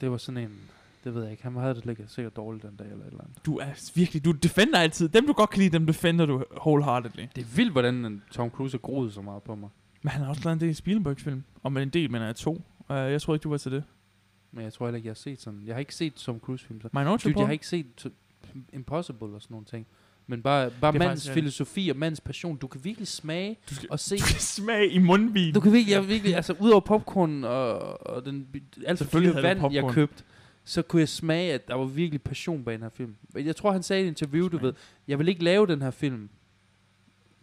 [SPEAKER 2] Det var sådan en... Det ved jeg ikke. Han havde det ligget sikkert dårligt den dag eller et eller andet.
[SPEAKER 1] Du er virkelig, du defender altid. Dem, du godt kan lide, dem defender du wholeheartedly.
[SPEAKER 2] Det er vildt, hvordan en Tom Cruise har groet så meget på mig.
[SPEAKER 1] Men han har også lavet en del Spielberg-film. Og med en del, men er to. Uh, jeg tror ikke, du var til det.
[SPEAKER 2] Men jeg tror heller ikke, jeg har set sådan... Jeg har ikke set Tom Cruise-film. Så.
[SPEAKER 1] Minority
[SPEAKER 2] Dude, jeg har
[SPEAKER 1] Report?
[SPEAKER 2] ikke set to, Impossible og sådan nogle ting. Men bare, bare
[SPEAKER 1] Det er
[SPEAKER 2] mandens
[SPEAKER 1] faktisk-
[SPEAKER 2] filosofi og mandens passion. Du kan virkelig smage
[SPEAKER 1] Du skal,
[SPEAKER 2] og se...
[SPEAKER 1] du skal smage i mundvin.
[SPEAKER 2] Du kan virkelig, jeg virkelig, altså udover popcorn og, og den alt for
[SPEAKER 1] Selvfølgelig
[SPEAKER 2] dyre
[SPEAKER 1] havde du
[SPEAKER 2] vand, jeg
[SPEAKER 1] popcorn.
[SPEAKER 2] købte, så kunne jeg smage, at der var virkelig passion bag den her film. Men Jeg tror, han sagde i et interview, du
[SPEAKER 1] Smag.
[SPEAKER 2] ved, jeg vil ikke lave den her film,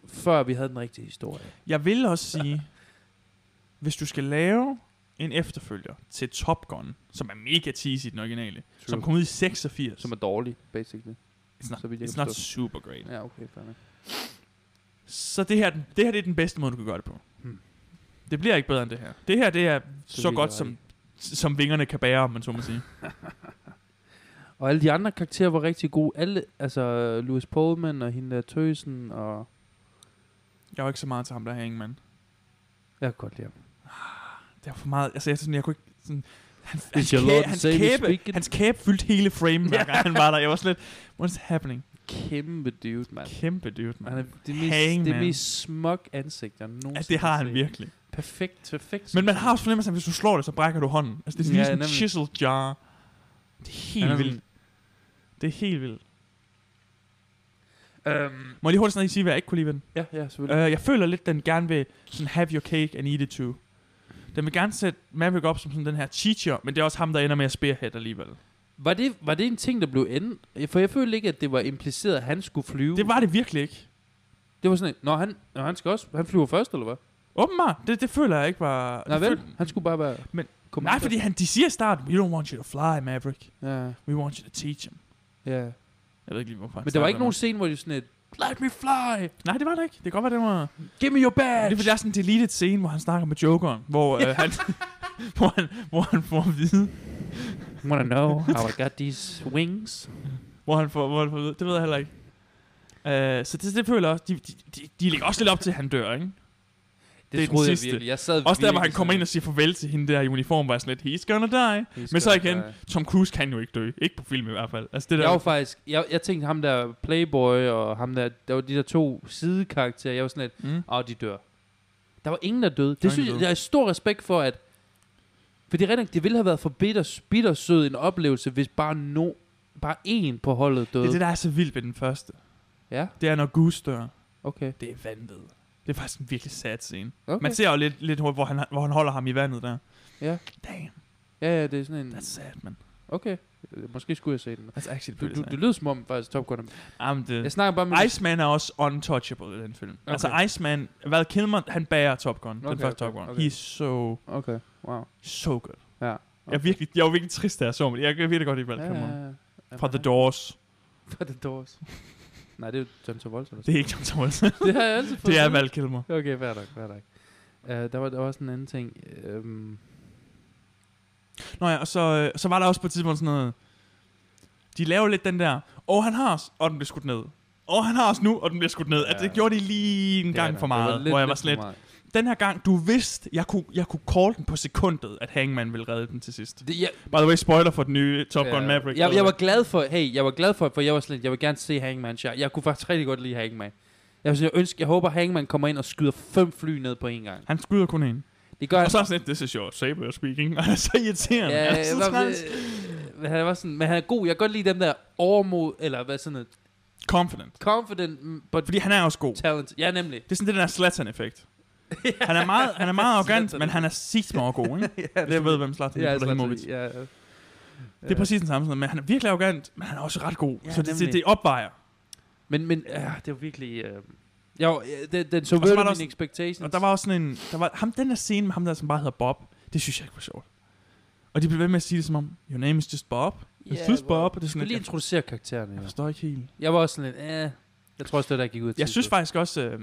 [SPEAKER 2] før vi havde den rigtige historie.
[SPEAKER 1] Jeg vil også sige, hvis du skal lave en efterfølger til Top Gun, som er mega cheesy i den originale, True. som kom ud i 86,
[SPEAKER 2] som er dårlig, basically.
[SPEAKER 1] it's not,
[SPEAKER 2] så vidt jeg
[SPEAKER 1] it's
[SPEAKER 2] kan
[SPEAKER 1] not super great.
[SPEAKER 2] Ja, okay, fair nok.
[SPEAKER 1] Så det her, det her det er den bedste måde, du kan gøre det på.
[SPEAKER 2] Hmm.
[SPEAKER 1] Hmm. Det bliver ikke bedre end det her. Det her, det er så, så
[SPEAKER 2] virkelig
[SPEAKER 1] godt,
[SPEAKER 2] ret
[SPEAKER 1] som, som vingerne kan bære, om man så må sige.
[SPEAKER 2] Og alle de andre karakterer var rigtig gode. Alle, altså Louis Pullman og hende der tøsen, og
[SPEAKER 1] Jeg var ikke så meget til ham, der her mand.
[SPEAKER 2] jeg kan godt lide ham.
[SPEAKER 1] Det var for meget, altså jeg, sådan, jeg kunne ikke... Sådan, han, hans,
[SPEAKER 2] your
[SPEAKER 1] kæ,
[SPEAKER 2] Lord
[SPEAKER 1] hans,
[SPEAKER 2] Savior
[SPEAKER 1] kæbe,
[SPEAKER 2] speaking.
[SPEAKER 1] hans kæbe fyldte hele frame, hver gang han var der. Jeg var slet, what's happening?
[SPEAKER 2] Kæmpe dude, mand.
[SPEAKER 1] Kæmpe dude, man.
[SPEAKER 2] Han er det
[SPEAKER 1] Hangman.
[SPEAKER 2] mest, det mest smuk ansigt, jeg nogensinde
[SPEAKER 1] Ja, det har
[SPEAKER 2] har
[SPEAKER 1] han
[SPEAKER 2] set.
[SPEAKER 1] virkelig.
[SPEAKER 2] Perfekt, perfekt.
[SPEAKER 1] Men man har også fornemmelsen, at hvis du slår det, så brækker du hånden. Altså, det er
[SPEAKER 2] Ja,
[SPEAKER 1] lige sådan en
[SPEAKER 2] nemlig.
[SPEAKER 1] chisel jar. Det er helt
[SPEAKER 2] Han er
[SPEAKER 1] vildt. Det er helt vildt.
[SPEAKER 2] Øhm,
[SPEAKER 1] Må jeg lige hurtigt sådan sige, hvad jeg ikke kunne lide ved den?
[SPEAKER 2] ja, ja, selvfølgelig.
[SPEAKER 1] Uh, jeg føler lidt, den gerne vil sådan have your cake and eat it too. Den vil gerne sætte Maverick op som sådan den her teacher, men det er også ham, der ender med at spearhead alligevel.
[SPEAKER 2] Var, det, var det en ting, der blev ændret? For jeg følte ikke, at det var impliceret, at han skulle flyve.
[SPEAKER 1] Det var det virkelig ikke.
[SPEAKER 2] det var sådan, at, Nå, han, nå, han skal også, han flyver først, eller hvad?
[SPEAKER 1] Åbenbart, det, det føler jeg ikke var...
[SPEAKER 2] Nej,
[SPEAKER 1] det
[SPEAKER 2] vel,
[SPEAKER 1] føl-
[SPEAKER 2] han skulle bare være
[SPEAKER 1] Men-
[SPEAKER 2] kommando.
[SPEAKER 1] Nej, fordi han, de siger i starten, we don't want you to fly, Maverick.
[SPEAKER 2] Ja,
[SPEAKER 1] We want you to teach him.
[SPEAKER 2] ja.
[SPEAKER 1] Jeg ved ikke lige, hvorfor han
[SPEAKER 2] Men der var ikke nogen
[SPEAKER 1] starter
[SPEAKER 2] scene, hvor de sådan et, Let me fly!
[SPEAKER 1] med- Nej, det var der ikke. Det kan godt være, det var...
[SPEAKER 2] Give me your
[SPEAKER 1] Ja,
[SPEAKER 2] badge!
[SPEAKER 1] det er fordi, der er sådan en deleted scene, hvor han snakker med Jokeren, hvor, øh,
[SPEAKER 2] [LAUGHS]
[SPEAKER 1] han, hvor, han, hvor han får at vide,
[SPEAKER 2] Wanna know how I got these wings?
[SPEAKER 1] hvor han får, hvor han får at vide, det ved jeg heller ikke. Uh, så det, det føler jeg også, de, de, de, de ligger også lidt op til, at han dør, ikke? Det er den
[SPEAKER 2] troede jeg
[SPEAKER 1] sidste.
[SPEAKER 2] virkelig. Jeg sad
[SPEAKER 1] Også der, hvor han
[SPEAKER 2] virkelig
[SPEAKER 1] kommer ind og
[SPEAKER 2] sådan,
[SPEAKER 1] siger farvel til hende der i uniform, var jeg sådan lidt, he's gonna die.
[SPEAKER 2] "He's
[SPEAKER 1] Men så
[SPEAKER 2] gonna
[SPEAKER 1] igen,
[SPEAKER 2] die."
[SPEAKER 1] Tom Cruise kan jo ikke dø. Ikke på film i hvert fald. Altså det der,
[SPEAKER 2] øh, Jeg var faktisk, jeg, jeg tænkte ham der Playboy og ham der, der var de der to sidekarakterer, jeg var sådan lidt,
[SPEAKER 1] mm.
[SPEAKER 2] Åh, de dør. Der var ingen, der døde.
[SPEAKER 1] var
[SPEAKER 2] Det synes
[SPEAKER 1] ingen, der
[SPEAKER 2] jeg,
[SPEAKER 1] døde.
[SPEAKER 2] der er stor respekt for, at... For det er rigtigt, nok, det ville have været for bitter, bittersød en oplevelse, hvis bare no, bare en på holdet døde.
[SPEAKER 1] Det er det, der er så vildt ved den første.
[SPEAKER 2] Ja,
[SPEAKER 1] Det er, når Goose dør.
[SPEAKER 2] okay.
[SPEAKER 1] Det er vanvittigt. Det er faktisk en virkelig sad scene.
[SPEAKER 2] okay.
[SPEAKER 1] Okay. Man ser jo lidt, lidt hurtigt, hvor han, hvor han holder ham i vandet der.
[SPEAKER 2] Ja.
[SPEAKER 1] Damn,
[SPEAKER 2] ja, ja, det er sådan en...
[SPEAKER 1] that's sad, man.
[SPEAKER 2] Okay. Øh, Måske skulle jeg se den.
[SPEAKER 1] That's actually
[SPEAKER 2] Du,
[SPEAKER 1] pretty
[SPEAKER 2] du,
[SPEAKER 1] sad.
[SPEAKER 2] du lyder som om, faktisk, Top Gun... er-
[SPEAKER 1] Jamen, det...
[SPEAKER 2] Jeg snakker bare med...
[SPEAKER 1] Iceman er også untouchable i den film.
[SPEAKER 2] Okay.
[SPEAKER 1] Okay. Altså Iceman, Val Kilmer, han bærer Top Gun, okay,
[SPEAKER 2] Okay,
[SPEAKER 1] den første
[SPEAKER 2] okay,
[SPEAKER 1] Top Gun.
[SPEAKER 2] okay.
[SPEAKER 1] Okay. He is so,
[SPEAKER 2] Okay, wow.
[SPEAKER 1] so good.
[SPEAKER 2] Ja.
[SPEAKER 1] Jeg, er virkelig, jeg var virkelig trist, da jeg så men Jeg kan virkelig godt lide Val
[SPEAKER 2] Ja,
[SPEAKER 1] Kilmer.
[SPEAKER 2] ja, ja.
[SPEAKER 1] Fra The Doors.
[SPEAKER 2] Fra The Doors. Nej, det er jo John Travolta. Der
[SPEAKER 1] Det er ikke John
[SPEAKER 2] [LAUGHS]
[SPEAKER 1] Travolta.
[SPEAKER 2] det har jeg altid fået.
[SPEAKER 1] det er
[SPEAKER 2] at vide.
[SPEAKER 1] Val Kilmer.
[SPEAKER 2] Okay, fair nok, fair nok. Uh, der, var, der var også en anden ting. Um,
[SPEAKER 1] Nå ja, og så, øh, så var der også på et tidspunkt sådan noget... De laver lidt den der, og han har os, og den bliver skudt ned. Og han har os nu, og den bliver skudt ned. Ja. At
[SPEAKER 2] Ja.
[SPEAKER 1] det gjorde de lige en gang for meget, hvor jeg var slet... Den her gang, du vidste, jeg kunne, jeg kunne call den på sekundet, at Hangman ville redde den til sidst.
[SPEAKER 2] Det, jeg,
[SPEAKER 1] By the way, spoiler for den nye Top Gun
[SPEAKER 2] Ja.
[SPEAKER 1] Maverick.
[SPEAKER 2] Jeg, jeg, var glad for, hey, jeg var glad for, for jeg var slet, jeg vil gerne se Hangman. Jeg, jeg kunne faktisk rigtig godt lide Hangman. Jeg, vil sige, jeg, ønsker, jeg håber, Hangman kommer ind og skyder fem fly ned på en gang.
[SPEAKER 1] Han skyder kun en.
[SPEAKER 2] Det gør
[SPEAKER 1] Og så er han sådan lidt, this is your saber speaking. [LAUGHS] Og han er så irriterende.
[SPEAKER 2] Ja,
[SPEAKER 1] Ja, han er så
[SPEAKER 2] jeg var,
[SPEAKER 1] træls.
[SPEAKER 2] øh, men han var sådan, men han er god. Jeg kan godt lide dem der overmod, eller hvad sådan noget,
[SPEAKER 1] Confident.
[SPEAKER 2] confident, mm, but
[SPEAKER 1] Fordi han er også god.
[SPEAKER 2] talent. Ja, nemlig.
[SPEAKER 1] Det er sådan det der
[SPEAKER 2] [LAUGHS]
[SPEAKER 1] Slatan-effekt. Han er meget, han er meget arrogant,
[SPEAKER 2] Zlatan.
[SPEAKER 1] men han er sigt meget god, ikke?
[SPEAKER 2] [LAUGHS] ja,
[SPEAKER 1] Hvis du ved, hvem Slatan
[SPEAKER 2] ja,
[SPEAKER 1] er, altså
[SPEAKER 2] Zlatan,
[SPEAKER 1] Ibrahimovic.
[SPEAKER 2] ja, ja.
[SPEAKER 1] Det er præcis den samme sådan, men han er virkelig arrogant, men han er også ret god.
[SPEAKER 2] Ja,
[SPEAKER 1] Ja, så det, det,
[SPEAKER 2] nemlig.
[SPEAKER 1] det opvejer.
[SPEAKER 2] Men, men øh, det var virkelig... Øh, jo, øh, den, den så
[SPEAKER 1] Og så var der
[SPEAKER 2] virkelig
[SPEAKER 1] også-
[SPEAKER 2] mine expectations.
[SPEAKER 1] Og der var også sådan en, der var, ham, den der scene med ham der, som bare hedder Bob, det synes jeg ikke var sjovt. Og de blev ved med at sige det som om, your name is just Bob. It's
[SPEAKER 2] Ja,
[SPEAKER 1] just
[SPEAKER 2] hvor-
[SPEAKER 1] Bob. Og det er
[SPEAKER 2] Jeg vil
[SPEAKER 1] sådan,
[SPEAKER 2] lige
[SPEAKER 1] lidt, jeg,
[SPEAKER 2] introducere karaktererne.
[SPEAKER 1] jeg
[SPEAKER 2] Ja.
[SPEAKER 1] forstår ikke helt.
[SPEAKER 2] Jeg var også sådan lidt, eh. Jeg tror også, det var der, jeg gik ud til.
[SPEAKER 1] Jeg synes faktisk også, øh,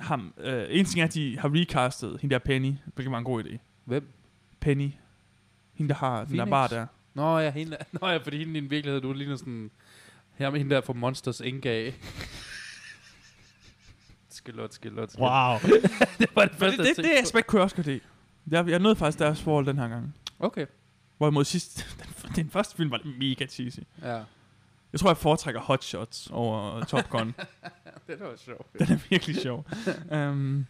[SPEAKER 1] ham, øh, en ting er, at de har recastet hende der Penny, hvilket var en god idé.
[SPEAKER 2] Hvem?
[SPEAKER 1] Penny. Hende, der har den der
[SPEAKER 2] Phoenix?
[SPEAKER 1] bar der.
[SPEAKER 2] Nå ja, hende, [LAUGHS] nå ja, fordi hende i en virkelighed, du ligner sådan... Her med hende der fra Monsters Inc. af. skilot, skilot, skilot. [LAUGHS] det var det
[SPEAKER 1] Men
[SPEAKER 2] første,
[SPEAKER 1] det,
[SPEAKER 2] jeg
[SPEAKER 1] det,
[SPEAKER 2] tænkte
[SPEAKER 1] det
[SPEAKER 2] på.
[SPEAKER 1] aspekt kunne jeg også godt lide. Jeg, jeg nød faktisk deres forhold den her gang.
[SPEAKER 2] Okay,
[SPEAKER 1] Hvorimod sidst, [LAUGHS] den, den første film var mega cheesy.
[SPEAKER 2] ja.
[SPEAKER 1] Jeg tror, jeg foretrækker Hot Shots over Top
[SPEAKER 2] [LAUGHS]
[SPEAKER 1] Gun.
[SPEAKER 2] Det var sjovt.
[SPEAKER 1] den er virkelig sjov. um,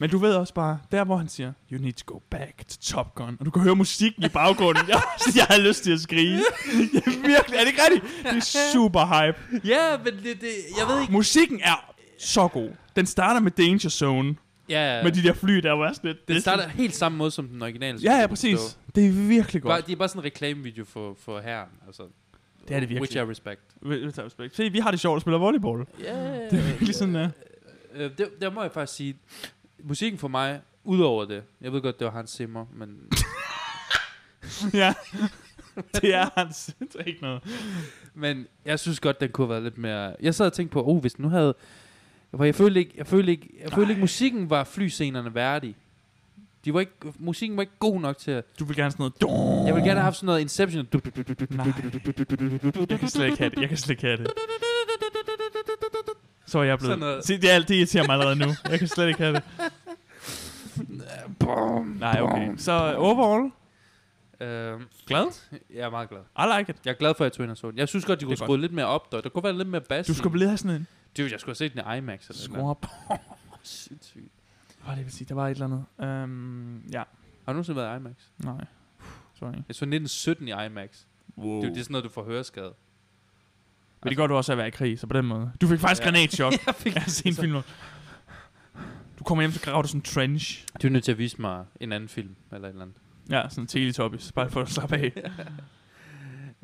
[SPEAKER 1] men du ved også bare, der hvor han siger, you need to go back to Top Gun. Og du kan høre musikken i baggrunden. [LAUGHS] jeg, jeg har lyst til at
[SPEAKER 2] [LAUGHS]
[SPEAKER 1] skrige. Jeg er virkelig, er det ikke rigtigt? Det er super hype.
[SPEAKER 2] Ja, men det, det, jeg ved ikke...
[SPEAKER 1] Musikken er så god. Den starter med Danger Zone.
[SPEAKER 2] Ja,
[SPEAKER 1] Ja. Med de der fly, der var sådan lidt...
[SPEAKER 2] den starter helt samme måde som den originale.
[SPEAKER 1] Ja,
[SPEAKER 2] skulle
[SPEAKER 1] ja,
[SPEAKER 2] jeg
[SPEAKER 1] præcis.
[SPEAKER 2] forstå.
[SPEAKER 1] Det er virkelig godt.
[SPEAKER 2] Bare, det er bare sådan en reklamevideo for, for herren. Altså,
[SPEAKER 1] Det er det virkelig.
[SPEAKER 2] Which I respect.
[SPEAKER 1] Med- med respekt. Se, vi har det sjovt at spille
[SPEAKER 2] [LAUGHS]
[SPEAKER 1] volleyball.
[SPEAKER 2] Yeah,
[SPEAKER 1] Det er virkelig sådan, det er.
[SPEAKER 2] Øh, det, der må jeg faktisk sige, musikken for mig, udover det, jeg ved godt, det var Hans Zimmer, men,
[SPEAKER 1] ja. det er hans. Det er ikke noget.
[SPEAKER 2] men jeg synes godt, den kunne have været lidt mere... Jeg sad og tænkte på, oh, hvis den nu havde... For jeg følte ikke, jeg følte ikke, jeg følte ikke musikken var flyscenerne værdig. De var ikke, musikken var ikke god nok til at...
[SPEAKER 1] Du vil gerne sådan noget... Dum.
[SPEAKER 2] Jeg ville gerne have haft sådan noget Inception. [LAUGHS] Du, du, du, du, du.
[SPEAKER 1] Nej. Jeg kan slet ikke have det. Jeg kan slet ikke have det. Så er jeg blevet...
[SPEAKER 2] Sådan noget.
[SPEAKER 1] Se, det, er, alt- det irriterer mig allerede nu. Jeg kan slet ikke have det. Nej, okay. Så uh, overall,
[SPEAKER 2] Øh,
[SPEAKER 1] glad.
[SPEAKER 2] jeg er meget glad.
[SPEAKER 1] I like it.
[SPEAKER 2] Jeg er glad for, at jeg tog ind og så den. Jeg synes godt, de kunne
[SPEAKER 1] Det er
[SPEAKER 2] skrue lidt mere op, der. Der kunne være lidt mere bass.
[SPEAKER 1] Du
[SPEAKER 2] i
[SPEAKER 1] skulle
[SPEAKER 2] den.
[SPEAKER 1] blive have sådan en...
[SPEAKER 2] Dude, jeg skulle have set den i IMAX. Eller
[SPEAKER 1] Skru op.
[SPEAKER 2] noget.
[SPEAKER 1] Hvad
[SPEAKER 2] Sindssygt.
[SPEAKER 1] er det, jeg vil sige? Der var et eller andet. Um, ja.
[SPEAKER 2] Har du nogensinde været i IMAX?
[SPEAKER 1] Nej. Sorry.
[SPEAKER 2] Jeg så 1917 i IMAX.
[SPEAKER 1] Wow.
[SPEAKER 2] Oh. Det, det er sådan noget, du får høreskade.
[SPEAKER 1] Men det gør du også at være i krig, så på den måde. Du fik faktisk
[SPEAKER 2] Ja.
[SPEAKER 1] ja. granatchok.
[SPEAKER 2] [LAUGHS] jeg fik
[SPEAKER 1] Jeg har set en film, hvor- Du kommer hjem, så graver du sådan en trench.
[SPEAKER 2] Du er nødt til at vise mig en anden film, eller et eller andet.
[SPEAKER 1] Ja, sådan en teletubbies, bare for at slappe af.
[SPEAKER 2] Ja,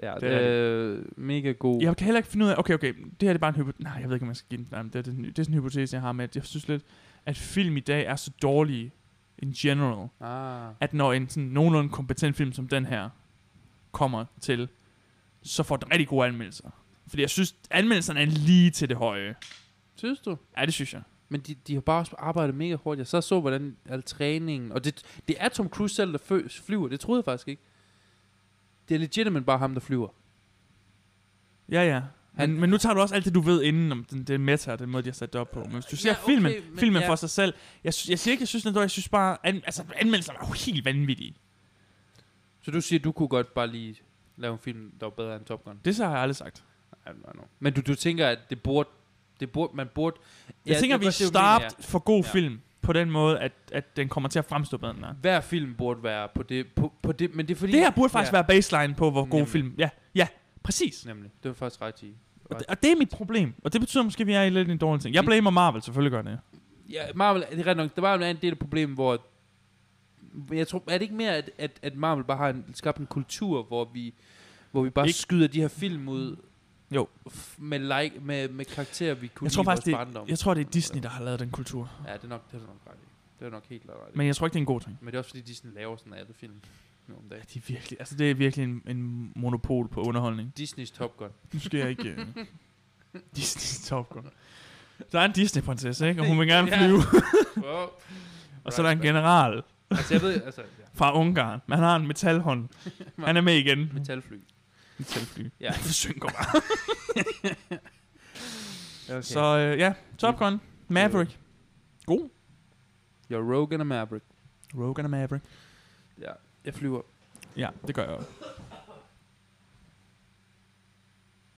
[SPEAKER 1] Det er
[SPEAKER 2] det er øh, mega god.
[SPEAKER 1] Jeg kan heller ikke finde ud af, okay, okay, det her det er bare en hypotese. Nej, jeg ved ikke, om jeg skal give den. Nej, men det, er, den- det er sådan en hypotese, jeg har med, at jeg synes lidt, at film i dag er så dårlige in general,
[SPEAKER 2] Ah.
[SPEAKER 1] at når en sådan nogenlunde kompetent film som den her kommer til, så får den rigtig gode anmeldelser. Fordi jeg synes, anmeldelserne er lige til det høje.
[SPEAKER 2] Synes du?
[SPEAKER 1] Ja, det synes jeg.
[SPEAKER 2] Men de, de har bare også arbejdet mega hårdt. Jeg så så, hvordan al træningen... Og det, det er Tom Cruise selv, der fø, flyver. Det troede jeg faktisk ikke. Det er legitimate bare ham, der flyver.
[SPEAKER 1] Ja, ja.
[SPEAKER 2] Han-
[SPEAKER 1] Men, men nu tager du også alt det, du ved inden om den, den meta og den måde, de har sat det op på. Men hvis du ser
[SPEAKER 2] Ja,
[SPEAKER 1] ja,
[SPEAKER 2] okay,
[SPEAKER 1] filmen,
[SPEAKER 2] men
[SPEAKER 1] filmen
[SPEAKER 2] ja.
[SPEAKER 1] for sig selv, jeg, sy- jeg siger ikke, jeg synes, den er dårlig. Jeg synes bare, an, altså anmeldelserne er jo helt vanvittige.
[SPEAKER 2] Så du siger, du kunne godt bare lige lave en film, der var bedre end Top Gun?
[SPEAKER 1] Det så har jeg aldrig sagt.
[SPEAKER 2] I don't know. Men du, du tænker, at det burde... Det burde man burde...
[SPEAKER 1] Jeg ja, tænker,
[SPEAKER 2] kan
[SPEAKER 1] vi
[SPEAKER 2] godt se, hvad du mener,
[SPEAKER 1] starter for god
[SPEAKER 2] Ja.
[SPEAKER 1] ja. film på den måde, at, at den kommer til at fremstå bedre, end den er.
[SPEAKER 2] ja. Hver film burde være på det... På, på det men det er fordi...
[SPEAKER 1] Det her burde faktisk
[SPEAKER 2] ja.
[SPEAKER 1] ja. være baseline på, hvor god
[SPEAKER 2] Nemlig.
[SPEAKER 1] film... Ja, ja, præcis.
[SPEAKER 2] Nemlig. Det var faktisk ret i.
[SPEAKER 1] Og det, og det er mit problem. Og det betyder måske, at vi er i lidt en dårlig
[SPEAKER 2] Mm.
[SPEAKER 1] ting. Jeg blamer Marvel, selvfølgelig gør det.
[SPEAKER 2] Ja, Marvel, det er ret nok, der var en del af problemet, hvor... Jeg tror, er det ikke mere, at, at, at Marvel bare har en, skabt en kultur, hvor vi, hvor vi bare
[SPEAKER 1] Ikke-
[SPEAKER 2] ikke. skyder de her film ud
[SPEAKER 1] Jo.
[SPEAKER 2] f- med, like, med, med karakterer, vi kunne
[SPEAKER 1] Jeg tror
[SPEAKER 2] lide i
[SPEAKER 1] faktisk,
[SPEAKER 2] vores
[SPEAKER 1] det,
[SPEAKER 2] barndom.
[SPEAKER 1] jeg tror, det er Disney, der har lavet den kultur.
[SPEAKER 2] Ja, det er nok, det er nok ret i. Det er nok helt ret i.
[SPEAKER 1] Men jeg tror ikke, det er en god ting.
[SPEAKER 2] Men det er også fordi, Disney laver sådan alle film. nu om dagen.
[SPEAKER 1] De er virkelig, altså det er virkelig en, en monopol på underholdning.
[SPEAKER 2] Disney's Top Gun.
[SPEAKER 1] Nu skal jeg ikke... Øh, [LAUGHS] Disney Top Gun. Der er en Disney-prinsesse, ikke? Og hun vil gerne
[SPEAKER 2] Ja.
[SPEAKER 1] flyve.
[SPEAKER 2] Wow.
[SPEAKER 1] Og så er der en general
[SPEAKER 2] Altså, jeg ved, altså, ja,
[SPEAKER 1] fra Ungarn. Men han har en
[SPEAKER 2] [LAUGHS]
[SPEAKER 1] metalhånd. Han er med igen.
[SPEAKER 2] metalfly.
[SPEAKER 1] Metalfly.
[SPEAKER 2] Ja.
[SPEAKER 1] Det synker bare.
[SPEAKER 2] [LAUGHS] Okay.
[SPEAKER 1] Så øh, ja, Top Gun. Maverick. God.
[SPEAKER 2] You're Rogan og Maverick.
[SPEAKER 1] Rogue and Maverick.
[SPEAKER 2] Ja, jeg flyver.
[SPEAKER 1] Ja, det gør jeg også.